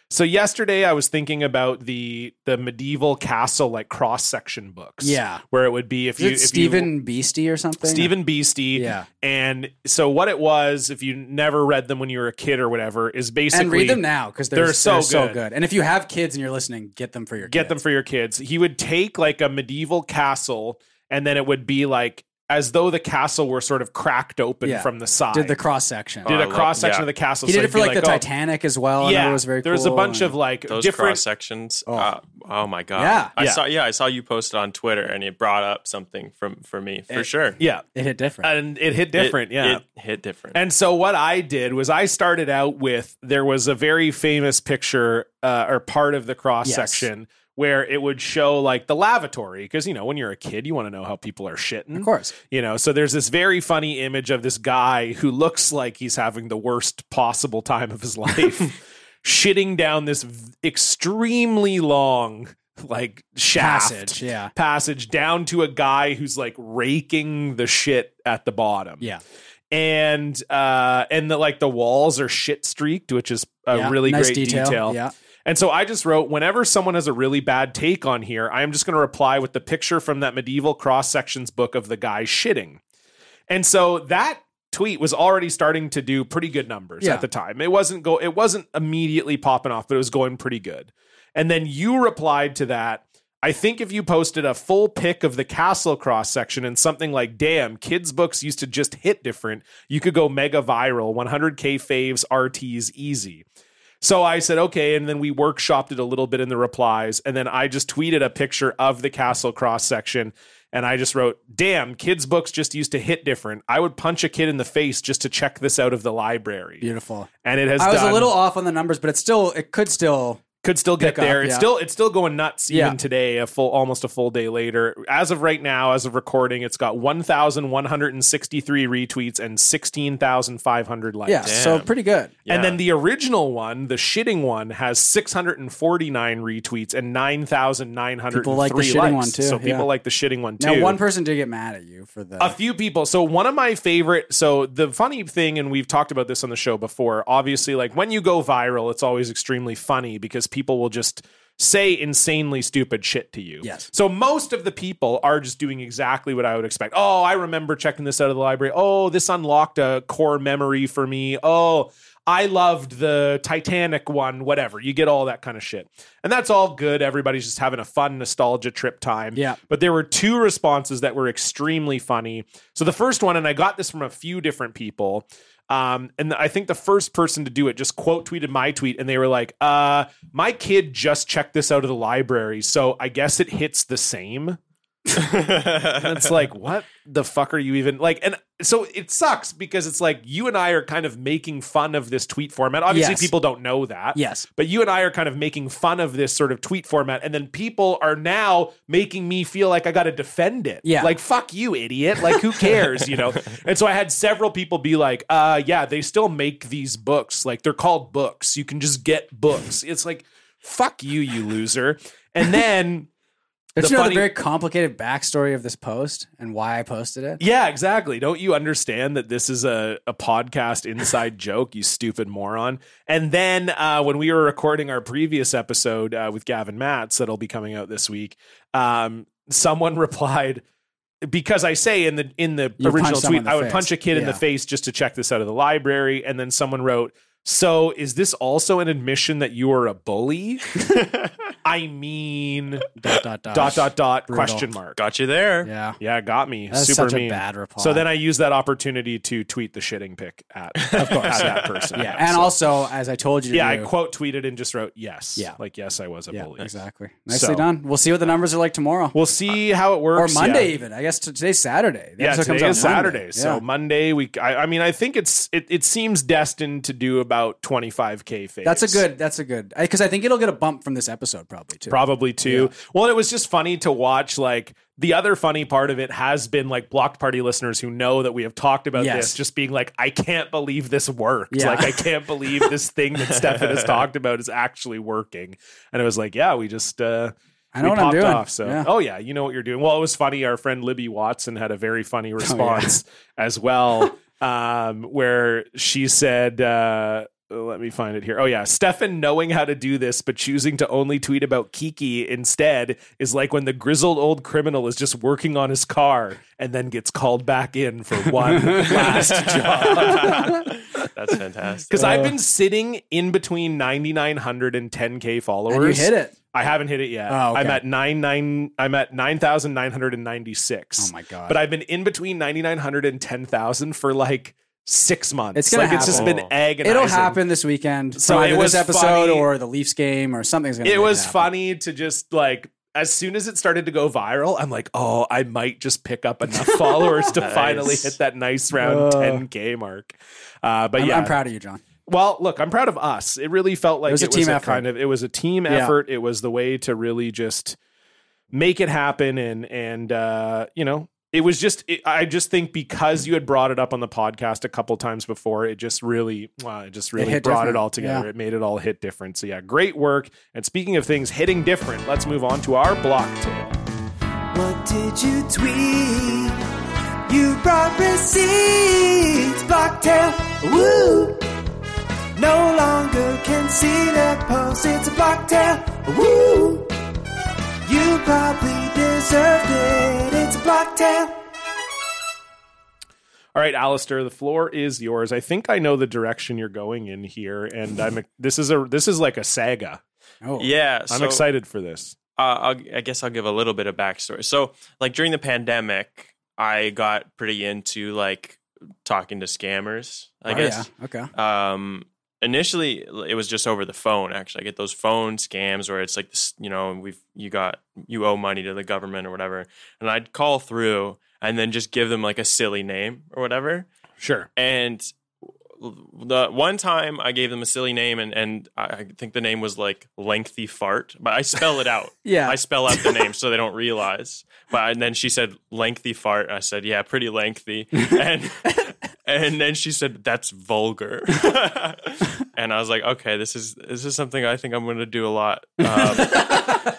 [SPEAKER 1] So yesterday I was thinking about the the medieval castle like cross section books.
[SPEAKER 2] yeah.
[SPEAKER 1] where it would be if
[SPEAKER 2] Is
[SPEAKER 1] you
[SPEAKER 2] it
[SPEAKER 1] if
[SPEAKER 2] Stephen Beastie or
[SPEAKER 1] you,
[SPEAKER 2] something?
[SPEAKER 1] Stephen Beastie.
[SPEAKER 2] Yeah.
[SPEAKER 1] And so what it was, if you never read them when you were a kid or whatever, is basically
[SPEAKER 2] And read them now because they're,
[SPEAKER 1] they're
[SPEAKER 2] they're so,
[SPEAKER 1] so
[SPEAKER 2] good.
[SPEAKER 1] good.
[SPEAKER 2] And if you have kids and you're listening, get them for your
[SPEAKER 1] get them
[SPEAKER 2] kids.
[SPEAKER 1] for your kids. He would take like a medieval castle, and then it would be like as though the castle were sort of cracked open
[SPEAKER 2] Yeah.
[SPEAKER 1] from the side.
[SPEAKER 2] Did the cross section.
[SPEAKER 1] Did
[SPEAKER 3] Oh, I
[SPEAKER 1] a
[SPEAKER 3] love-
[SPEAKER 1] cross section
[SPEAKER 3] yeah.
[SPEAKER 1] of the castle?
[SPEAKER 2] he
[SPEAKER 1] so
[SPEAKER 2] did it
[SPEAKER 1] it'd
[SPEAKER 2] for
[SPEAKER 1] be
[SPEAKER 2] like, the
[SPEAKER 1] oh,
[SPEAKER 2] Titanic as well. I know
[SPEAKER 1] Yeah,
[SPEAKER 2] it was very
[SPEAKER 1] there's a
[SPEAKER 2] cool,
[SPEAKER 1] bunch
[SPEAKER 2] and-
[SPEAKER 1] of like
[SPEAKER 3] Those
[SPEAKER 1] different.
[SPEAKER 3] cross sections.
[SPEAKER 2] Oh.
[SPEAKER 3] Oh. oh my god.
[SPEAKER 2] Yeah.
[SPEAKER 3] I
[SPEAKER 1] Yeah.
[SPEAKER 3] saw yeah, I saw you posted on Twitter and it brought up something from for me for
[SPEAKER 2] It-
[SPEAKER 3] sure.
[SPEAKER 1] yeah,
[SPEAKER 2] It hit different.
[SPEAKER 1] and it hit different.
[SPEAKER 3] It-
[SPEAKER 1] yeah,
[SPEAKER 3] It hit different.
[SPEAKER 1] And so what I did was I started out with there was a very famous picture uh, or part of the cross
[SPEAKER 2] Yes.
[SPEAKER 1] section where it would show like the lavatory because you know when you're a kid you want to know how people are shitting.
[SPEAKER 2] Of course.
[SPEAKER 1] You know, so there's this very funny image of this guy who looks like he's having the worst possible time of his life, shitting down this v- extremely long like shaft
[SPEAKER 2] Passage, yeah.
[SPEAKER 1] passage down to a guy who's like raking the shit at the bottom
[SPEAKER 2] Yeah.
[SPEAKER 1] and uh and the like the walls are shit streaked which is a
[SPEAKER 2] Yeah.
[SPEAKER 1] really
[SPEAKER 2] Nice
[SPEAKER 1] great detail,
[SPEAKER 2] Yeah.
[SPEAKER 1] and so i just wrote whenever someone has a really bad take on here i am just going to reply with the picture from that medieval cross sections book of the guy shitting and so that tweet was already starting to do pretty good numbers
[SPEAKER 2] Yeah.
[SPEAKER 1] at the time it wasn't go it wasn't immediately popping off but it was going pretty good and then you replied to that I think if you posted a full pic of the castle cross section and something like, damn, kids' books used to just hit different, you could go mega viral, 100K faves, RTs, easy. So I said, okay. And then we workshopped it a little bit in the replies. And then I just tweeted a picture of the castle cross section. And I just wrote, damn, kids' books just used to hit different. I would punch a kid in the face just to check this out of the library.
[SPEAKER 2] Beautiful.
[SPEAKER 1] And it has
[SPEAKER 2] I was
[SPEAKER 1] done-
[SPEAKER 2] a little off on the numbers, but it's still it could still
[SPEAKER 1] could still get
[SPEAKER 2] pick up,
[SPEAKER 1] there. it's
[SPEAKER 2] yeah.
[SPEAKER 1] still it's still going nuts even
[SPEAKER 2] Yeah.
[SPEAKER 1] today, a full almost a full day later. As of right now, as of recording, it's got 1163 retweets and 16,500 likes.
[SPEAKER 2] yeah, so
[SPEAKER 3] Damn.
[SPEAKER 2] pretty good.
[SPEAKER 3] Yeah.
[SPEAKER 1] And then the original one, the shitting one, has 649 retweets and 9,903
[SPEAKER 2] People like the
[SPEAKER 1] likes.
[SPEAKER 2] shitting one too,
[SPEAKER 1] So
[SPEAKER 2] yeah.
[SPEAKER 1] people like the shitting one too.
[SPEAKER 2] Now one person did get mad at you for the
[SPEAKER 1] A few people. So one of my favorite. So the funny thing, and we've talked about this on the show before. Obviously, like when you go viral, it's always extremely funny because people will just say insanely stupid shit to you.
[SPEAKER 2] Yes.
[SPEAKER 1] So most of the people are just doing exactly what I would expect. Oh, I remember checking this out of the library. Oh, this unlocked a core memory for me. Oh, I loved the Titanic one, whatever. You get all that kind of shit. And that's all good. Everybody's just having a fun nostalgia trip time.
[SPEAKER 2] Yeah.
[SPEAKER 1] But there were two responses that were extremely funny. So the first one, and I got this from a few different people. Um, and I think the first person to do it just quote tweeted my tweet, and they were like, uh, my kid just checked this out of the library, so I guess it hits the same. And it's like, what the fuck are you even like? And so it sucks because it's like you and I are kind of making fun of this tweet format. Obviously,
[SPEAKER 2] Yes.
[SPEAKER 1] people don't know that.
[SPEAKER 2] Yes.
[SPEAKER 1] But you and I are kind of making fun of this sort of tweet format. And then people are now making me feel like I got to defend it.
[SPEAKER 2] Yeah.
[SPEAKER 1] Like, fuck you, idiot. Like, who cares, you know? And so I had several people be like, uh, yeah, they still make these books. Like, they're called books. You can just get books. It's like, fuck you, you loser. And then.
[SPEAKER 2] Don't
[SPEAKER 1] the
[SPEAKER 2] you know the
[SPEAKER 1] funny-
[SPEAKER 2] very complicated backstory of this post and why I posted it?
[SPEAKER 1] Yeah, exactly. Don't you understand that this is a, a podcast inside joke, you stupid moron? And then uh, when we were recording our previous episode uh, with Gavin Matz, that'll be coming out this week, um, someone replied, because I say in the in the
[SPEAKER 2] You punch
[SPEAKER 1] original
[SPEAKER 2] someone
[SPEAKER 1] tweet,
[SPEAKER 2] in the
[SPEAKER 1] I would
[SPEAKER 2] face.
[SPEAKER 1] punch a kid in the
[SPEAKER 2] Yeah.
[SPEAKER 1] face just to check this out of the library, and then someone wrote, So is this also an admission that you are a bully? I mean,
[SPEAKER 2] Dot dot dot.
[SPEAKER 1] dot dot dot
[SPEAKER 2] Brutal.
[SPEAKER 1] question mark.
[SPEAKER 3] Got you there.
[SPEAKER 2] Yeah.
[SPEAKER 1] Yeah, got me.
[SPEAKER 2] That's
[SPEAKER 1] Super
[SPEAKER 2] such a
[SPEAKER 1] mean.
[SPEAKER 2] bad reply.
[SPEAKER 1] So then I use that opportunity to tweet the shitting pic at, of course, at that person.
[SPEAKER 2] Yeah. And
[SPEAKER 1] So-
[SPEAKER 2] also, as I told you, to
[SPEAKER 1] yeah, I
[SPEAKER 2] do-
[SPEAKER 1] quote tweeted and just wrote yes.
[SPEAKER 2] Yeah.
[SPEAKER 1] like yes, I was a
[SPEAKER 2] yeah,
[SPEAKER 1] bully.
[SPEAKER 2] exactly. Nicely
[SPEAKER 1] So-
[SPEAKER 2] done. We'll see what the numbers are like tomorrow,
[SPEAKER 1] We'll see how it
[SPEAKER 2] or
[SPEAKER 1] works.
[SPEAKER 2] Monday
[SPEAKER 1] Yeah.
[SPEAKER 2] even. I guess t- today's Saturday. The
[SPEAKER 1] Yeah,
[SPEAKER 2] episode
[SPEAKER 1] today
[SPEAKER 2] comes out
[SPEAKER 1] is
[SPEAKER 2] Monday.
[SPEAKER 1] Saturday. So
[SPEAKER 2] Yeah.
[SPEAKER 1] Monday, we. I, I mean, I think it's it. It seems destined to do about twenty five k phase.
[SPEAKER 2] That's a good. That's a good. Because I think it'll get a bump from this episode probably too.
[SPEAKER 1] Probably too. Well, it was just funny to watch. Like the other funny part of it has been like blocked party listeners who know that we have talked about
[SPEAKER 2] Yes.
[SPEAKER 1] this, just being like, I can't believe this worked.
[SPEAKER 2] Yeah.
[SPEAKER 1] Like I can't believe this thing that Stefan has talked about is actually working. And it was like, yeah, we just uh,
[SPEAKER 2] I know
[SPEAKER 1] we
[SPEAKER 2] what I'm
[SPEAKER 1] popped
[SPEAKER 2] doing.
[SPEAKER 1] Off, so
[SPEAKER 2] Yeah.
[SPEAKER 1] oh yeah, you know what you're doing. Well, it was funny. Our friend Libby Watson had a very
[SPEAKER 2] Oh,
[SPEAKER 1] funny response as well, um, where she said. Uh, let me find it here. Oh yeah, Stefan knowing how to do this but choosing to only tweet about Kiki instead is like when the grizzled old criminal is just working on his car and then gets called back in for one last job.
[SPEAKER 3] That's fantastic.
[SPEAKER 1] Because
[SPEAKER 2] Uh,
[SPEAKER 1] I've been sitting in between 9,900 and 10k followers.
[SPEAKER 2] And you hit it.
[SPEAKER 1] I haven't hit it yet.
[SPEAKER 2] Oh, okay.
[SPEAKER 1] I'm at nine nine. I'm at nine thousand nine hundred and ninety six.
[SPEAKER 2] Oh my God.
[SPEAKER 1] But I've been in between ninety nine hundred and ten thousand for like six months.
[SPEAKER 2] It's gonna
[SPEAKER 1] like it's just
[SPEAKER 2] happen. Oh.
[SPEAKER 1] been agonizing.
[SPEAKER 2] It'll happen this weekend.
[SPEAKER 1] So
[SPEAKER 2] So
[SPEAKER 1] it
[SPEAKER 2] either
[SPEAKER 1] was
[SPEAKER 2] this episode
[SPEAKER 1] funny.
[SPEAKER 2] or the Leafs game or something's gonna.
[SPEAKER 1] It
[SPEAKER 2] make
[SPEAKER 1] was
[SPEAKER 2] happen.
[SPEAKER 1] funny to just like. As soon as it started to go viral, I'm like, oh, I might just pick up enough followers to finally hit that nice round
[SPEAKER 2] Uh.
[SPEAKER 1] 10k mark. Uh, but
[SPEAKER 2] I'm,
[SPEAKER 1] yeah,
[SPEAKER 2] I'm proud of you, John.
[SPEAKER 1] Well, look, I'm proud of us. It really felt like it was a team effort. kind of it was a team
[SPEAKER 2] Yeah.
[SPEAKER 1] effort. It was the way to really just make it happen and and uh, you know, it was just it, I just think because you had brought it up on the podcast a couple times before, it just really wow, it just really
[SPEAKER 2] hit
[SPEAKER 1] brought it
[SPEAKER 2] different.
[SPEAKER 1] all together.
[SPEAKER 2] Yeah.
[SPEAKER 1] It made it all hit different. So yeah, great work. And speaking of things hitting different, let's move on to our block tale.
[SPEAKER 10] What did you tweet? You brought receipts, Blocktail. Woo! No longer can see the post. It's a Blocktail. Woo! You probably deserved it. It's a Blocktail.
[SPEAKER 1] All right, Alistair, the floor is yours. I think I know the direction you're going in here, and I'm this is a this is like a saga.
[SPEAKER 2] Oh,
[SPEAKER 3] Yeah,
[SPEAKER 1] I'm
[SPEAKER 3] so-
[SPEAKER 1] excited for this.
[SPEAKER 3] uh, I'll, I guess I'll give a little bit of backstory. So, like during the pandemic, I got pretty into like talking to scammers. I
[SPEAKER 2] Oh,
[SPEAKER 3] guess.
[SPEAKER 2] Yeah. Okay.
[SPEAKER 3] Um, initially, it was just over the phone. Actually, I get those phone scams where it's like this, you know, we've you got you owe money to the government or whatever, and I'd call through and then just give them like a silly name or whatever,
[SPEAKER 1] Sure.
[SPEAKER 3] and the one time I gave them a silly name, and and I I think the name was like lengthy fart, but I spell it out.
[SPEAKER 2] Yeah.
[SPEAKER 3] I spell out the name so they don't realize. But and then she said lengthy fart. I said yeah, pretty lengthy, and and then she said that's vulgar, and I was like, okay, this is this is something I think I'm going to do a lot. Um,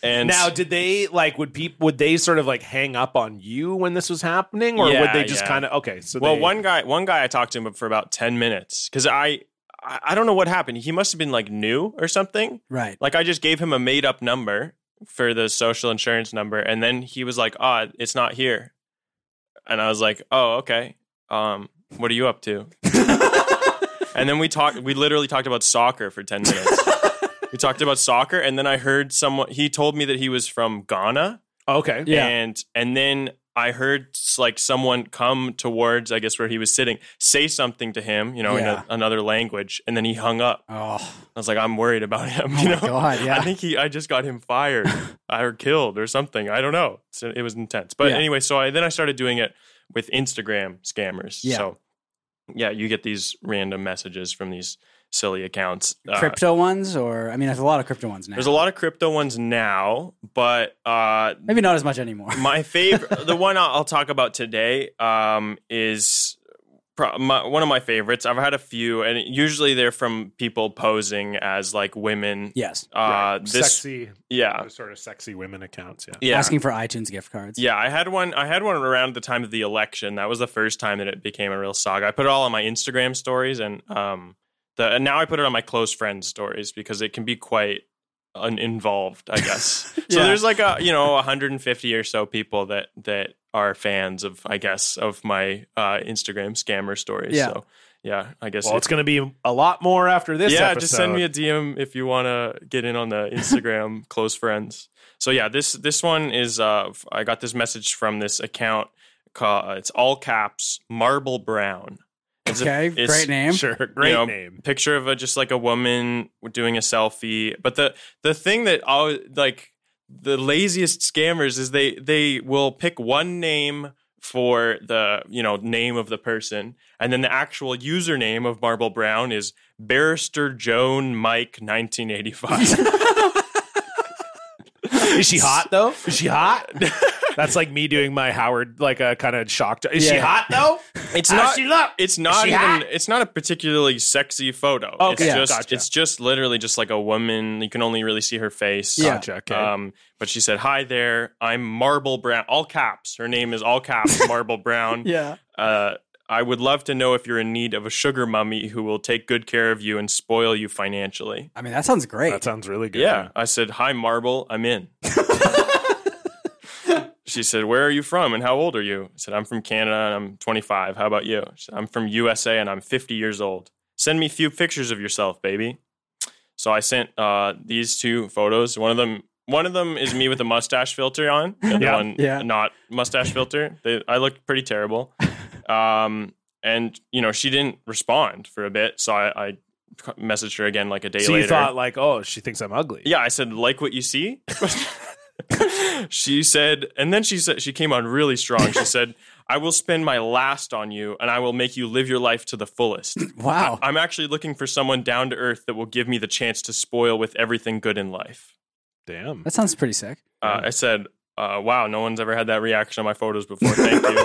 [SPEAKER 3] and
[SPEAKER 1] Now, did they like would people would they sort of like hang up on you when this was happening, or would
[SPEAKER 3] Yeah,
[SPEAKER 1] they just
[SPEAKER 3] yeah.
[SPEAKER 1] kind of okay? So
[SPEAKER 3] well,
[SPEAKER 1] they-
[SPEAKER 3] one guy, one guy, I talked to him for about ten minutes because I, I, I don't know what happened. He must have been like new or something.
[SPEAKER 2] Right.
[SPEAKER 3] Like I just gave him a made up number for the social insurance number, and then he was like, "Ah, it's not here," and I was like, "Oh, okay. Um, what are you up to?" and then we talked. We literally talked about soccer for ten minutes. we talked about soccer, and then I heard someone. He told me that he was from Ghana
[SPEAKER 1] okay,
[SPEAKER 2] Yeah.
[SPEAKER 3] and and then I heard s- like someone come towards I guess where he was sitting, say something to him, you know,
[SPEAKER 2] Yeah.
[SPEAKER 3] in a, another language, and then he hung up. I
[SPEAKER 2] Oh,
[SPEAKER 3] was like, I'm worried about him.
[SPEAKER 2] Oh
[SPEAKER 3] You
[SPEAKER 2] my
[SPEAKER 3] know,
[SPEAKER 2] God, yeah.
[SPEAKER 3] I think he, I just got him fired or killed or something. I don't know. So it was intense, but
[SPEAKER 2] Yeah.
[SPEAKER 3] anyway, so I then I started doing it with Instagram scammers.
[SPEAKER 2] Yeah.
[SPEAKER 3] So yeah, you get these random messages from these silly accounts. Uh,
[SPEAKER 2] crypto ones, or I mean, there's a lot of crypto ones now.
[SPEAKER 3] There's a lot of crypto ones now, but uh,
[SPEAKER 2] Maybe not as much anymore.
[SPEAKER 3] my favorite, the one I'll I'll talk about today, um, is pro- my, one of my favorites. I've had a few, and usually they're from people posing as like women.
[SPEAKER 2] yes.
[SPEAKER 3] Uh, this, uh,
[SPEAKER 1] sexy,
[SPEAKER 3] yeah,
[SPEAKER 1] sort of sexy women accounts. Yeah,
[SPEAKER 3] yeah.
[SPEAKER 2] Asking for iTunes gift cards.
[SPEAKER 3] yeah, I had one. I had one around the time of the election. That was the first time that it became a real saga. I put it all on my Instagram stories, and um, the and now I put it on my close friends stories because it can be quite un- involved, I guess. So
[SPEAKER 2] Yeah.
[SPEAKER 3] there's like a you know 150 or so people that that are fans of I guess of my uh, Instagram scammer stories.
[SPEAKER 2] Yeah.
[SPEAKER 3] So yeah, I guess
[SPEAKER 1] Well, it's going to be a lot more after this.
[SPEAKER 3] yeah, just send me a
[SPEAKER 1] episode.
[SPEAKER 3] DM if you want to get in on the Instagram close friends. So yeah, this this one is uh f- I got this message from this account called uh, it's all caps Marble Brown. It's a-
[SPEAKER 2] Okay,
[SPEAKER 3] it's-
[SPEAKER 2] great name.
[SPEAKER 1] Sure, great name.
[SPEAKER 3] Picture of a just like a woman doing a selfie. But the the thing that always like the laziest scammers is they they will pick one name for the you know name of the person and then the actual username of marble brown is barrister joan mike 1985
[SPEAKER 1] Is she hot though? Is she hot? That's like me doing my Howard like a kind of shocked. Is she
[SPEAKER 3] Yeah.
[SPEAKER 1] hot though?
[SPEAKER 3] it's
[SPEAKER 1] How's
[SPEAKER 3] not
[SPEAKER 1] she look?
[SPEAKER 3] it's not
[SPEAKER 1] she
[SPEAKER 3] even
[SPEAKER 1] hot?
[SPEAKER 3] it's not a particularly sexy photo
[SPEAKER 1] Okay,
[SPEAKER 3] it's just
[SPEAKER 1] gotcha.
[SPEAKER 3] it's just literally just like a woman you can only really see her face
[SPEAKER 2] Yeah.
[SPEAKER 1] Gotcha, okay.
[SPEAKER 3] um but she said hi there i'm marble brown all caps her name is all caps marble brown
[SPEAKER 2] Yeah.
[SPEAKER 3] Uh, I would love to know if you're in need of a sugar mummy who will take good care of you and spoil you financially.
[SPEAKER 2] I mean, that sounds great.
[SPEAKER 1] That sounds really good.
[SPEAKER 3] Yeah. I said, Hi, Marble, I'm in. she said, Where are you from and how old are you? I said, I'm from Canada and I'm 25. How about you? She said, I'm from USA and I'm 50 years old. Send me a few pictures of yourself, baby. So I sent uh, these two photos. One of them, one of them is me with a mustache filter on, and
[SPEAKER 1] Yeah,
[SPEAKER 3] the one
[SPEAKER 2] yeah.
[SPEAKER 3] not mustache filter. They, I looked pretty terrible. Um, and you know, she didn't respond for a bit, so I, I messaged her again like a day
[SPEAKER 1] So
[SPEAKER 3] later.
[SPEAKER 1] you thought like, oh, she thinks I'm ugly.
[SPEAKER 3] Yeah, I said, like what you see. she said, and then she said she came on really strong. She said, I will spend my last on you and I will make you live your life to the fullest.
[SPEAKER 2] Wow.
[SPEAKER 3] I'm actually looking for someone down to earth that will give me the chance to spoil with everything good in life.
[SPEAKER 1] Damn.
[SPEAKER 2] that sounds pretty sick.
[SPEAKER 3] Uh, I said, uh, wow, no one's ever had that reaction on my photos before. Thank you.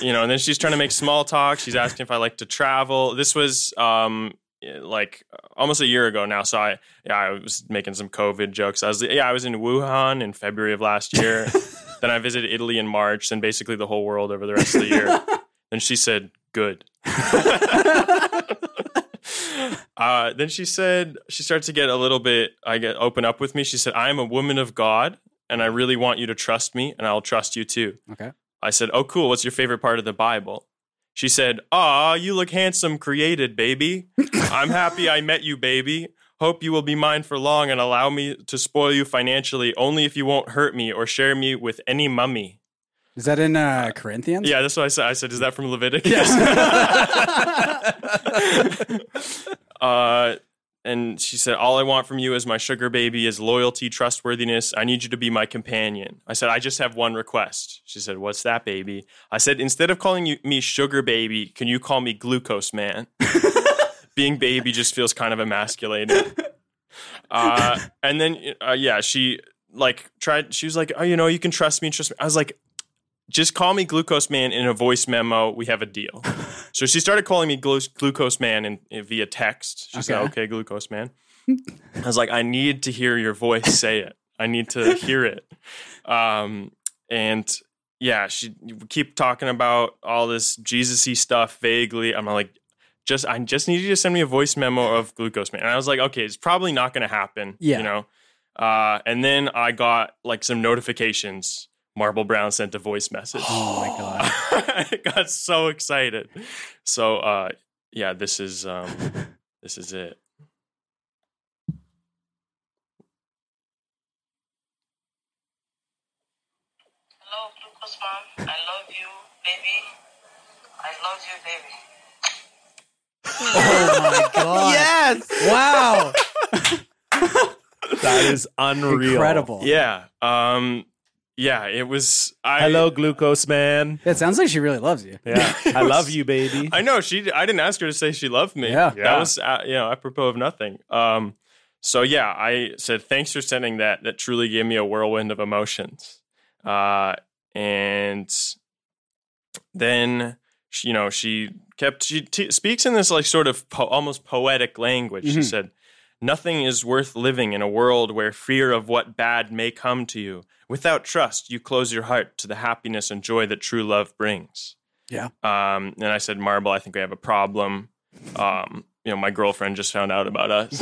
[SPEAKER 3] you know, and then she's trying to make small talk. She's asking if I like to travel. This was um like almost a year ago now. So I yeah, I was making some COVID jokes. I was yeah, I was in Wuhan in February of last year. then I visited Italy in March, then basically the whole world over the rest of the year. and she said, Good. Uh, then she said she starts to get a little bit. I get open up with me. She said, "I am a woman of God, and I really want you to trust me, and I'll trust you too."
[SPEAKER 2] Okay.
[SPEAKER 3] I said, "Oh, cool. What's your favorite part of the Bible?" She said, "Ah, you look handsome, created baby. I'm happy I met you, baby. Hope you will be mine for long and allow me to spoil you financially, only if you won't hurt me or share me with any mummy."
[SPEAKER 2] Is that in uh, Corinthians?
[SPEAKER 3] Yeah, that's what I said. I said, is that from Leviticus? uh, and she said, all I want from you as my sugar baby is loyalty, trustworthiness. I need you to be my companion. I said, I just have one request. She said, what's that, baby? I said, instead of calling you, me sugar baby, can you call me glucose man? Being baby just feels kind of emasculating. Uh, and then, uh, yeah, she like tried, she was like, oh, you know, you can trust me, trust me. I was like, just call me glucose man in a voice memo we have a deal so she started calling me glu- glucose man in, in- via text she said
[SPEAKER 2] Okay.
[SPEAKER 3] okay glucose man i was like i need to hear your voice say it i need to hear it um, and yeah she we keep talking about all this jesus-y stuff vaguely i'm like just i just need you to send me a voice memo of glucose man and i was like okay it's probably not going to happen
[SPEAKER 2] Yeah.
[SPEAKER 3] you know uh, and then i got like some notifications Marble Brown sent a voice message.
[SPEAKER 2] Oh my god.
[SPEAKER 3] I got so excited. So uh yeah, this is um this is it.
[SPEAKER 11] Hello, Glucose Mom. I love you, baby. I love you, baby.
[SPEAKER 2] Oh my god.
[SPEAKER 1] Yes.
[SPEAKER 2] Wow.
[SPEAKER 1] That is unreal.
[SPEAKER 2] Incredible.
[SPEAKER 3] Yeah. Um yeah, it was I
[SPEAKER 1] Hello, glucose man.
[SPEAKER 2] It sounds like she really loves you.
[SPEAKER 1] Yeah. I love you, baby.
[SPEAKER 3] I know she I didn't ask her to say she loved me.
[SPEAKER 2] Yeah.
[SPEAKER 1] Yeah.
[SPEAKER 3] That was uh, you know, apropos of nothing. Um so yeah, I said thanks for sending that. That truly gave me a whirlwind of emotions. Uh and then she- you know she kept she t- speaks in this like sort of po- almost poetic language she said nothing is worth living in a world where fear of what bad may come to you without trust you close your heart to the happiness and joy that true love brings
[SPEAKER 2] Yeah.
[SPEAKER 3] um and i said marble i think we have a problem um you know my girlfriend just found out about us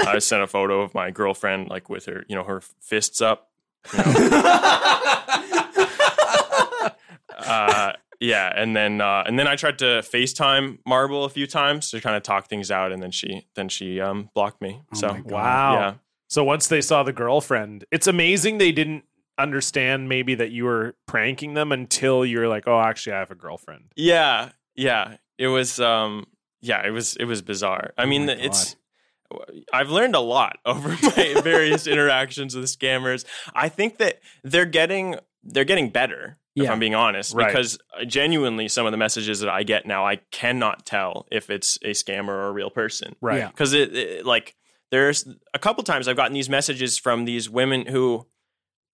[SPEAKER 3] i sent a photo of my girlfriend like with her you know her fists up you know. uh, yeah, and then uh, and then I tried to FaceTime Marble a few times to kind of talk things out, and then she then she um, blocked me. so
[SPEAKER 1] Wow.
[SPEAKER 3] yeah,
[SPEAKER 1] So once they saw the girlfriend, it's amazing they didn't understand maybe that you were pranking them until you're like, oh, actually, I have a girlfriend.
[SPEAKER 3] Yeah, yeah. It was um yeah, it was it was bizarre.
[SPEAKER 12] Oh
[SPEAKER 3] I mean, it's I've learned a lot over my various interactions with scammers. I think that they're getting they're getting better if
[SPEAKER 12] Yeah.
[SPEAKER 3] I'm being honest
[SPEAKER 12] Right.
[SPEAKER 3] because uh, genuinely some of the messages that I get now I cannot tell if it's a scammer or a real person.
[SPEAKER 12] Right. Yeah.
[SPEAKER 3] Cuz it, it like there's a couple times I've gotten these messages from these women who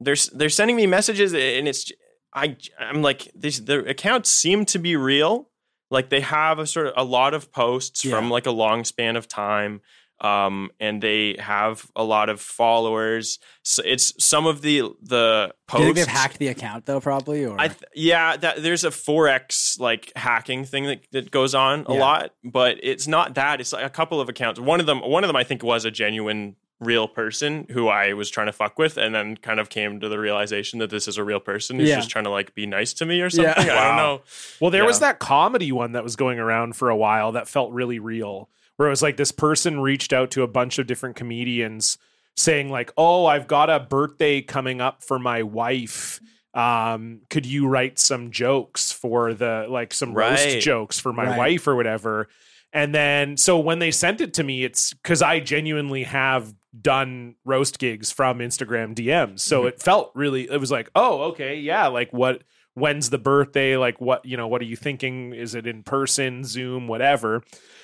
[SPEAKER 3] they're they're sending me messages and it's I I'm like these their accounts seem to be real. Like they have a sort of a lot of posts from like a long span of time. Um, and they have a lot of followers. So it's some of the the
[SPEAKER 2] Do you
[SPEAKER 3] posts.
[SPEAKER 2] think they've hacked the account though? Probably or
[SPEAKER 3] I th- yeah, that there's a forex like hacking thing that, that goes on a
[SPEAKER 2] Yeah.
[SPEAKER 3] lot, but it's not that. It's like a couple of accounts. One of them, one of them, I think was a genuine real person who I was trying to fuck with, and then kind of came to the realization that this is a real person who's
[SPEAKER 1] Yeah.
[SPEAKER 3] just trying to like be nice to me or something. I don't know.
[SPEAKER 1] Well, there
[SPEAKER 3] Yeah.
[SPEAKER 1] was that comedy one that was going around for a while that felt really real, where it was like this person reached out to a bunch of different comedians saying, like, oh, I've got a birthday coming up for my wife. Um, could you write some jokes for the like some roast
[SPEAKER 12] Right.
[SPEAKER 1] jokes for my
[SPEAKER 12] Right.
[SPEAKER 1] wife or whatever? And then so when they sent it to me, it's because I genuinely have done roast gigs from Instagram DMs.
[SPEAKER 12] Mm-hmm.
[SPEAKER 1] So it felt really it was like, oh, okay, yeah, like what when's the birthday? Like what, you know, what are you thinking? Is it in person, Zoom, whatever?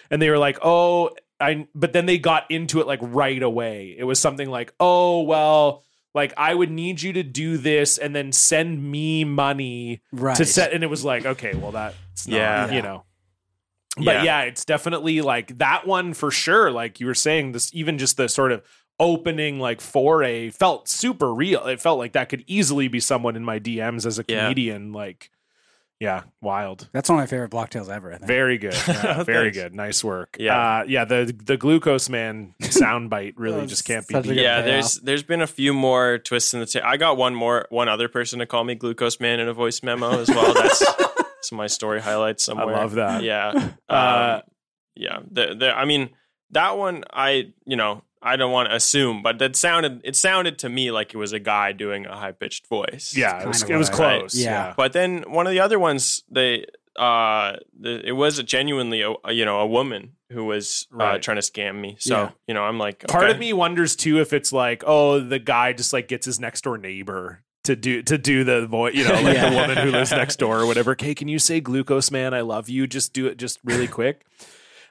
[SPEAKER 1] And they were like, oh, I but then they got into it like right away. It was something like, oh, well, like I would need you to do this and then send me money
[SPEAKER 2] Right.
[SPEAKER 1] to set and it was like, okay, well that's not,
[SPEAKER 3] Yeah.
[SPEAKER 1] you know. But yeah.
[SPEAKER 3] Yeah.
[SPEAKER 1] it's definitely like that one for sure. Like you were saying, this even just the sort of opening like foray felt super real. It felt like that could easily be someone in my DMs as a
[SPEAKER 2] Yeah.
[SPEAKER 1] comedian. Like, yeah, wild.
[SPEAKER 2] That's one of my favorite blocktails ever. I think.
[SPEAKER 1] Very good. Yeah, very
[SPEAKER 2] Thanks.
[SPEAKER 1] good. Nice work.
[SPEAKER 3] Yeah.
[SPEAKER 1] Uh, yeah. The the glucose man soundbite really just can't be beat.
[SPEAKER 3] yeah, there's there's been a few more twists in the tail. I got one more one other person to call me glucose man in a voice memo as well. That's it's my story highlight somewhere.
[SPEAKER 1] love that. Uh,
[SPEAKER 3] Yeah. Um, yeah. The, the, I mean that one I you know, I don't want to assume, but that sounded it sounded to me like it was a guy doing a high pitched voice.
[SPEAKER 1] Yeah, it was- Kinda it was what I- close, yeah. yeah.
[SPEAKER 3] But then one of the other ones they uh the, it was genuinely a, a, you know a woman who was uh,
[SPEAKER 1] Right.
[SPEAKER 3] trying to scam me. So,
[SPEAKER 1] Yeah.
[SPEAKER 3] you know, I'm like
[SPEAKER 1] Part
[SPEAKER 3] okay.
[SPEAKER 1] of me wonders too if it's like, oh, the guy just like gets his next door neighbor to do to do the voice, you know, like
[SPEAKER 12] Yeah.
[SPEAKER 1] the woman who lives next door or whatever. Hey, can you say glucose man? I love you. Just do it just really quick.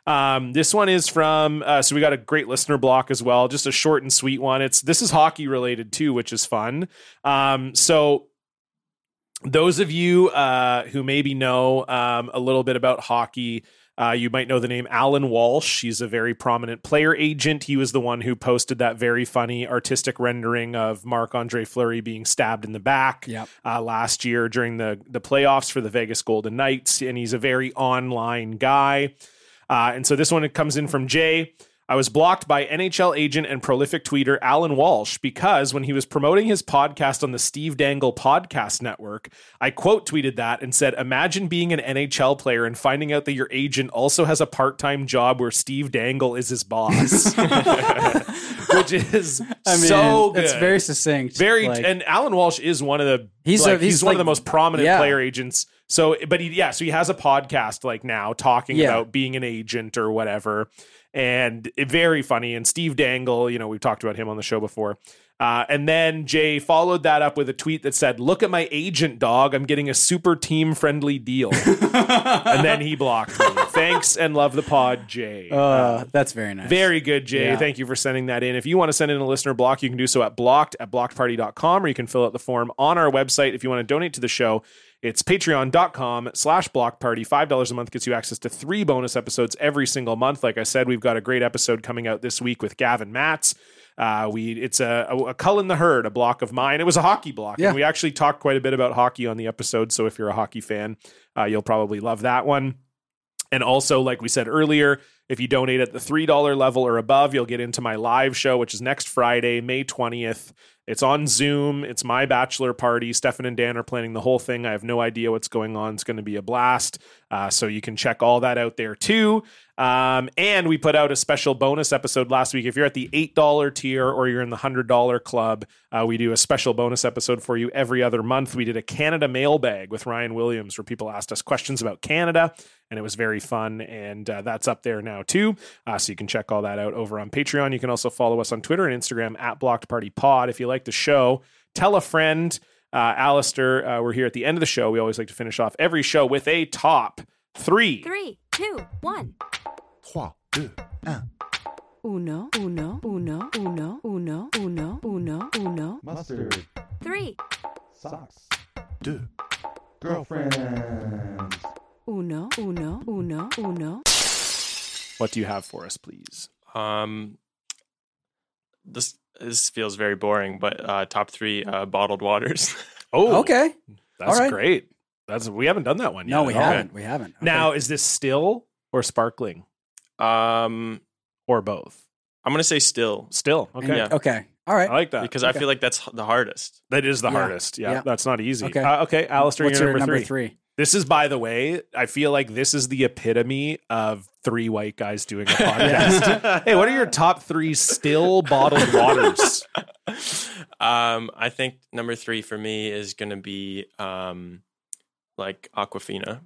[SPEAKER 1] Um, this one is from uh, so we got a great listener block as well, just a short and sweet one. It's this is hockey related too, which is fun. Um, so those of you uh, who maybe know um, a little bit about hockey, uh, you might know the name Alan Walsh. He's a very prominent player agent. He was the one who posted that very funny artistic rendering of Marc Andre Fleury being stabbed in the back
[SPEAKER 2] Yep.
[SPEAKER 1] uh, last year during the, the playoffs for the Vegas Golden Knights. And he's a very online guy. Uh, and so this one comes in from Jay. I was blocked by NHL agent and prolific tweeter Alan Walsh because when he was promoting his podcast on the Steve Dangle Podcast Network, I quote tweeted that and said, Imagine being an NHL player and finding out that your agent also has a part time job where Steve Dangle is his boss. Which is
[SPEAKER 2] I mean,
[SPEAKER 1] so good.
[SPEAKER 2] it's very succinct.
[SPEAKER 1] Very
[SPEAKER 2] like-
[SPEAKER 1] and Alan Walsh is one of the he's
[SPEAKER 2] He's a-
[SPEAKER 1] like, he's,
[SPEAKER 2] he's
[SPEAKER 1] one of
[SPEAKER 2] like-
[SPEAKER 1] the most prominent
[SPEAKER 2] yeah.
[SPEAKER 1] player agents. So, but he yeah, so he has a podcast like now talking
[SPEAKER 2] Yeah.
[SPEAKER 1] about being an agent or whatever, and it- very funny. And Steve Dangle, you know, we've talked about him on the show before. Uh, and then Jay followed that up with a tweet that said, "Look at my agent, dog. I'm getting a super team friendly deal." and then he blocked me. Thanks and love the pod, Jay.
[SPEAKER 2] Uh, that's very nice.
[SPEAKER 1] Very good, Jay.
[SPEAKER 2] Yeah.
[SPEAKER 1] Thank you for sending that in. If you want to send in a listener block, you can do so at blocked at blockedparty.com or you can fill out the form on our website. If you want to donate to the show, it's patreon.com slash blockparty. $5 a month gets you access to three bonus episodes every single month. Like I said, we've got a great episode coming out this week with Gavin Matz. Uh, we it's a, a, a Cullen the Herd, a block of mine. It was a hockey block,
[SPEAKER 2] Yeah.
[SPEAKER 1] and we actually talked quite a bit about hockey on the episode. So if you're a hockey fan, uh, you'll probably love that one. And also, like we said earlier, if you donate at the $3 level or above, you'll get into my live show, which is next Friday, May 20th It's on Zoom. It's my bachelor party. Stefan and Dan are planning the whole thing. I have no idea what's going on. It's going to be a blast. Uh, so you can check all that out there too. Um, and we put out a special bonus episode last week. If you're at the $8 tier or you're in the $100 club, uh, we do a special bonus episode for you every other month. We did a Canada mailbag with Ryan Williams where people asked us questions about Canada and it was very fun. And uh, that's up there now too. Uh, so you can check all that out over on Patreon. You can also follow us on Twitter and Instagram at Blocked Party Pod. If you like the show, tell a friend. Uh, Alistair, uh, we're here at the end of the show. We always like to finish off every show with a top three.
[SPEAKER 12] Three, two, one. Uno, uno, uno, uno, uno, uno, uno, uno.
[SPEAKER 13] Mustard.
[SPEAKER 12] Three.
[SPEAKER 13] Socks. Girlfriend.
[SPEAKER 12] Uno, uno, uno, uno.
[SPEAKER 1] What do you have for us, please?
[SPEAKER 3] Um, this this feels very boring, but uh, top three uh, bottled waters.
[SPEAKER 1] Oh,
[SPEAKER 2] okay.
[SPEAKER 1] That's
[SPEAKER 2] All right.
[SPEAKER 1] great. That's we haven't done that one yet.
[SPEAKER 2] No, we
[SPEAKER 1] at all.
[SPEAKER 2] haven't. We haven't.
[SPEAKER 1] Now, is this still or sparkling?
[SPEAKER 3] Um,
[SPEAKER 1] or both?
[SPEAKER 3] I'm gonna say still,
[SPEAKER 1] still. Okay. Uh,
[SPEAKER 3] Yeah.
[SPEAKER 2] Okay. All right.
[SPEAKER 1] I like that
[SPEAKER 3] because
[SPEAKER 1] Okay.
[SPEAKER 3] I feel like that's h- the hardest.
[SPEAKER 1] That is the
[SPEAKER 3] Yeah.
[SPEAKER 1] hardest. Yeah,
[SPEAKER 3] Yeah.
[SPEAKER 1] that's not easy.
[SPEAKER 3] Okay.
[SPEAKER 1] Okay, uh, okay Alistair,
[SPEAKER 2] What's
[SPEAKER 1] you're
[SPEAKER 2] your
[SPEAKER 1] number,
[SPEAKER 2] number
[SPEAKER 1] three.
[SPEAKER 2] three?
[SPEAKER 1] This is, by the way, I feel like this is the epitome of three white guys doing a podcast. hey, what are your top three still bottled waters?
[SPEAKER 3] Um, I think number three for me is gonna be um, like Aquafina.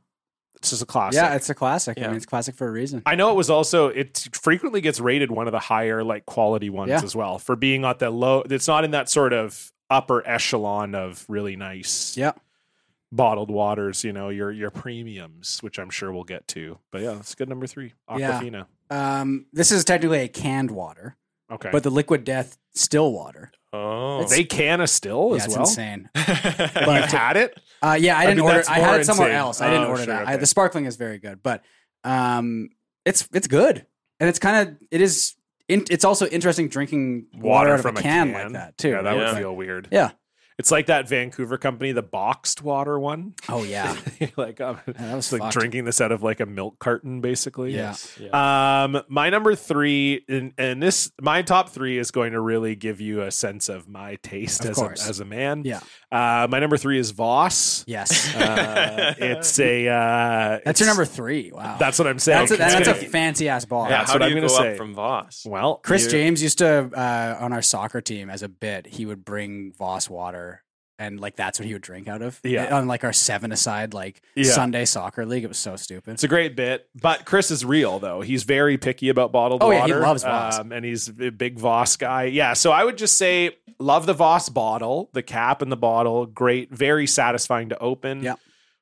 [SPEAKER 1] This is a classic.
[SPEAKER 2] Yeah, it's a classic. I
[SPEAKER 1] Yeah.
[SPEAKER 2] mean, it's classic for a reason.
[SPEAKER 1] I know it was also it frequently gets rated one of the higher like quality ones
[SPEAKER 2] Yeah.
[SPEAKER 1] as well for being at the low. It's not in that sort of upper echelon of really nice
[SPEAKER 2] yeah
[SPEAKER 1] bottled waters. You know your your premiums, which I'm sure we'll get to. But yeah, it's good number three.
[SPEAKER 2] Yeah.
[SPEAKER 1] Aquafina.
[SPEAKER 2] Um, this is technically a canned water.
[SPEAKER 1] Okay.
[SPEAKER 2] But the liquid death still water.
[SPEAKER 3] Oh,
[SPEAKER 2] It's-
[SPEAKER 1] they can a still
[SPEAKER 2] Yeah,
[SPEAKER 1] Oh, as
[SPEAKER 2] it's
[SPEAKER 1] well.
[SPEAKER 2] insane.
[SPEAKER 1] But You've had it.
[SPEAKER 2] Uh, yeah, I
[SPEAKER 1] I
[SPEAKER 2] didn't
[SPEAKER 1] mean,
[SPEAKER 2] order.
[SPEAKER 1] that's
[SPEAKER 2] I had it somewhere
[SPEAKER 1] more insane.
[SPEAKER 2] else. I didn't
[SPEAKER 1] Oh,
[SPEAKER 2] order
[SPEAKER 1] sure,
[SPEAKER 2] that. I,
[SPEAKER 1] okay.
[SPEAKER 2] the sparkling is very good, but um, it's it's good and it's kind of it is. In, it's also interesting drinking water, out of
[SPEAKER 1] from
[SPEAKER 2] a can, like that too.
[SPEAKER 1] Yeah, that
[SPEAKER 2] right?
[SPEAKER 1] would
[SPEAKER 2] Like-
[SPEAKER 1] feel weird.
[SPEAKER 2] Yeah.
[SPEAKER 1] It's like that Vancouver company, the boxed water one.
[SPEAKER 2] Oh yeah.
[SPEAKER 1] You're like um,
[SPEAKER 2] was
[SPEAKER 1] it's like
[SPEAKER 2] fucked.
[SPEAKER 1] drinking this out of like a milk carton, basically.
[SPEAKER 2] Yeah.
[SPEAKER 1] Um, my number three, and, and this my top three is going to really give you a sense of my taste
[SPEAKER 2] Of
[SPEAKER 1] as a,
[SPEAKER 2] course.
[SPEAKER 1] as a man.
[SPEAKER 2] Yeah.
[SPEAKER 1] Uh, my number three is Voss.
[SPEAKER 2] Yes.
[SPEAKER 1] Uh, it's a. Uh,
[SPEAKER 2] That's your number three. Wow.
[SPEAKER 1] That's what I'm saying.
[SPEAKER 2] That's a, that's a
[SPEAKER 1] Okay.
[SPEAKER 2] fancy ass bar.
[SPEAKER 1] Yeah, That's how what do I'm you gonna go up say.
[SPEAKER 3] from Voss?
[SPEAKER 1] Well,
[SPEAKER 2] Chris
[SPEAKER 1] you-
[SPEAKER 2] James used to uh, on our soccer team as a bit. He would bring Voss water, and like that's what he would drink out of.
[SPEAKER 1] Yeah.
[SPEAKER 2] on like our seven aside like
[SPEAKER 1] Yeah.
[SPEAKER 2] Sunday soccer league. It was so stupid.
[SPEAKER 1] It's a great bit, but Chris is real though. He's very picky about bottled
[SPEAKER 2] Oh,
[SPEAKER 1] water.
[SPEAKER 2] yeah, he loves Voss.
[SPEAKER 1] um, and he's a big Voss guy. Yeah, so I would just say love the Voss bottle, the cap and the bottle. Great, very satisfying to open.
[SPEAKER 2] Yeah.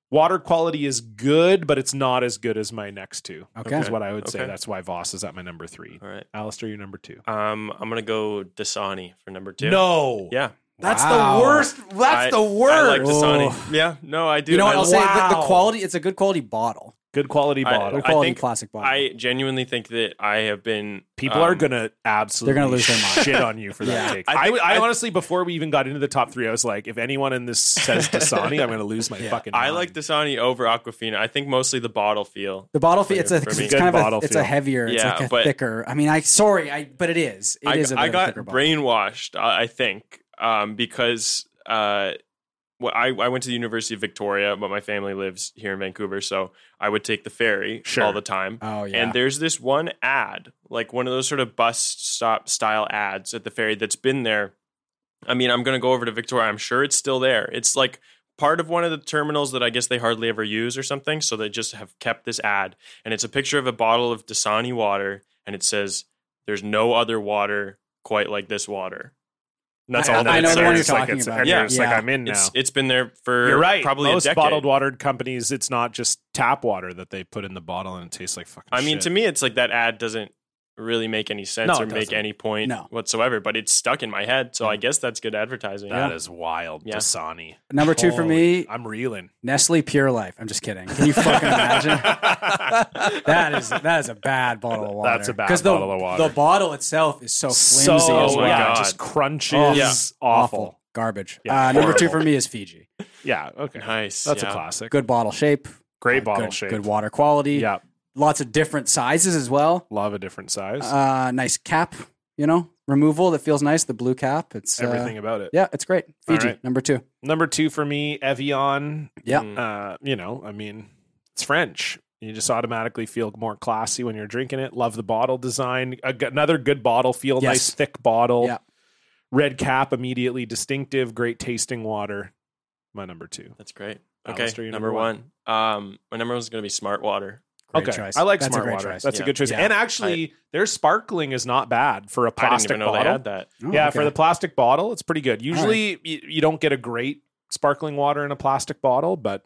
[SPEAKER 1] Water quality is good, but it's not as good as my next two.
[SPEAKER 2] Okay.
[SPEAKER 1] is what I would say.
[SPEAKER 3] Okay.
[SPEAKER 1] That's why Voss is at my number three.
[SPEAKER 3] All right,
[SPEAKER 1] Alistair, you're number two.
[SPEAKER 3] Um, I'm gonna go Dasani for number two.
[SPEAKER 1] No,
[SPEAKER 3] yeah,
[SPEAKER 2] That's the Wow. worst- that's
[SPEAKER 3] I-
[SPEAKER 2] the worst.
[SPEAKER 3] I like Dasani.
[SPEAKER 2] Oh.
[SPEAKER 3] Yeah, no, I do.
[SPEAKER 2] you know
[SPEAKER 3] I
[SPEAKER 2] what? I'll
[SPEAKER 3] love-
[SPEAKER 2] say the, the quality. It's a good quality bottle.
[SPEAKER 1] Good quality
[SPEAKER 3] I-
[SPEAKER 1] bottle.
[SPEAKER 2] Good
[SPEAKER 3] I
[SPEAKER 2] quality
[SPEAKER 3] think
[SPEAKER 2] plastic bottle.
[SPEAKER 3] I genuinely think that I have been.
[SPEAKER 1] People are
[SPEAKER 3] um,
[SPEAKER 1] gonna absolutely
[SPEAKER 2] They're gonna lose their mind.
[SPEAKER 1] shit on you for that
[SPEAKER 2] Yeah.
[SPEAKER 1] take.
[SPEAKER 3] I
[SPEAKER 1] I,
[SPEAKER 3] think-
[SPEAKER 1] I,
[SPEAKER 3] I-
[SPEAKER 1] honestly, before we even got into the top three, I was like, if anyone in this says Dasani, I'm gonna lose my fucking.
[SPEAKER 3] I
[SPEAKER 1] mind.
[SPEAKER 3] like Dasani over Aquafina. I think mostly the bottle feel.
[SPEAKER 2] the bottle feel. It's a.
[SPEAKER 3] for
[SPEAKER 2] It's
[SPEAKER 3] me.
[SPEAKER 2] kind of
[SPEAKER 1] Good
[SPEAKER 2] a.
[SPEAKER 1] bottle
[SPEAKER 2] It's a
[SPEAKER 1] feel.
[SPEAKER 2] heavier. It's
[SPEAKER 3] Yeah,
[SPEAKER 2] like a
[SPEAKER 3] but-
[SPEAKER 2] thicker. I mean, I sorry, I but it is. It
[SPEAKER 3] I,
[SPEAKER 2] is a bit
[SPEAKER 3] I
[SPEAKER 2] of a
[SPEAKER 3] got
[SPEAKER 2] thicker bottle.
[SPEAKER 3] brainwashed. uh, I, I think um, because uh, well, I I went to the University of Victoria, but my family lives here in Vancouver, so I would take the ferry
[SPEAKER 1] Sure.
[SPEAKER 3] all the time.
[SPEAKER 2] Oh yeah.
[SPEAKER 3] And there's this one ad, like one of those sort of bus stop style ads at the ferry that's been there. I mean, I'm going to go over to Victoria. I'm sure it's still there. It's like part of one of the terminals that I guess they hardly ever use or something. So they just have kept this ad. And it's a picture of a bottle of Dasani water. And it says, there's no other water quite like this water.
[SPEAKER 1] And that's
[SPEAKER 2] I-
[SPEAKER 1] all. that
[SPEAKER 2] I know
[SPEAKER 1] it
[SPEAKER 2] the
[SPEAKER 1] says.
[SPEAKER 2] one you're
[SPEAKER 1] It's like
[SPEAKER 2] talking
[SPEAKER 1] it's-
[SPEAKER 2] about.
[SPEAKER 1] and
[SPEAKER 3] Yeah.
[SPEAKER 1] it's like
[SPEAKER 2] Yeah.
[SPEAKER 1] I'm in now.
[SPEAKER 3] It's, it's been there for
[SPEAKER 1] you're right.
[SPEAKER 3] probably
[SPEAKER 1] Most
[SPEAKER 3] a decade.
[SPEAKER 1] bottled water companies, it's not just tap water that they put in the bottle and it tastes like fucking.
[SPEAKER 3] I mean,
[SPEAKER 1] shit.
[SPEAKER 3] to me, it's like that ad doesn't really make any sense
[SPEAKER 1] No,
[SPEAKER 3] or
[SPEAKER 1] it
[SPEAKER 3] make
[SPEAKER 1] doesn't. Mm.
[SPEAKER 3] any point
[SPEAKER 2] No.
[SPEAKER 3] whatsoever, but it's stuck in my head. So I guess that's good advertising.
[SPEAKER 1] that is
[SPEAKER 2] Yeah.
[SPEAKER 1] wild.
[SPEAKER 3] Yeah.
[SPEAKER 1] Dasani.
[SPEAKER 2] Number two for
[SPEAKER 1] Holy-
[SPEAKER 2] me-
[SPEAKER 1] I'm reeling.
[SPEAKER 2] Nestle Pure Life. I'm just kidding. Can you fucking imagine? that is that is a bad bottle of water.
[SPEAKER 1] That's a bad
[SPEAKER 2] 'Cause the,
[SPEAKER 1] bottle of water.
[SPEAKER 2] The bottle itself is so flimsy.
[SPEAKER 1] So
[SPEAKER 2] as well.
[SPEAKER 1] yeah,
[SPEAKER 3] God.
[SPEAKER 1] just crunches.
[SPEAKER 2] Oh,
[SPEAKER 3] yeah.
[SPEAKER 1] Awful.
[SPEAKER 2] garbage.
[SPEAKER 1] Yeah,
[SPEAKER 2] uh, number two
[SPEAKER 1] horrible.
[SPEAKER 2] for me is Fiji.
[SPEAKER 1] Yeah. Okay.
[SPEAKER 3] Nice.
[SPEAKER 1] That's
[SPEAKER 3] yeah.
[SPEAKER 1] a classic.
[SPEAKER 2] Good bottle shape.
[SPEAKER 1] Great
[SPEAKER 2] uh,
[SPEAKER 1] bottle
[SPEAKER 2] good,
[SPEAKER 1] shape.
[SPEAKER 2] Good water quality.
[SPEAKER 1] Yeah.
[SPEAKER 2] Lots of different sizes as well.
[SPEAKER 1] Love a different size.
[SPEAKER 2] Uh, nice cap. You know, removal that feels nice. The blue cap. It's uh,
[SPEAKER 1] Everything about it.
[SPEAKER 2] Yeah, it's great.
[SPEAKER 1] All
[SPEAKER 2] Fiji
[SPEAKER 1] right.
[SPEAKER 2] number two.
[SPEAKER 1] Number two for me, Evian.
[SPEAKER 2] Yeah.
[SPEAKER 1] Uh, you know, I mean, it's French. You just automatically feel more classy when you're drinking it. Love the bottle design. A g- another good bottle feel,
[SPEAKER 2] Yes.
[SPEAKER 1] nice thick bottle.
[SPEAKER 2] Yeah.
[SPEAKER 1] Red cap, immediately distinctive, great tasting water. My number two.
[SPEAKER 3] That's great. Okay,
[SPEAKER 1] Alistair, your
[SPEAKER 3] number,
[SPEAKER 1] number
[SPEAKER 3] one. Um, my number one's going to be Smart Water.
[SPEAKER 1] okay, I like
[SPEAKER 2] That's a
[SPEAKER 1] smart
[SPEAKER 2] great
[SPEAKER 1] water.
[SPEAKER 2] choice.
[SPEAKER 1] That's
[SPEAKER 3] Yeah.
[SPEAKER 1] a good choice.
[SPEAKER 3] Yeah.
[SPEAKER 1] And actually, their sparkling is not bad for a
[SPEAKER 3] I didn't
[SPEAKER 1] plastic
[SPEAKER 3] even know
[SPEAKER 1] bottle.
[SPEAKER 3] they had that.
[SPEAKER 2] Oh,
[SPEAKER 1] yeah,
[SPEAKER 2] okay.
[SPEAKER 1] for the plastic bottle, it's pretty good. Usually, you, you don't get a great sparkling water in a plastic bottle, but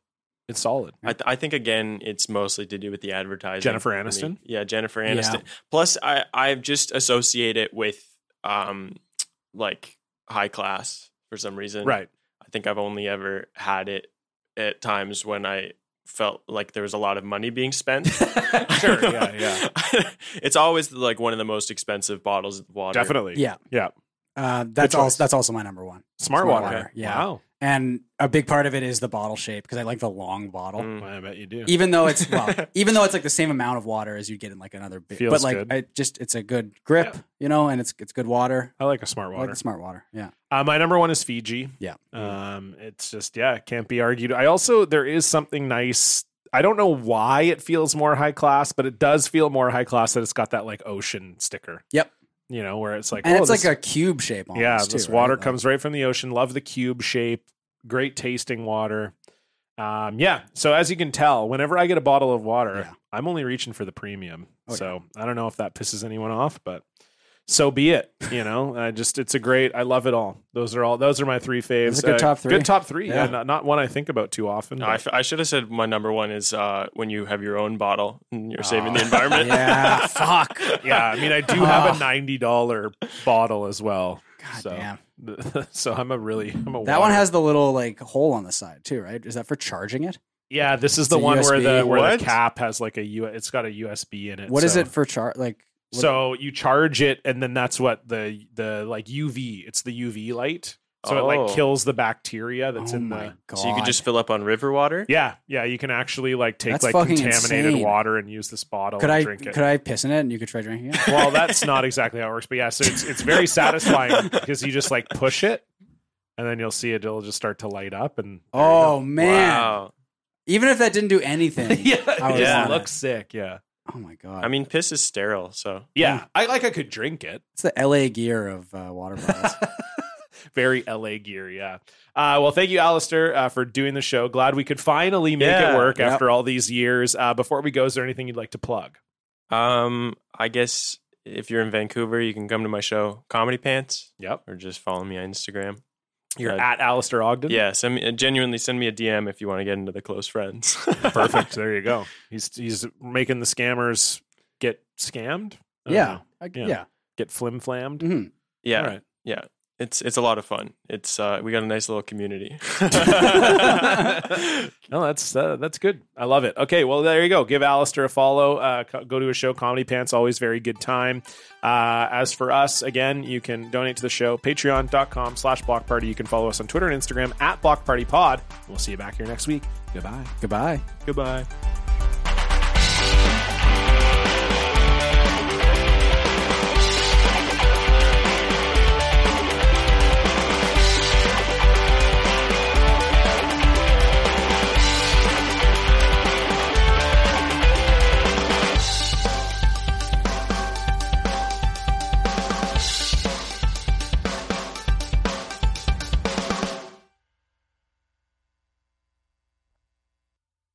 [SPEAKER 1] it's solid.
[SPEAKER 3] I, th- I think again, it's mostly to do with the advertising.
[SPEAKER 1] Jennifer
[SPEAKER 3] I mean,
[SPEAKER 1] Aniston?
[SPEAKER 3] yeah, Jennifer
[SPEAKER 2] Yeah.
[SPEAKER 3] Aniston. Plus, I I just associate it with um like high class for some reason.
[SPEAKER 1] Right.
[SPEAKER 3] I think I've only ever had it at times when I felt like there was a lot of money being spent.
[SPEAKER 1] Sure, yeah, yeah.
[SPEAKER 3] it's always like one of the most expensive bottles of water.
[SPEAKER 1] Definitely.
[SPEAKER 2] Yeah.
[SPEAKER 1] Yeah.
[SPEAKER 2] Uh, that's
[SPEAKER 1] Good
[SPEAKER 2] also
[SPEAKER 1] choice.
[SPEAKER 2] that's also my number one.
[SPEAKER 1] Smart,
[SPEAKER 2] Smart
[SPEAKER 1] water.
[SPEAKER 2] water, yeah.
[SPEAKER 1] Wow.
[SPEAKER 2] And a big part of it is the bottle shape because I like the long bottle.
[SPEAKER 3] Mm.
[SPEAKER 1] I bet you do.
[SPEAKER 2] Even though it's well, even though it's like the same amount of water as you would get in like another big,
[SPEAKER 1] Feels
[SPEAKER 2] but like
[SPEAKER 1] good.
[SPEAKER 2] I just it's a good grip, you know, and it's it's good water.
[SPEAKER 1] I like a smart
[SPEAKER 2] I like
[SPEAKER 1] water.
[SPEAKER 2] the smart water. Yeah.
[SPEAKER 1] Uh, my number one is Fiji.
[SPEAKER 2] Yeah.
[SPEAKER 1] Um, it's just yeah, it can't be argued. I also there is something nice. I don't know why it feels more high class, but it does feel more high class that it's got that like ocean sticker.
[SPEAKER 2] Yep.
[SPEAKER 1] You know where it's like oh,
[SPEAKER 2] and it's
[SPEAKER 1] this,
[SPEAKER 2] like a cube shape almost.
[SPEAKER 1] yeah,
[SPEAKER 2] too,
[SPEAKER 1] this
[SPEAKER 2] right?
[SPEAKER 1] water
[SPEAKER 2] Like-
[SPEAKER 1] comes right from the ocean. Love the cube shape. Great tasting water. Um, yeah. So as you can tell, whenever I get a bottle of water,
[SPEAKER 2] Yeah.
[SPEAKER 1] I'm only reaching for the premium.
[SPEAKER 2] Oh, yeah.
[SPEAKER 1] so I don't know if that pisses anyone off, but so be it. You know, I just it's a great. I love it all. Those are all. Those are my three faves. Uh,
[SPEAKER 2] a good top three.
[SPEAKER 1] Good top three. Yeah.
[SPEAKER 2] Yeah.
[SPEAKER 1] not, not one I think about too often.
[SPEAKER 3] No, I,
[SPEAKER 1] but-
[SPEAKER 3] f- I should have said my number one is uh, when you have your own bottle and you're saving
[SPEAKER 1] Oh,
[SPEAKER 3] the environment.
[SPEAKER 2] oh, Yeah. fuck.
[SPEAKER 1] yeah. I mean, I do have a ninety dollar bottle as well. God so,
[SPEAKER 2] damn.
[SPEAKER 1] so I'm a really I'm a
[SPEAKER 2] That one
[SPEAKER 1] water-
[SPEAKER 2] has the little like hole on the side too, right? Is that for charging it?
[SPEAKER 1] Yeah, this is the
[SPEAKER 2] It's a
[SPEAKER 1] one where the
[SPEAKER 2] USB.
[SPEAKER 1] where
[SPEAKER 3] What?
[SPEAKER 1] the cap has like a U. It's got a USB in it.
[SPEAKER 2] What is
[SPEAKER 1] so.
[SPEAKER 2] it for char? Like what-
[SPEAKER 1] So you charge it, and then that's what the the like UV. It's the UV light, so it
[SPEAKER 3] Oh.
[SPEAKER 1] like kills the bacteria that's
[SPEAKER 2] oh
[SPEAKER 1] in
[SPEAKER 2] my
[SPEAKER 1] the.
[SPEAKER 2] god.
[SPEAKER 3] So you could just fill up on river water.
[SPEAKER 1] Yeah, yeah. You can actually like take
[SPEAKER 2] That's
[SPEAKER 1] like
[SPEAKER 2] fucking
[SPEAKER 1] contaminated
[SPEAKER 2] insane.
[SPEAKER 1] water and use this bottle
[SPEAKER 2] could
[SPEAKER 1] and
[SPEAKER 2] I
[SPEAKER 1] drink it.
[SPEAKER 2] could I piss in it and you could try drinking it?
[SPEAKER 1] well, that's not exactly how it works, but yeah. So it's it's very satisfying because you just like push it, and then you'll see it. It'll just start to light up, and there you
[SPEAKER 2] oh
[SPEAKER 1] go.
[SPEAKER 2] man.
[SPEAKER 3] Wow.
[SPEAKER 2] Even if that didn't do anything. I
[SPEAKER 1] yeah, it
[SPEAKER 2] would
[SPEAKER 1] just
[SPEAKER 2] want it.
[SPEAKER 1] looks sick. Yeah,
[SPEAKER 2] Oh my god.
[SPEAKER 3] I mean, piss is sterile, so
[SPEAKER 1] yeah. I like. I could drink it.
[SPEAKER 2] it's the LA gear of uh, water bottles.
[SPEAKER 1] Very LA gear, yeah. Uh, well, thank you, Alistair, uh, for doing the show. Glad we could finally make
[SPEAKER 3] Yeah,
[SPEAKER 1] it work
[SPEAKER 2] yep.
[SPEAKER 1] after all these years. Uh, before we go, is there anything you'd like to plug?
[SPEAKER 3] Um, I guess if you're in Vancouver, you can come to my show, Comedy Pants,
[SPEAKER 1] Yep.
[SPEAKER 3] or just follow me on Instagram.
[SPEAKER 1] You're
[SPEAKER 3] Uh,
[SPEAKER 1] at Alistair Ogden.
[SPEAKER 3] yeah. Send me, genuinely send me a DM if you want to get into the close friends.
[SPEAKER 1] Perfect. there you go. He's he's making the scammers get scammed. I don't
[SPEAKER 2] yeah.
[SPEAKER 1] know.
[SPEAKER 2] I-
[SPEAKER 1] Yeah.
[SPEAKER 2] yeah.
[SPEAKER 1] Get flim flammed.
[SPEAKER 2] Mhm.
[SPEAKER 3] Mm, yeah,
[SPEAKER 1] All right.
[SPEAKER 3] yeah. It's it's a lot of fun. It's uh, we got a nice little community.
[SPEAKER 1] No, that's uh, that's good. I love it. Okay, well there you go. Give Alistair a follow. Uh, co- go to a show. Comedy Pants always very good time. Uh, as for us, again, you can donate to the show. Patreon.com slash Block Party. You can follow us on Twitter and Instagram at Block Party Pod. We'll see you back here next week. Goodbye.
[SPEAKER 2] Goodbye.
[SPEAKER 1] Goodbye.